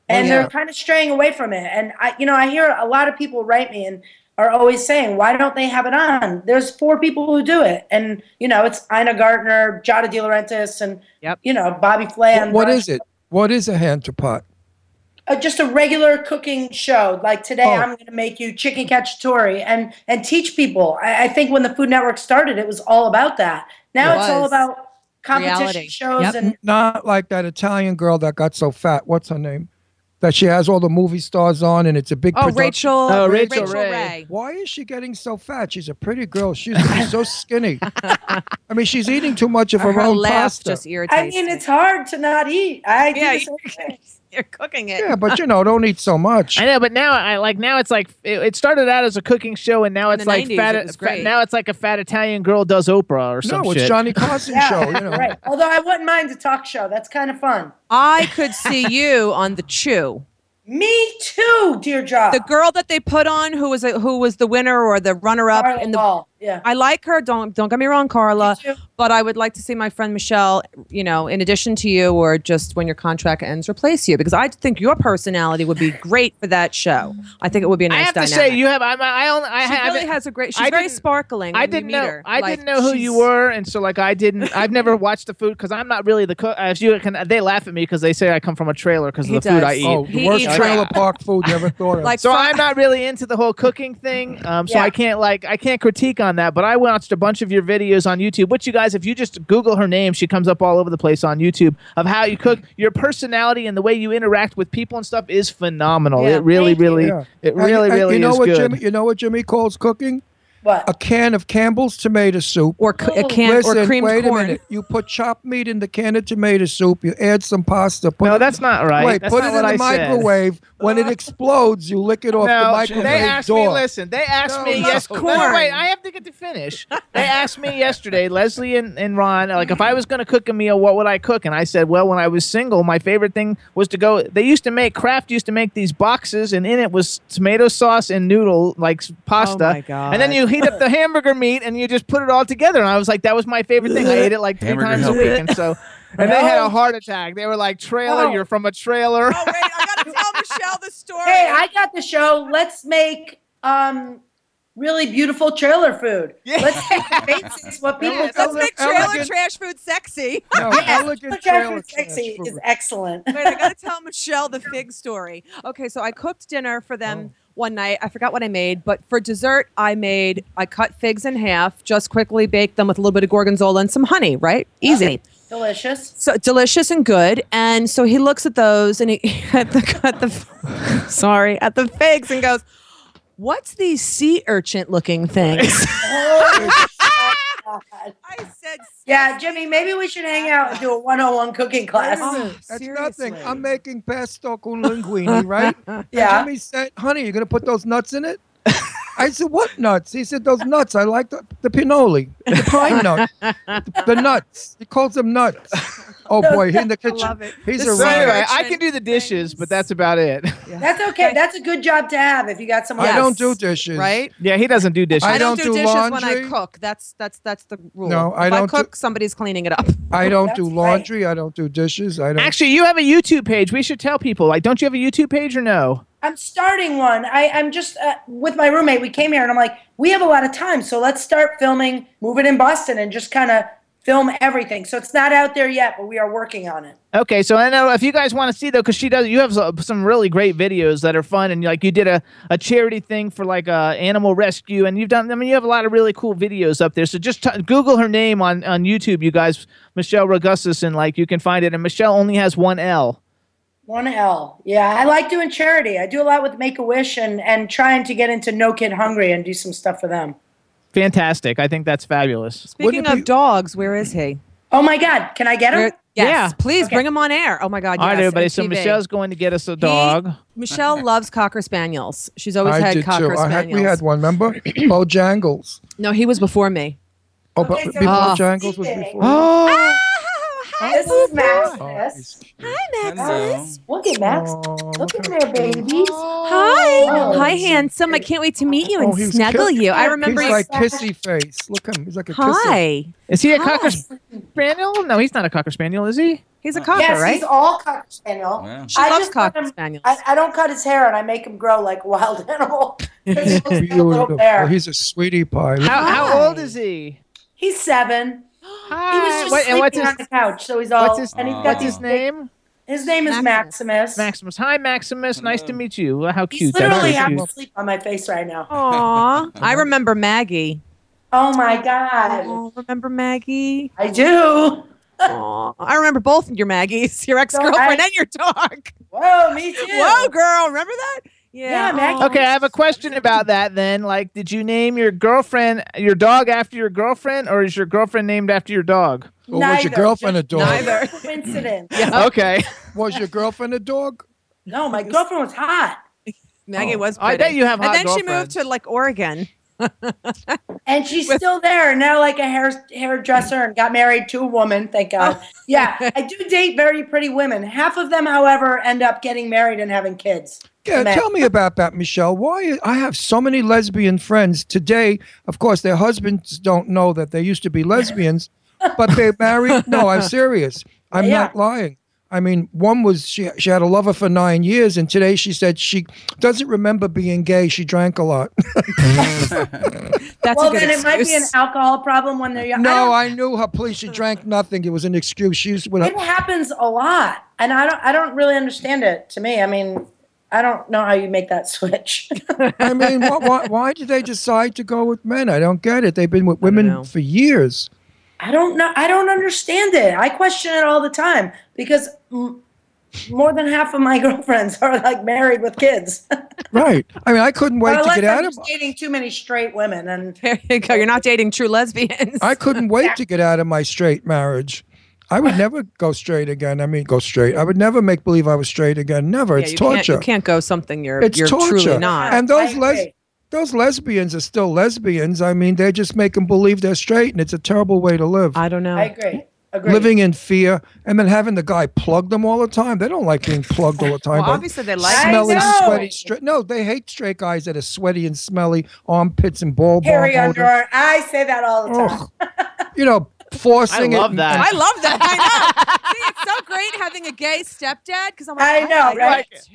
And yeah. they're kind of straying away from it. And I you know, I hear a lot of people write me and are always saying, Why don't they have it on? There's four people who do it. And you know, it's Ina Gardner, Jada De Laurentiis, and Yep. you know, Bobby Flay What- on what Ron- is it? What is a hand to pot? Uh, just a regular cooking show. Like today Oh. I'm gonna make you chicken cacciatore and and teach people. I, I think when the Food Network started, it was all about that. Now It it's all was. about competition Reality. shows Yep. and Not like that Italian girl that got so fat. What's her name? That she has all the movie stars on, and it's a big. Oh, production. Rachel. Oh, Rachel Ray. Ray. Why is she getting so fat? She's a pretty girl. She's she's so skinny. I mean, she's eating too much of her, Her, own laugh pasta. just irritates. I mean me. it's hard to not eat. I do Yeah, the you- same thing. you're cooking it. yeah, but you know, don't eat so much. I know, but now I like now it's like it, it started out as a cooking show, and now In it's the like 90s, fat, it was fat- great. Now it's like a fat Italian girl does Oprah or No, some it's shit. Johnny Carson show. You know, Right. Although I wouldn't mind a talk show. That's kind of fun. I could see you on the Chew. Me too, dear job. The girl that they put on, who was a, who was the winner or the runner up in the. yeah. I like her. Don't don't get me wrong, Carla. Me too. But I would like to see my friend Michelle. You know, in addition to you, or just when your contract ends, replace you because I think your personality would be great for that show. I think it would be a nice. I have dynamic. to say, you have. I'm, I only. I She ha- I really haven't- has a great. I She's very didn't- sparkling. I when you didn't meet know. her. I Like, didn't know who you she's- were, and so like I didn't. I've never watched the food because I'm not really the cook. As you can, they laugh at me because they say I come from a trailer because of He the food I does. eat. Oh, the He worst eats trailer crap. park food you ever thought of. Like So from- I'm not really into the whole cooking thing, um, so Yeah. I can't like I can't critique on on that, but I watched a bunch of your videos on YouTube. Which you guys, if you just Google her name, she comes up all over the place on YouTube of how you cook. Your personality and the way you interact with people and stuff is phenomenal. it really, really, it And- really, and really you know is what good. Jimmy, you know what Jimmy calls cooking? What? A can of Campbell's tomato soup. Oh. Or a can- or Listen, creamed wait corn. a minute. You put chopped meat in the can of tomato soup. You add some pasta. Put no, that's not right. Wait, That's put not it in what the I said. Uh. microwave. When it explodes, you lick it off the No, microwave they asked door. me. Listen, they asked No, me. no, yes, no. No, no, wait, I have to get to finish. They asked me yesterday, Leslie and, and Ron, like if I was going to cook a meal, what would I cook? And I said, well, when I was single, my favorite thing was to go. They used to make Kraft used to make these boxes, and in it was tomato sauce and noodle like s- pasta. Oh Oh my God. And then you heat up the hamburger meat and you just put it all together. And I was like, that was my favorite thing. I ate it like three Hamburger times a helper. week, and so. And they had a heart attack. They were like, "Trailer, Oh. you're from a trailer." Oh, Michelle the story. Hey, I got the show. Let's make um really beautiful trailer food. Let's make basics what people Let's make trailer elegant- trash food sexy. No, Yes. elegant trailer sexy is excellent. Wait, I gotta tell Michelle the fig story. Okay, so I cooked dinner for Oh. them one night. I forgot what I made, but for dessert, I made I cut figs in half, just quickly baked them with a little bit of gorgonzola and some honey. Right, easy. Delicious. So delicious and good. And so he looks at those and he at the, at the sorry at the figs and goes, "What's these sea urchin looking things?" I said Yeah, Jimmy, maybe we should hang out and do a 101 cooking class. Wait a minute. That's nothing. I'm making pesto con linguine, right? And Yeah. Jimmy said, honey, you're going to put those nuts in it? I said, what nuts? He said, those nuts. I like the, the pinoli, the pine nut, the, the nuts. He calls them nuts. Oh, boy, he in the kitchen. He's a so anyway, riot. I can do the dishes, but that's about it. That's okay. That's a good job to have if you got someone I don't do dishes. Right? Yeah, he doesn't do dishes. I don't, do, dishes when I cook. That's that's that's the rule. No, I if don't do- I cook, somebody's cleaning it up. I don't do laundry. I don't do dishes. I don't. Actually, you have a YouTube page. We should tell people. Like, don't you have a YouTube page or no? I'm starting one. I, I'm just uh, with my roommate. We came here and I'm like, we have a lot of time, so let's start filming, move it in Boston, and just kind of film everything. So it's not out there yet, but we are working on it. Okay, so I know if you guys want to see though, because she does, you have so- some really great videos that are fun, and like you did a, a charity thing for like uh, animal rescue, and you've done. I mean, you have a lot of really cool videos up there. So just t- Google her name on on YouTube, you guys, Michelle Rogusis, and like you can find it. And Michelle only has one L. One L. Yeah, I like doing charity. I do a lot with Make a Wish and and trying to get into No Kid Hungry and do some stuff for them. Fantastic! I think that's fabulous. Speaking of dogs, where is he? Oh my God, can I get him? Where- Yes, Yeah. please bring him on air. Oh my God! All right, yes, everybody. and So TV. Michelle's going to get us a dog. Michelle loves cocker spaniels. She's always I had did cocker too. I had, spaniels. we had one, remember? Bojangles. no, he was before me. Oh, but Okay, so before it's Jangles was eating. before. Oh, Oh. This is Maximus. Hi, Maximus. Look at Max. Oh, Look at there, babies. Hi, Oh. hi, handsome. I can't wait to meet you and Oh, he was snuggle kiss- you. I remember He's you. like kissy face. Look at him. He's like a kisser. Hi. Is he a cocker spaniel? No, he's not a cocker spaniel, is he? He's a yes, he's all cocker spaniel. She loves cocker spaniels. I, I don't cut his hair and I make him grow like a wild animal. He's beautiful. bear. He's a sweetie pie. Look- How, how old is he? He's seven. He was just What- and sleeping what's on his- the couch, so he's all. what's his- and he's got what's these his big- name? His name is Maximus. Maximus. Hi, Maximus. Nice to meet you. How He's cute. That's Oh. literally so half cute. asleep on my face right now. Aw, I remember Maggie. Oh my god. Oh, remember Maggie? I do. Aw, I remember both your Maggies, your ex girlfriend I- and your dog. Whoa, me too. Whoa, girl, remember that? Yeah, Maggie. Okay, I have a question about that then. Like, did you name your girlfriend, your dog after your girlfriend, or is your girlfriend named after your dog? Or was your girlfriend a dog? Coincidence. Okay. Was your girlfriend a dog? No, my girlfriend was hot. Maggie Oh, was. Pretty. I bet you have hot And then she moved girlfriends. to like Oregon. And she's still there now, like a hair hairdresser, and got married to a woman. Thank God. Oh. yeah, I do date very pretty women. Half of them, however, end up getting married and having kids. Yeah, Men. tell me about that, Michelle. Why I have so many lesbian friends today. Of course, their husbands don't know that they used to be lesbians, but they married. No, I'm serious. I'm not lying. I mean, one was she she had a lover for nine years, and today she said she doesn't remember being gay. She drank a lot. That's well, a good then it might be an excuse. alcohol problem when they're young. no, I I knew her. Please, she drank nothing. It was an excuse. She used to- don't- it happens a lot, and I don't. I don't really understand it. To me, I mean, I don't know how you make that switch. I mean, why, why, why did they decide to go with men? I don't get it. They've been with women for years. I don't know. I don't understand it. I question it all the time because m- more than half of my girlfriends are like married with kids. Right. I mean, I couldn't wait Well, to unless get out I'm of. just dating too many straight women, and there you go. You're not dating true lesbians. I couldn't wait to get out of my straight marriage. I would never go straight again. I mean, go straight. I would never make believe I was straight again. Never. Yeah, it's you torture. Can't, you can't go something you're, it's you're torture. truly not. And those les- those lesbians are still lesbians. I mean, they just make them believe they're straight, and it's a terrible way to live. I don't know. I agree. Agree. Living in fear and then having the guy plug them all the time. They don't like being plugged all the time. Well, by obviously they like it. smelly, I know. sweaty. Stra- no, they hate straight guys that are sweaty and smelly, armpits and ball hairy ball underarm. I say that all the time. You know, forcing it. and- I love that. I know. See, it's so great having a gay stepdad because I'm like, I know, like right? it.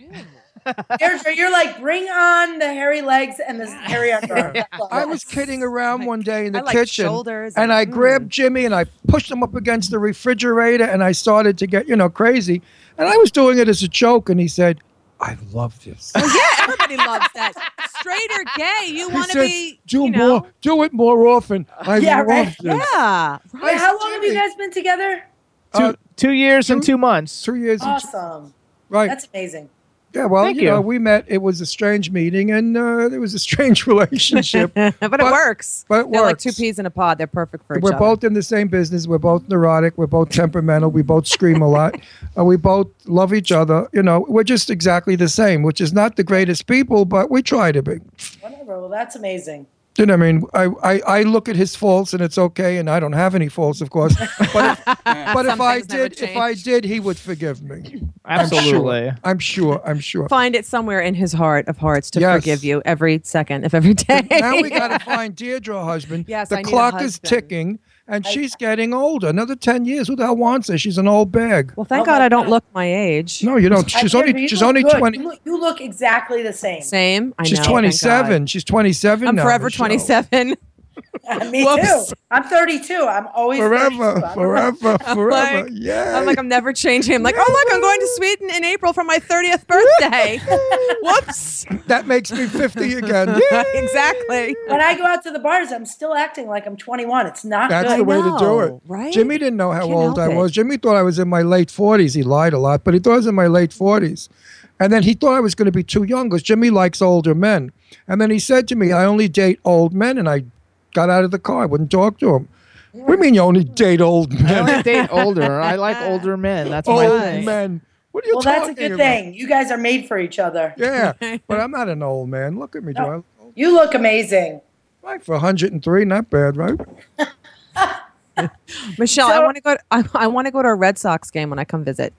Deirdre, you're like, bring on the hairy legs and the hairy underarm. I was kidding around one day in I the like kitchen, shoulders and and- I grabbed Jimmy and I pushed him up against the refrigerator, and I started to get you know crazy, and I was doing it as a joke, and he said, "I love this." Well, yeah, everybody loves that. Straight or gay, you he want to said, be. "Do more, do it more often." I Yeah, love right. this. Yeah. Wait, how long have you guys been together? Two, two years and two months. Uh, Two years. Awesome. Right. That's amazing. Yeah, well, Thank you, know, you. we met. It was a strange meeting, and uh, it was a strange relationship. but, it works. But it They're like works. two peas in a pod. They're perfect for each we're other. both in the same business. We're both neurotic. We're both temperamental. We both scream a lot. Uh, we both love each other. You know, we're just exactly the same, which is not the greatest people, but we try to be. Whatever. Well, that's amazing. You know, what I mean, I, I, I look at his faults and it's okay, and I don't have any faults, of course. But if, but if Some I things never did, if I did, he would forgive me. Absolutely. I'm sure. I'm sure. Find it somewhere in his heart of hearts to forgive you every second of every day. now we got to find Deirdre a husband. Yes, the I need a clock is husband. ticking, and she's getting older. Another ten years. Who the hell wants her? She's an old bag. Well, Thank God I don't look my age. No, you don't. Oh I She's can't only believe she's you only look good. twenty. You look, you look exactly the same. Same. I she's know. twenty seven. She's twenty seven. I'm forever 27. Me too. Whoops. I'm 32. I'm always Forever, 32. I'm forever, I'm forever. like, Yeah. I'm like, I'm never changing. I'm like, oh, look, I'm going to Sweden in April for my 30th birthday. Whoops. That makes me fifty again. Yeah. exactly. When I go out to the bars, I'm still acting like I'm 21. It's not That's good. the way to do it. Jimmy didn't know how old I was. Jimmy thought I was in my late 40s. He lied a lot, but he thought I was in my late 40s. And then he thought I was going to be too young because Jimmy likes older men. And then he said to me, I only date old men. And I got out of the car. I wouldn't talk to him. What do you mean you only date old I men? only date older. I like older men. That's old my thing. men. What are you well, that's a talking good about? thing. You guys are made for each other. Yeah. but I'm not an old man. Look at me, No. Joe. You look amazing. Like for 103, not bad, right? Michelle, I want to go. I, I want to go to a Red Sox game when I come visit.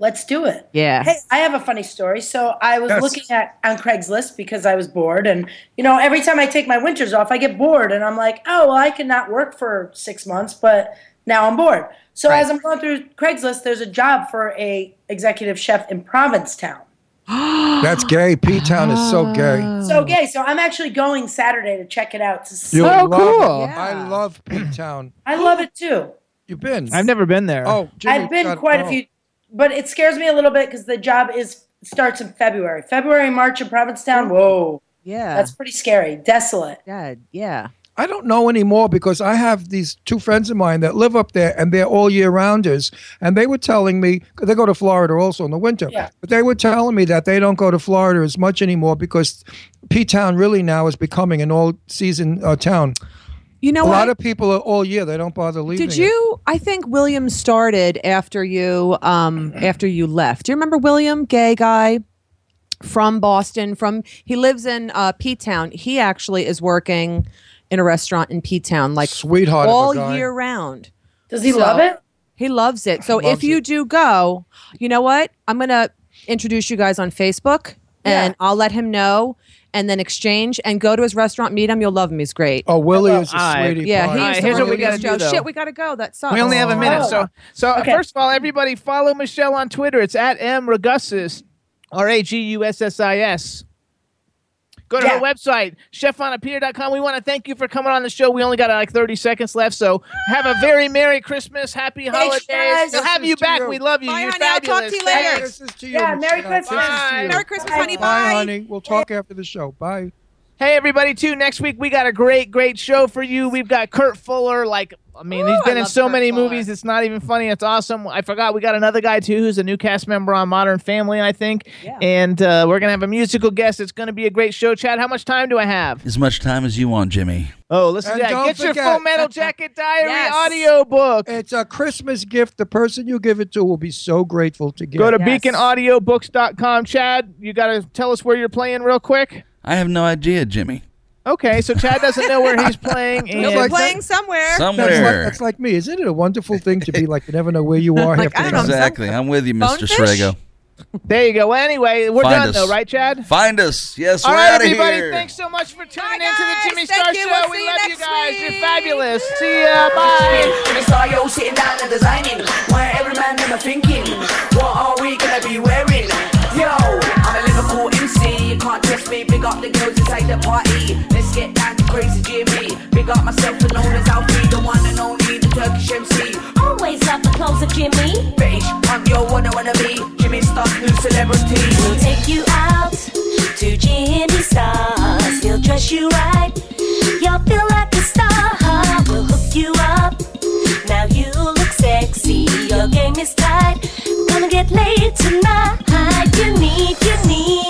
Let's do it. Yeah. Hey, I have a funny story. So I was Yes. looking at on Craigslist because I was bored, and you know, every time I take my winters off, I get bored, and I'm like, oh, well, I cannot work for six months, but now I'm bored. So Right. as I'm going through Craigslist, there's a job for a executive chef in Provincetown. That's gay. P Town is so Ah. gay. Hmm. So gay. So I'm actually going Saturday to check it out to see. You'll love it. I love P Town. I love it too. You've been. I've never been there. Oh, Jimmy, I've been God, quite oh. a few, but it scares me a little bit because the job is starts in February. February, March in Provincetown. Whoa. Yeah. That's pretty scary. Desolate. Yeah. Yeah. I don't know anymore because I have these two friends of mine that live up there and they're all year rounders. And they were telling me, 'cause they go to Florida also in the winter, Yeah. but they were telling me that they don't go to Florida as much anymore because P Town really now is becoming an all season uh, town. You know a lot what? of people are all year, they don't bother leaving. Did it. you? I think William started after you. Um, after you left. Do you remember William, gay guy from Boston? From he lives in uh, P Town. He actually is working in a restaurant in P Town, like sweetheart of a all guy. year round. Does he love it? He loves it. So Loves if you do go, you know what? I'm gonna introduce you guys on Facebook, and I'll let him know. And then exchange and go to his restaurant, meet him. You'll love him. He's great. Oh, Willie is a I- sweetie. Yeah, pie. he used to here's work what we with us, gotta do, Joe. though. "Oh, Shit, we gotta go. That sucks. We only have a minute, so so uh, Okay. first of all, everybody follow Michelle on Twitter. It's at m ragussis, r a g u s s i s. Go to our website, chefanapeer.com. We want to thank you for coming on the show. We only got like 30 seconds left, so have a very Merry Christmas, Happy Thanks, Holidays. guys. We'll have This you is to back. you. We love you. Bye, You're honey. I'll talk to fabulous. you later. Thanks. This is to you, Yeah, Merry Michelle. Christmas. This is to you. Merry Christmas, honey. Bye, honey. We'll talk after the show. Bye. Hey everybody! Too next week we got a great, great show for you. We've got Kurt Fuller. Like, I mean, he's Ooh, I been in love so Kurt many Fuller. movies. It's not even funny. It's awesome. I forgot we got another guy too, who's a new cast member on Modern Family, I think. And uh, we're gonna have a musical guest. It's gonna be a great show. Chad, how much time do I have? As much time as you want, Jimmy. Oh, listen And to that. don't Get your forget- Full Metal Jacket Diary Yes. audio book. It's a Christmas gift. The person you give it to will be so grateful to get. Go to it. beaconaudiobooks.com. Chad, you gotta tell us where you're playing real quick. I have no idea, Jimmy. Okay, so Chad doesn't know where he's playing. And He'll be playing somewhere. That's like, Somewhere. that's like me. Isn't it a wonderful thing to be like you never know where you are? half the time? exactly. I'm with you, Mr. Shrego. There you go. Well, anyway, we're Find done us. though, right, Chad? Find us. Yes, All we're right, out of everybody. here. Thanks so much for tuning into the Jimmy Star you. Show. We'll see we you love you next guys. You're fabulous. See ya. Bye. Jimmy Star, sitting down and designing. Where every man never thinking. What are we gonna be wearing? Yo, I'm a Liverpool MC. You can't trust me. Big up the girls inside the party. Let's get down to crazy Jimmy. Big up myself and known as Alfie, the one and only, the Turkish MC. Always love the clothes of Jimmy. Bitch, I'm your one I wanna be. Jimmy Star, new celebrity. We'll take you out to Jimmy Stars. He'll dress you right. You'll feel like a star. We'll hook you up. Now you look sexy. Your game is tight. Gonna get laid tonight. You need, you need. Oh,